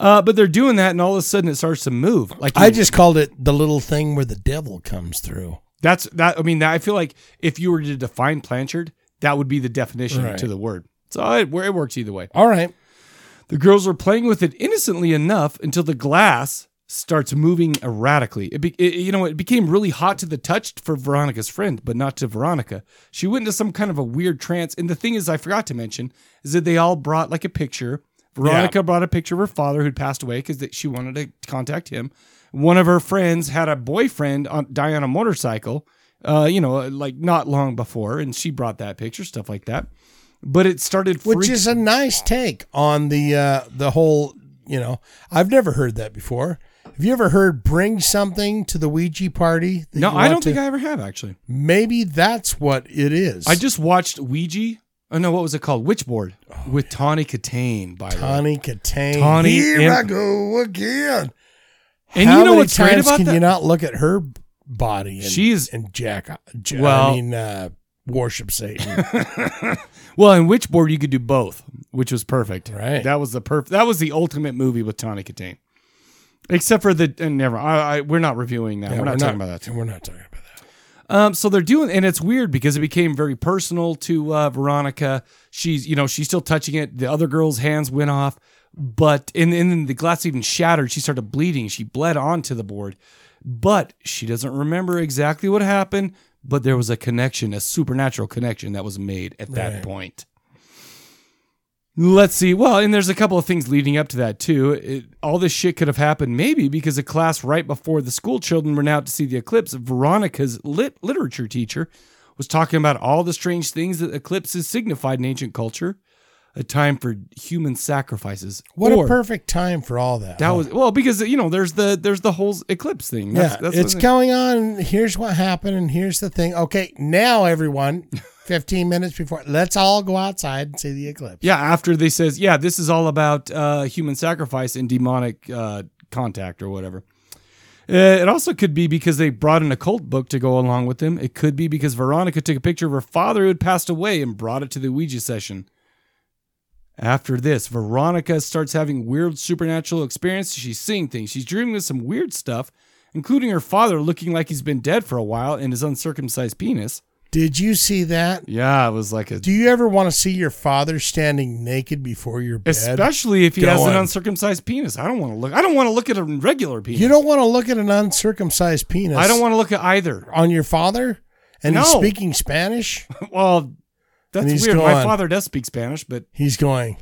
S1: Uh, but they're doing that, and all of a sudden, it starts to move. Like
S2: I
S1: you-
S2: just called it the little thing where the devil comes through.
S1: That's that. I mean, that, I feel like if you were to define Planchard, that would be the definition
S2: Right.
S1: to the word. So it, it works either way.
S2: All right.
S1: The girls were playing with it innocently enough until the glass starts moving erratically. It, be, it you know it became really hot to the touch for Veronica's friend, but not to Veronica. She went into some kind of a weird trance. And the thing is, I forgot to mention is that they all brought like a picture. Veronica brought a picture of her father who'd passed away because she wanted to contact him. One of her friends had a boyfriend on, die on a motorcycle, uh, you know, like not long before, and she brought that picture, stuff like that. But it started,
S2: Which
S1: freak-
S2: is a nice take on the uh the whole, you know, I've never heard that before. Have you ever heard bring something to the Ouija party? that
S1: no,
S2: you
S1: I
S2: want
S1: don't
S2: to-
S1: think I ever have actually.
S2: Maybe that's what it is.
S1: I just watched Ouija. Oh no, what was it called? Witchboard with Tawny Katane. By the way,
S2: Tawny Katane.
S1: Tawny
S2: Here
S1: and-
S2: I go again.
S1: and
S2: How
S1: you know
S2: many
S1: what's great
S2: times
S1: about
S2: can you
S1: that?
S2: not look at her body? And,
S1: She is-
S2: and Jack. Jack-
S1: Well-
S2: I mean, uh, worship Satan.
S1: Well, in Witchboard you could do both, which was perfect. Right. That was the perfect. That was the ultimate movie with Tawny Katane. Except for the and never. I, I we're not reviewing that.
S2: Yeah,
S1: we're not talking about that.
S2: We're not talking about
S1: Um, so they're doing, and it's weird because it became very personal to uh, Veronica. She's, you know, she's still touching it. The other girl's hands went off, but and, and then the glass even shattered. She started bleeding. She bled onto the board, but she doesn't remember exactly what happened. But there was a connection, a supernatural connection that was made at that
S2: Right.
S1: point. Let's see. Well, and there's a couple of things leading up to that too. It, all this shit could have happened maybe because a class right before the school children went out to see the eclipse, Veronica's lit literature teacher was talking about all the strange things that eclipses signified in ancient culture, a time for human sacrifices.
S2: What
S1: Or-
S2: a perfect time for all that.
S1: that
S2: huh?
S1: was well because you know there's the there's the whole eclipse thing.
S2: yeah. it's
S1: coming.
S2: going on. and Here's what happened, and here's the thing. Okay, now everyone, fifteen minutes before, let's all go outside and see the eclipse.
S1: Yeah, after they says, yeah, this is all about uh, human sacrifice and demonic uh, contact or whatever. Uh, it also could be because they brought an occult book to go along with them. It could be because Veronica took a picture of her father who had passed away and brought it to the Ouija session. After this, Veronica starts having weird supernatural experiences. She's seeing things. She's dreaming of some weird stuff, including her father looking like he's been dead for a while and his uncircumcised penis.
S2: Did you see that?
S1: Yeah, it was like a
S2: Do you ever want to see your father standing naked before your bed?
S1: Especially if he has an
S2: Going.
S1: uncircumcised penis. I don't want to look. I don't want to look at a regular penis.
S2: You don't want to look at an uncircumcised penis.
S1: I don't want to look at either.
S2: on your father, and he's
S1: No.
S2: speaking Spanish.
S1: Well, that's
S2: And he's
S1: weird. My
S2: gone.
S1: father does speak Spanish, but
S2: He's going,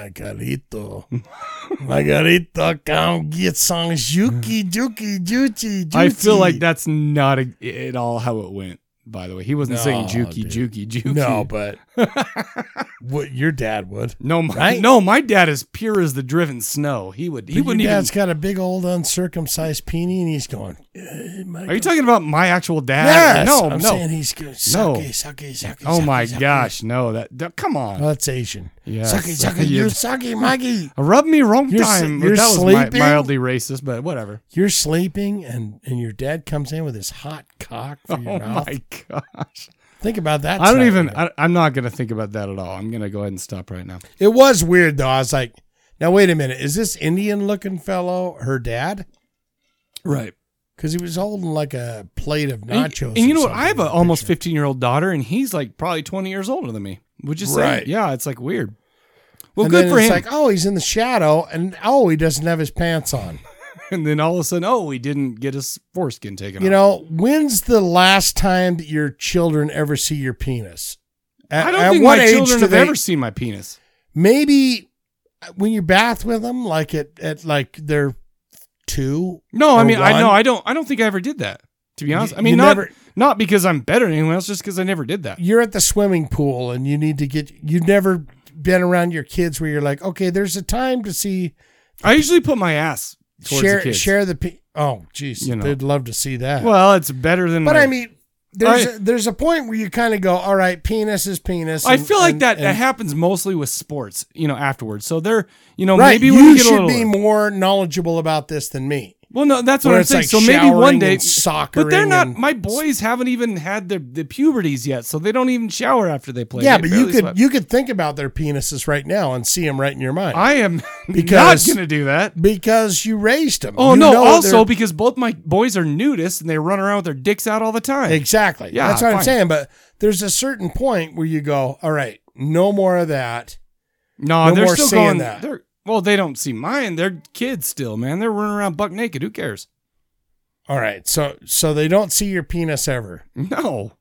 S2: Margarito, Margarito, come get some juki juki juki. juki.
S1: I feel like that's not a, at all how it went. By the way, he wasn't
S2: No,
S1: saying "juki, juki, juki."
S2: No, but what your dad would.
S1: no, my,
S2: Right?
S1: no, my dad is pure as the driven snow. He would, he
S2: But
S1: wouldn't
S2: your
S1: even.
S2: dad's got a big old uncircumcised peenie, and he's going. "Eh,
S1: Are
S2: Margarito."
S1: you talking about my actual dad?
S2: Yes,
S1: no,
S2: I'm
S1: no.
S2: saying he's good.
S1: no.
S2: Sucky, sucky, sucky,
S1: oh
S2: sucky,
S1: my
S2: sucky.
S1: gosh, no! That, that- come on.
S2: Well, that's Asian.
S1: Yes.
S2: Sucky, sucky, you sucky, Maggie.
S1: Rub me wrong
S2: You're s-
S1: time.
S2: you're
S1: that was mi-
S2: sleeping?
S1: mildly racist, but whatever.
S2: You're sleeping, and and your dad comes in with his hot cock for your
S1: Oh
S2: mouth.
S1: my gosh!
S2: Think about that.
S1: I don't
S2: side
S1: even.
S2: of it.
S1: I, I'm not gonna think about that at all. I'm gonna go ahead and stop right now.
S2: It was weird though. I was like, now wait a minute, is this Indian looking fellow her dad?
S1: Right.
S2: Because he was holding like a plate of
S1: And-
S2: nachos.
S1: And, you know what? I have an almost 15 year old daughter, and he's like probably 20 years older than me. Would you say?
S2: Right.
S1: Yeah, it's like weird. Well, good for
S2: it's
S1: him.
S2: Like, oh, he's in the shadow, and oh, he doesn't have his pants on.
S1: and then all of a sudden, oh, he didn't get his foreskin taken
S2: You
S1: off.
S2: know, when's the last time that your children ever see your penis? At,
S1: I don't
S2: at
S1: think
S2: what
S1: my
S2: age
S1: children
S2: do
S1: have
S2: they-
S1: ever seen my penis.
S2: Maybe uh, when you bath with them, like at, at like they're two.
S1: No, I
S2: or
S1: mean, I
S2: one.
S1: no, I don't. I don't think I ever did that. To be honest, I
S2: you
S1: mean, not
S2: never-
S1: not because I'm better than anyone else, just because I never did that.
S2: you're at the swimming pool and you need to get you've never been around your kids where you're like okay there's a time to see
S1: I usually put my ass towards
S2: share
S1: the kids.
S2: share the pe- oh jeez
S1: You know.
S2: they'd love to see that
S1: Well, it's better than.
S2: but
S1: my-
S2: i mean there's
S1: I-
S2: a, there's a point where you kind of go all right penis is penis
S1: I
S2: and-
S1: feel like
S2: and-
S1: that, that
S2: and-
S1: happens mostly with sports, you know, afterwards. So they're, you know,
S2: right
S1: maybe
S2: you
S1: when we get a
S2: should
S1: little
S2: be more knowledgeable about this than me
S1: Well, no, that's what
S2: Where
S1: I'm
S2: it's
S1: saying.
S2: like
S1: so maybe one
S2: showering
S1: day,
S2: and soccering
S1: but they're not.
S2: and-
S1: My boys haven't even had their the puberties yet, so they don't even shower after they play.
S2: yeah
S1: They
S2: but you
S1: barely
S2: could
S1: sweat.
S2: you could think about their penises right now and see them right in your mind
S1: I am
S2: Because-
S1: not going to do that.
S2: because you raised them
S1: Oh
S2: You
S1: no!
S2: know
S1: Also,
S2: they're-
S1: because both my boys are nudists and they run around with their dicks out all the time.
S2: Exactly.
S1: Yeah,
S2: That's what I'm
S1: fine.
S2: saying. But there's a certain point where you go, all right, no more of that.
S1: No,
S2: No
S1: they're
S2: more
S1: still
S2: seeing
S1: going.
S2: that.
S1: They're well, they don't see mine. They're kids still, man. They're running around buck naked. Who cares?
S2: All right. So so they don't see your penis ever.
S1: No,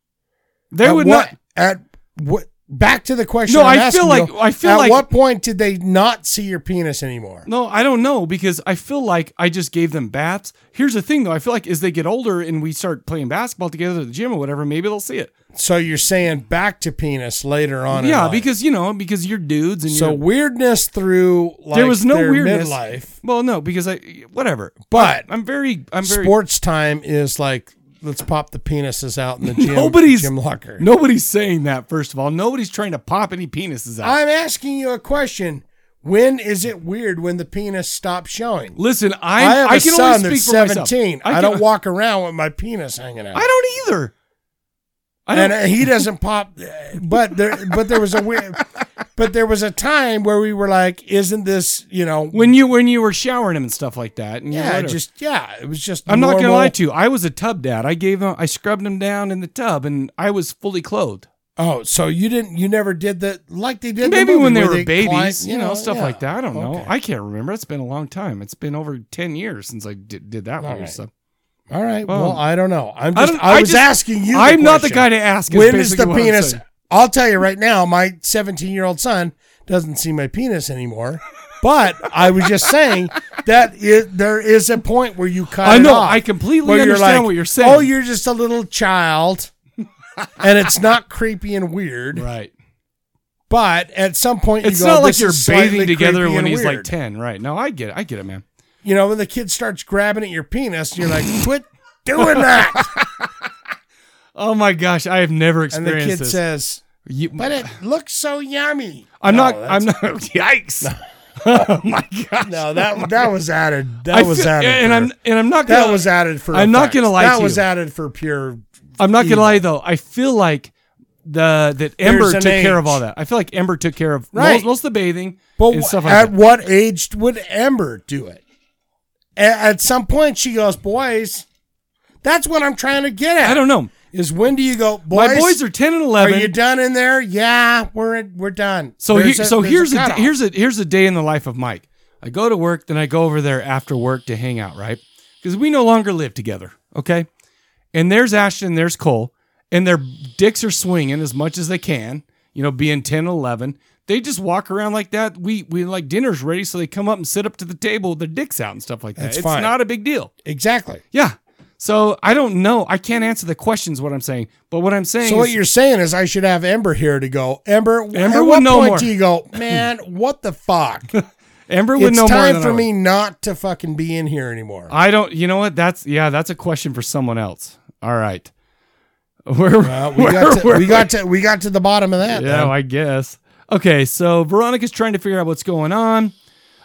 S1: they
S2: At
S1: would
S2: what-
S1: not.
S2: At what? Back to the
S1: No,
S2: question. I'm
S1: I feel
S2: asking
S1: like-
S2: you,
S1: I feel
S2: at
S1: like-
S2: what point did they not see your penis anymore?
S1: No, I don't know because I feel like I just gave them baths. Here's the thing though, I feel like as they get older and we start playing basketball together at the gym or whatever, maybe they'll see it.
S2: So you're saying back to penis later on. in
S1: yeah,
S2: life.
S1: because you know, because you're dudes and
S2: so
S1: you're,
S2: weirdness through. Like,
S1: there was no
S2: their
S1: weirdness.
S2: Midlife,
S1: Well, no, because I whatever.
S2: But-
S1: I'm very I'm very
S2: sports time is like let's pop the penises out in the gym.
S1: Nobody's-
S2: gym locker.
S1: Nobody's saying that first of all. Nobody's trying to pop any penises out.
S2: I'm asking you a question. When is it weird when the penis stops showing?
S1: Listen,
S2: I,
S1: I
S2: have
S1: I
S2: a
S1: can
S2: son
S1: only
S2: that's
S1: speak for myself.
S2: 17. I,
S1: can-
S2: don't walk around with my penis hanging out.
S1: I don't either. I don't-
S2: and uh, he doesn't pop. But there, but there was a weird, but there was a time where we were like, "Isn't this you know?"
S1: when you when you were showering him and stuff like that. And
S2: Yeah,
S1: whatever.
S2: just yeah, it was just.
S1: I'm not gonna
S2: normal.
S1: lie to you. I was a tub dad. I gave him, I scrubbed him down in the tub, and I was fully clothed.
S2: Oh, so you didn't, you never did that like they did. in the
S1: Maybe
S2: movie
S1: when they
S2: where
S1: were babies,
S2: climb-
S1: you know, stuff
S2: yeah.
S1: like that. I don't know. I can't remember. It's been a long time. It's been over ten years since I did, did that
S2: All
S1: weird
S2: right.
S1: stuff.
S2: All right. Well,
S1: Well,
S2: I don't know. I'm
S1: I
S2: just.
S1: don't-
S2: I,
S1: I
S2: was
S1: just-
S2: asking you. the
S1: I'm not the
S2: question.
S1: guy to ask, is
S2: When is
S1: basically
S2: the
S1: what I'm
S2: penis?
S1: saying.
S2: I'll tell you right now. My 17 year old son doesn't see my penis anymore. But I was just saying that it, there is a point where you cut.
S1: I
S2: it
S1: know.
S2: off,
S1: I completely
S2: where you're
S1: understand
S2: like,
S1: what you're saying.
S2: Oh, you're just a little child, and it's not creepy and weird,
S1: right?
S2: But at some point,
S1: It's
S2: you go,
S1: not like
S2: "This
S1: you're
S2: is
S1: bathing
S2: slightly
S1: together
S2: creepy
S1: when
S2: and
S1: he's like
S2: weird."
S1: ten, right? No, I get it. I get it, man.
S2: You know, when the kid starts grabbing at your penis, you're like, quit doing that.
S1: Oh my gosh, I have never
S2: and the
S1: experienced
S2: kid
S1: this.
S2: says,
S1: You-
S2: but it looks so yummy.
S1: I'm
S2: No,
S1: not.
S2: that's-
S1: I'm not. Yikes! oh my gosh!
S2: No, that that was added. That
S1: I
S2: was
S1: feel-
S2: added.
S1: and
S2: for-
S1: I'm- and I'm not
S2: That
S1: gonna-
S2: was added for.
S1: I'm not
S2: effect.
S1: gonna lie
S2: That
S1: to
S2: was
S1: you.
S2: added for pure.
S1: I'm not gonna
S2: evil.
S1: lie though. I feel like the that Ember
S2: an
S1: took care of
S2: age.
S1: all that. I feel like Ember took care of
S2: Right.
S1: most, most of the bathing
S2: But
S1: and
S2: wh-
S1: stuff like
S2: at
S1: that.
S2: what age would Amber do it? A- at some point, she goes, "Boys." That's what I'm trying to get at.
S1: I don't know.
S2: Is when do you go, boys?
S1: My boys are ten and
S2: Are
S1: eleven.
S2: you done in there? Yeah, we're we're done.
S1: So
S2: There's
S1: he-
S2: a-
S1: so
S2: there's
S1: here's a,
S2: cutoff.
S1: here's a here's a day in the life of Mike. I go to work, then I go over there after work to hang out, right? Because we no longer live together, okay? And there's Ashton, there's Cole, and their dicks are swinging as much as they can, you know, being 10, 11. They just walk around like that. We we like dinner's ready, so they come up and sit up to the table with their dicks out and stuff like that.
S2: That's
S1: it's
S2: fine.
S1: not a big deal.
S2: exactly.
S1: Yeah. So I don't know. I can't answer the questions what I'm saying, but what I'm saying
S2: So what
S1: is-
S2: you're saying is I should have Ember here to go. Ember,
S1: Amber
S2: at
S1: would
S2: what
S1: know
S2: point
S1: more.
S2: do you go, man? What the fuck?
S1: Amber would
S2: it's
S1: know more
S2: time
S1: than I
S2: for
S1: would.
S2: me not to fucking be in here anymore.
S1: I don't. You know what? That's yeah. That's a question for someone else. All right. Where,
S2: Well, we
S1: where
S2: got to,
S1: were
S2: we got to we got to the bottom of that.
S1: Yeah,
S2: man.
S1: I guess. Okay, so Veronica's trying to figure out what's going on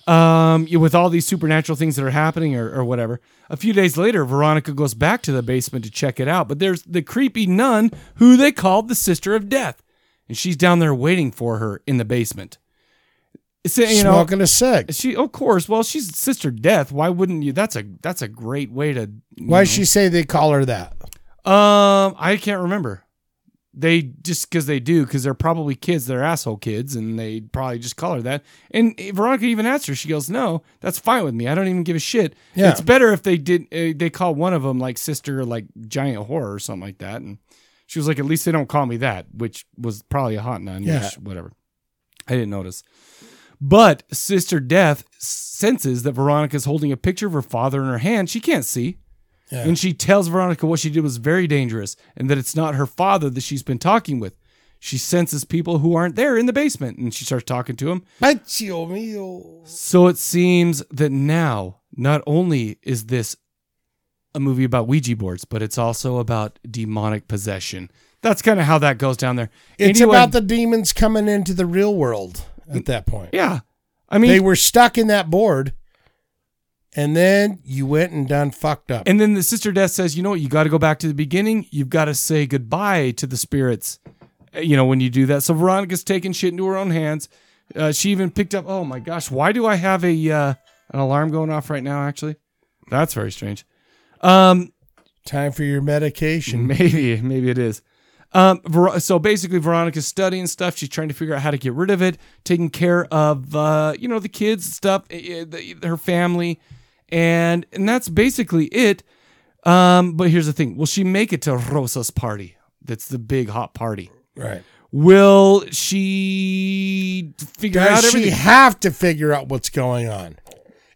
S1: um, you- with all these supernatural things that are happening or, or whatever. A few days later, Veronica goes back to the basement to check it out, but there's the creepy nun who they called the Sister of Death, and she's down there waiting for her in the basement. So, you know,
S2: smoking a cig.
S1: she of course. Well, she's Sister Death. Why wouldn't you? That's a that's a great way to. you
S2: Why
S1: know.
S2: she say they call her that?
S1: Um, I can't remember. They just because they do because they're probably kids. They're asshole kids, and they probably just call her that. And Veronica even asked her. She goes, "No, that's fine with me. I don't even give a shit.
S2: Yeah.
S1: It's better if they did. Uh, they call one of them like sister, like giant horror or something like that." And she was like, "At least they don't call me that," which was probably a hot nun.
S2: Yeah.
S1: Which, whatever. I didn't notice. But Sister Death senses that Veronica's holding a picture of her father in her hand. She can't see.
S2: Yeah.
S1: And she tells Veronica what she did was very dangerous and that it's not her father that she's been talking with. She senses people who aren't there in the basement and she starts talking to him.
S2: Pachio mio.
S1: So it seems that now not only is this a movie about Ouija boards, but it's also about demonic possession. That's kind of how that goes down there.
S2: It's
S1: Anyway-
S2: about the demons coming into the real world at that point.
S1: Yeah. I mean,
S2: they were stuck in that board, and then you went and done fucked up.
S1: And then the sister death says, you know what? You got to go back to the beginning. You've got to say goodbye to the spirits. uh, You know, when you do that. So Veronica's taking shit into her own hands. Uh, she even picked up, oh my gosh, why do I have a uh, an alarm going off right now, actually? That's very strange. Um,
S2: Time for your
S1: Mm-hmm.
S2: medication.
S1: maybe, maybe it is. Um, Ver- so basically, Veronica's studying stuff. She's trying to figure out how to get rid of it, taking care of uh, you know the kids and stuff, eh, eh, the, her family, and and that's basically it. Um, but here's the thing: Will she make it to Rosa's party? That's the big hot party.
S2: Right.
S1: Will she figure out
S2: Does she
S1: everything?
S2: have to figure out what's going on?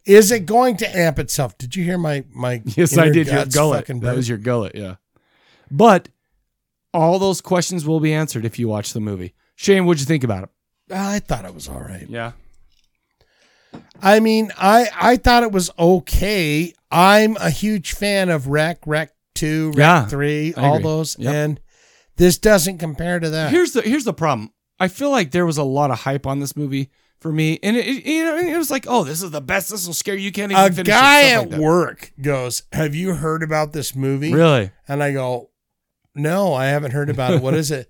S2: Is it going to amp itself? Did you hear my my?
S1: yes, I
S2: inner
S1: did your
S2: guts
S1: gullet.
S2: fucking
S1: That was
S2: burst?
S1: your gullet, yeah. But all those questions will be answered if you watch the movie. Shane, what'd you think about it?
S2: I thought it was all right.
S1: Yeah.
S2: I mean, I I thought it was okay. I'm a huge fan of Wreck, Wreck Two, Wreck
S1: Yeah,
S2: Three,
S1: I
S2: all
S1: agree.
S2: those,
S1: Yep.
S2: and this doesn't compare to that.
S1: Here's the here's the problem. I feel like there was a lot of hype on this movie for me, and it, it- you know it was like, oh, this is the best. This will scare you. You can't even
S2: a
S1: finish
S2: guy
S1: it, stuff
S2: at
S1: like that.
S2: work goes, "Have you heard about this movie?"
S1: Really?
S2: And I go, no, I haven't heard about it. What is it?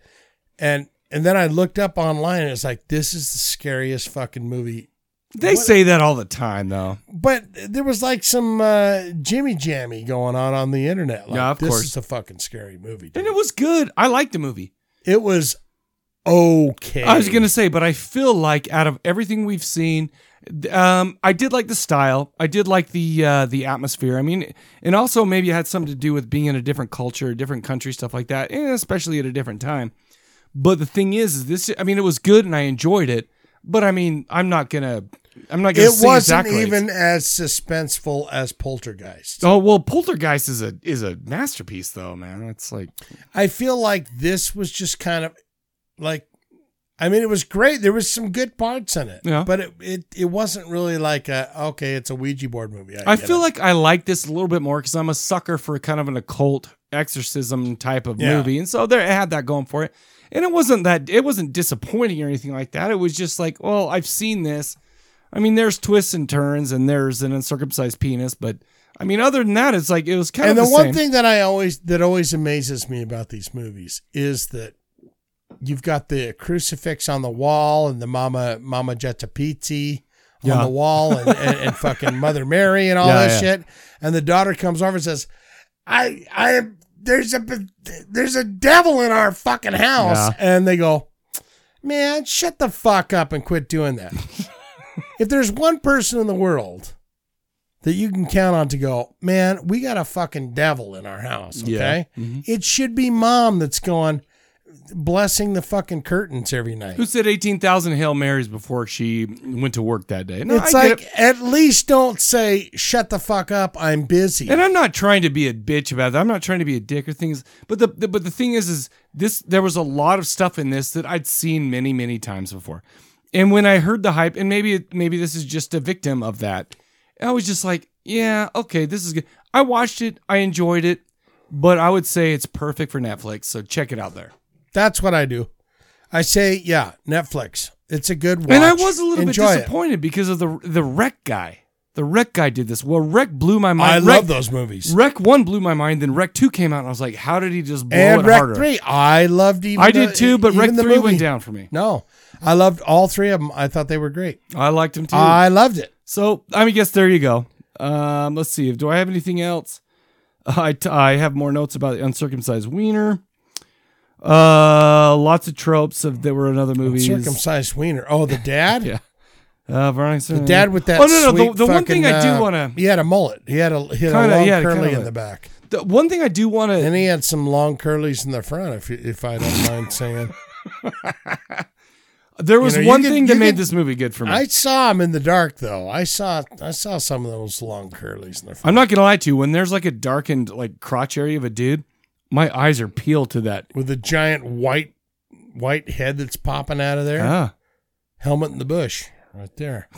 S2: And and then I looked up online and it's like this is the scariest fucking movie.
S1: They say that all the time, though.
S2: But there was like some uh, Jimmy Jammy going on on the internet. Like,
S1: Yeah, of
S2: this
S1: course.
S2: is a fucking scary movie.
S1: And it was good. I liked the movie.
S2: It was okay.
S1: I was gonna say, but I feel like out of everything we've seen, th- um, I did like the style. I did like the uh, the atmosphere. I mean, and also maybe it had something to do with being in a different culture, a different country, stuff like that, and especially at a different time. But the thing is, is this. I mean, it was good and I enjoyed it. But I mean, I'm not gonna. I'm not gonna.
S2: it
S1: sing its
S2: wasn't
S1: accolades.
S2: even as suspenseful as Poltergeist.
S1: Oh well, Poltergeist is a is a masterpiece though, man. It's like
S2: I feel like this was just kind of like, I mean, it was great. There was some good parts in it,
S1: Yeah.
S2: but it, it it wasn't really like a okay, it's a Ouija board movie.
S1: I
S2: get
S1: feel
S2: it.
S1: like I like this a little bit more because I'm a sucker for kind of an occult exorcism type of
S2: Yeah.
S1: movie, and so there it had that going for it. And it wasn't that it wasn't disappointing or anything like that. It was just like, well, I've seen this. I mean, there's twists and turns, and there's an uncircumcised penis, but I mean, other than that, it's like it was kind
S2: and
S1: of
S2: the,
S1: the,
S2: one
S1: same.
S2: thing that I always that always amazes me about these movies is that you've got the crucifix on the wall and the Mama Mama Jetta Pizzi on
S1: Yeah.
S2: the wall and, and, and fucking Mother Mary and all
S1: Yeah,
S2: that
S1: yeah.
S2: shit. And the daughter comes over and says, "I I am there's a there's a devil in our fucking house,"
S1: Yeah.
S2: and they go, "Man, shut the fuck up and quit doing that." if there's one person in the world that you can count on to go, man, we got a fucking devil in our house.
S1: Yeah.
S2: Okay.
S1: Mhm.
S2: It should be mom that's going blessing the fucking curtains every night.
S1: Who said eighteen thousand hail marys before she went to work that day? No,
S2: it's
S1: I get
S2: like,
S1: it.
S2: at least don't say, shut the fuck up. I'm busy.
S1: And I'm not trying to be a bitch about that. I'm not trying to be a dick or things. But the, the but the thing is, is this there was a lot of stuff in this that I'd seen many many times before. And when I heard the hype, and maybe it- maybe this is just a victim of that, I was just like, yeah, okay, this is good. I watched it, I enjoyed it, but I would say it's perfect for Netflix. So check it out there.
S2: That's what I do. I say, yeah, Netflix. It's a good watch.
S1: And I was a little
S2: Enjoy
S1: bit
S2: it.
S1: disappointed because of the the wreck guy. The wreck guy did this. Well, wreck blew my mind.
S2: I
S1: Wreck-
S2: love those movies.
S1: Wreck one blew my mind, then Wreck two came out, and I was like, "How did he just blow
S2: and
S1: it
S2: Rec
S1: harder?"
S2: Three. I loved even.
S1: I did too, but
S2: even
S1: Rec
S2: the
S1: Three
S2: movie.
S1: went down for me.
S2: No, I loved all three of them. I thought they were great.
S1: I liked him too.
S2: I loved it.
S1: so I mean, guess there you go. Um, let's see. Do I have anything else? I I have more notes about the uncircumcised wiener. Uh, lots of tropes of there were another movies.
S2: Circumcised wiener. Oh, the dad.
S1: Yeah. Uh,
S2: The dad with that.
S1: Oh no, no. the-
S2: sweet
S1: the one
S2: fucking,
S1: thing I
S2: uh,
S1: do want to
S2: He had a mullet. He had a he had
S1: Kinda,
S2: a long
S1: yeah,
S2: curly
S1: kinda.
S2: in the back,
S1: The one thing I do want to.
S2: and he had some long curlies in the front. If you- if I don't mind saying,
S1: There was
S2: You know, you
S1: one
S2: could-
S1: thing
S2: you
S1: that made
S2: could-
S1: this movie good for me.
S2: I saw him in the dark though. I saw I saw some of those long curlies in the front
S1: I'm not gonna lie to you. When there's like a darkened like crotch area of a dude, my eyes are peeled to that.
S2: with the giant white white head that's popping out of there.
S1: Ah.
S2: Helmet in the bush, right there.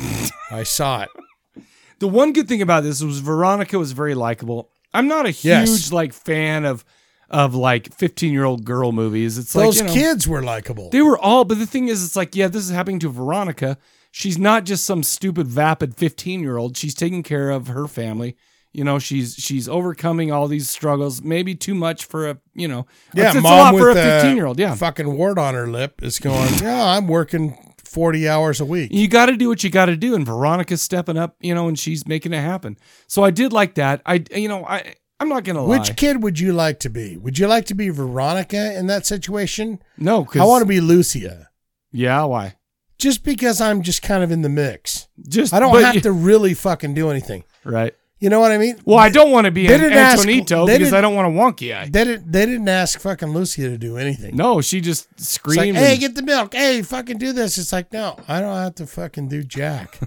S2: I saw it.
S1: The one good thing about this was Veronica was very likable. I'm not a huge
S2: Yes.
S1: like fan of of like 15 year old girl movies. It's
S2: those
S1: like you know,
S2: kids were likable.
S1: They were all, but the thing is, it's like yeah, this is happening to Veronica. She's not just some stupid vapid 15 year old. She's taking care of her family. You know, she's she's overcoming all these struggles. Maybe too much for a you know.
S2: Yeah,
S1: it's, it's a
S2: mom
S1: lot
S2: with
S1: for a
S2: the
S1: 15 year old. Yeah,
S2: fucking wart on her lip is going. Yeah, I'm working forty hours a week.
S1: You got to do what you got to do, and Veronica's stepping up, you know, and she's making it happen. So I did like that. I, you know, I, I'm not gonna lie.
S2: Which kid would you like to be? Would you like to be Veronica in that situation?
S1: no, 'cause-
S2: I want to be Lucia,
S1: Yeah, why?
S2: just because I'm just kind of in the mix.
S1: Just
S2: I don't
S1: but
S2: have
S1: you-
S2: to really fucking do anything.
S1: Right.
S2: You know what I mean?
S1: Well, I don't want to be
S2: They
S1: an
S2: didn't ask-
S1: Antonito
S2: they
S1: because I
S2: didn't-
S1: don't want a wonky eye.
S2: They didn't. They didn't ask fucking Lucia to do anything.
S1: No, she just
S2: It's like,
S1: screamed.
S2: hey,
S1: and-
S2: get the milk. Hey, fucking do this. It's like, no, I don't have to fucking do jack.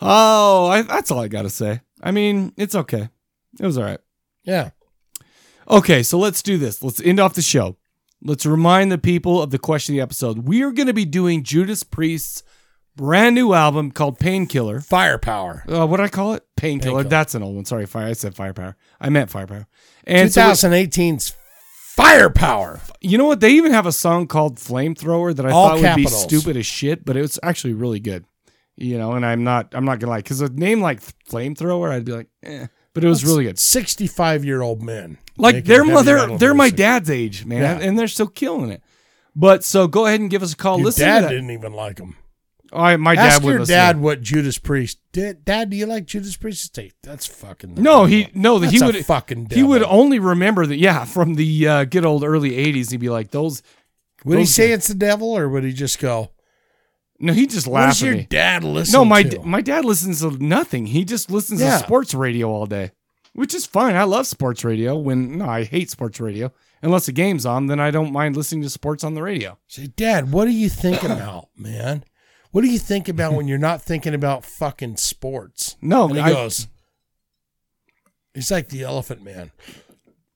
S1: oh, I, that's all I gotta say. I mean, it's okay. It was all right.
S2: Yeah.
S1: Okay, so let's do this. Let's end off the show. Let's remind the people of the question of the episode. We are going to be doing Judas Priest's brand new album called Painkiller.
S2: Firepower.
S1: Uh, what did I call it? Painkiller.
S2: Painkiller.
S1: That's an old one. Sorry, fire. I said firepower. I meant firepower. And so we-
S2: 2018's firepower.
S1: you know what? They even have a song called Flamethrower that I
S2: All
S1: thought
S2: capitals.
S1: would be stupid as shit, but it was actually really good. You know, and I'm not I'm not gonna lie because a name like Flamethrower, I'd be like, eh. But it was really good.
S2: Sixty-five year old men,
S1: Like
S2: making
S1: they're
S2: heavy
S1: mo- they're,
S2: metal
S1: they're my
S2: music.
S1: dad's age, man,
S2: Yeah.
S1: and they're still killing it. But so go ahead and give us a call.
S2: Your
S1: Listen
S2: dad
S1: to that.
S2: didn't even like them.
S1: All right, my dad
S2: Ask
S1: would
S2: your
S1: listen.
S2: dad what Judas Priest did. Dad, do you like Judas Priest? He'd say, That's fucking.
S1: No, he no that he
S2: That's a
S1: would
S2: fucking
S1: he would only remember that. Yeah, from the uh, good old early eighties, he'd be like those.
S2: Would he
S1: those-
S2: say it's the devil, or would he just go?
S1: No, he just
S2: What
S1: laughs.
S2: does
S1: at
S2: your
S1: me.
S2: dad listen
S1: No, my
S2: to?
S1: my dad listens to nothing. He just listens
S2: Yeah.
S1: to sports radio all day, which is fine. I love sports radio. When no, I hate sports radio unless the game's on. Then I don't mind listening to sports on the radio.
S2: Say, Dad, what do you think about, man? What do you think about when you're not thinking about fucking sports?
S1: No,
S2: and he
S1: I-
S2: goes. He's like the elephant man.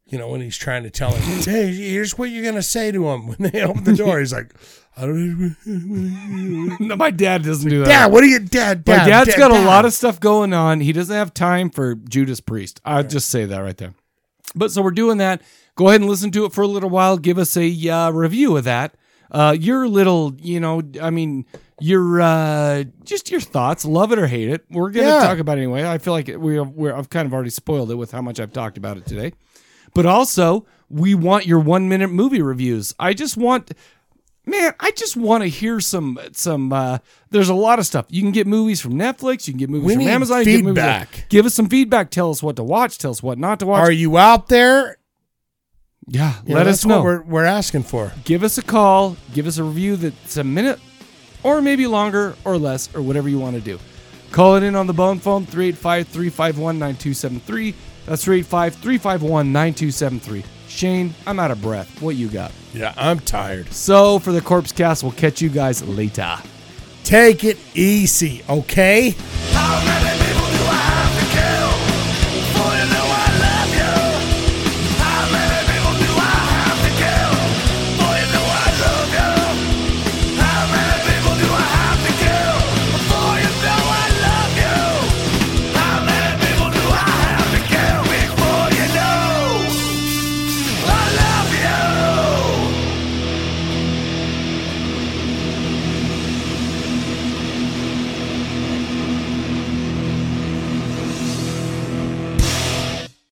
S2: You know, when he's trying to tell him, hey, here's what you're going to say to him when they open the door. He's like, I don't
S1: No, my dad doesn't do that.
S2: Dad, what are you, Dad,
S1: My
S2: Dad?
S1: dad's
S2: dad,
S1: got
S2: Dad."
S1: a lot of stuff going on. He doesn't have time for Judas Priest. I'll just say that right there. But so we're doing that. Go ahead and listen to it for a little while. Give us a uh, review of that. Uh, your little, you know, I mean, your uh, just your thoughts. Love it or hate it. We're gonna
S2: Yeah.
S1: talk about it anyway. I feel like we we're, I've kind of already spoiled it with how much I've talked about it today. But also, we want your one minute movie reviews. I just want man, I just want to hear some some. Uh, there's a lot of stuff you can get movies from Netflix, you can get movies
S2: We
S1: from
S2: need
S1: Amazon. you can get movies from-
S2: feedback.
S1: give us some feedback. Tell us what to watch. Tell us what not to watch.
S2: Are you out there?
S1: Yeah,
S2: You
S1: let
S2: that's
S1: us know.
S2: What we're, we're asking for.
S1: Give us a call. Give us a review that's a minute, or maybe longer, or less, or whatever you want to do. Call it in on the bone phone 385 351 9273. That's 385 351 9273. Shane, I'm out of breath. What you got?
S2: Yeah, I'm tired.
S1: So, for the Corpse Cast, we'll catch you guys later.
S2: Take it easy, okay?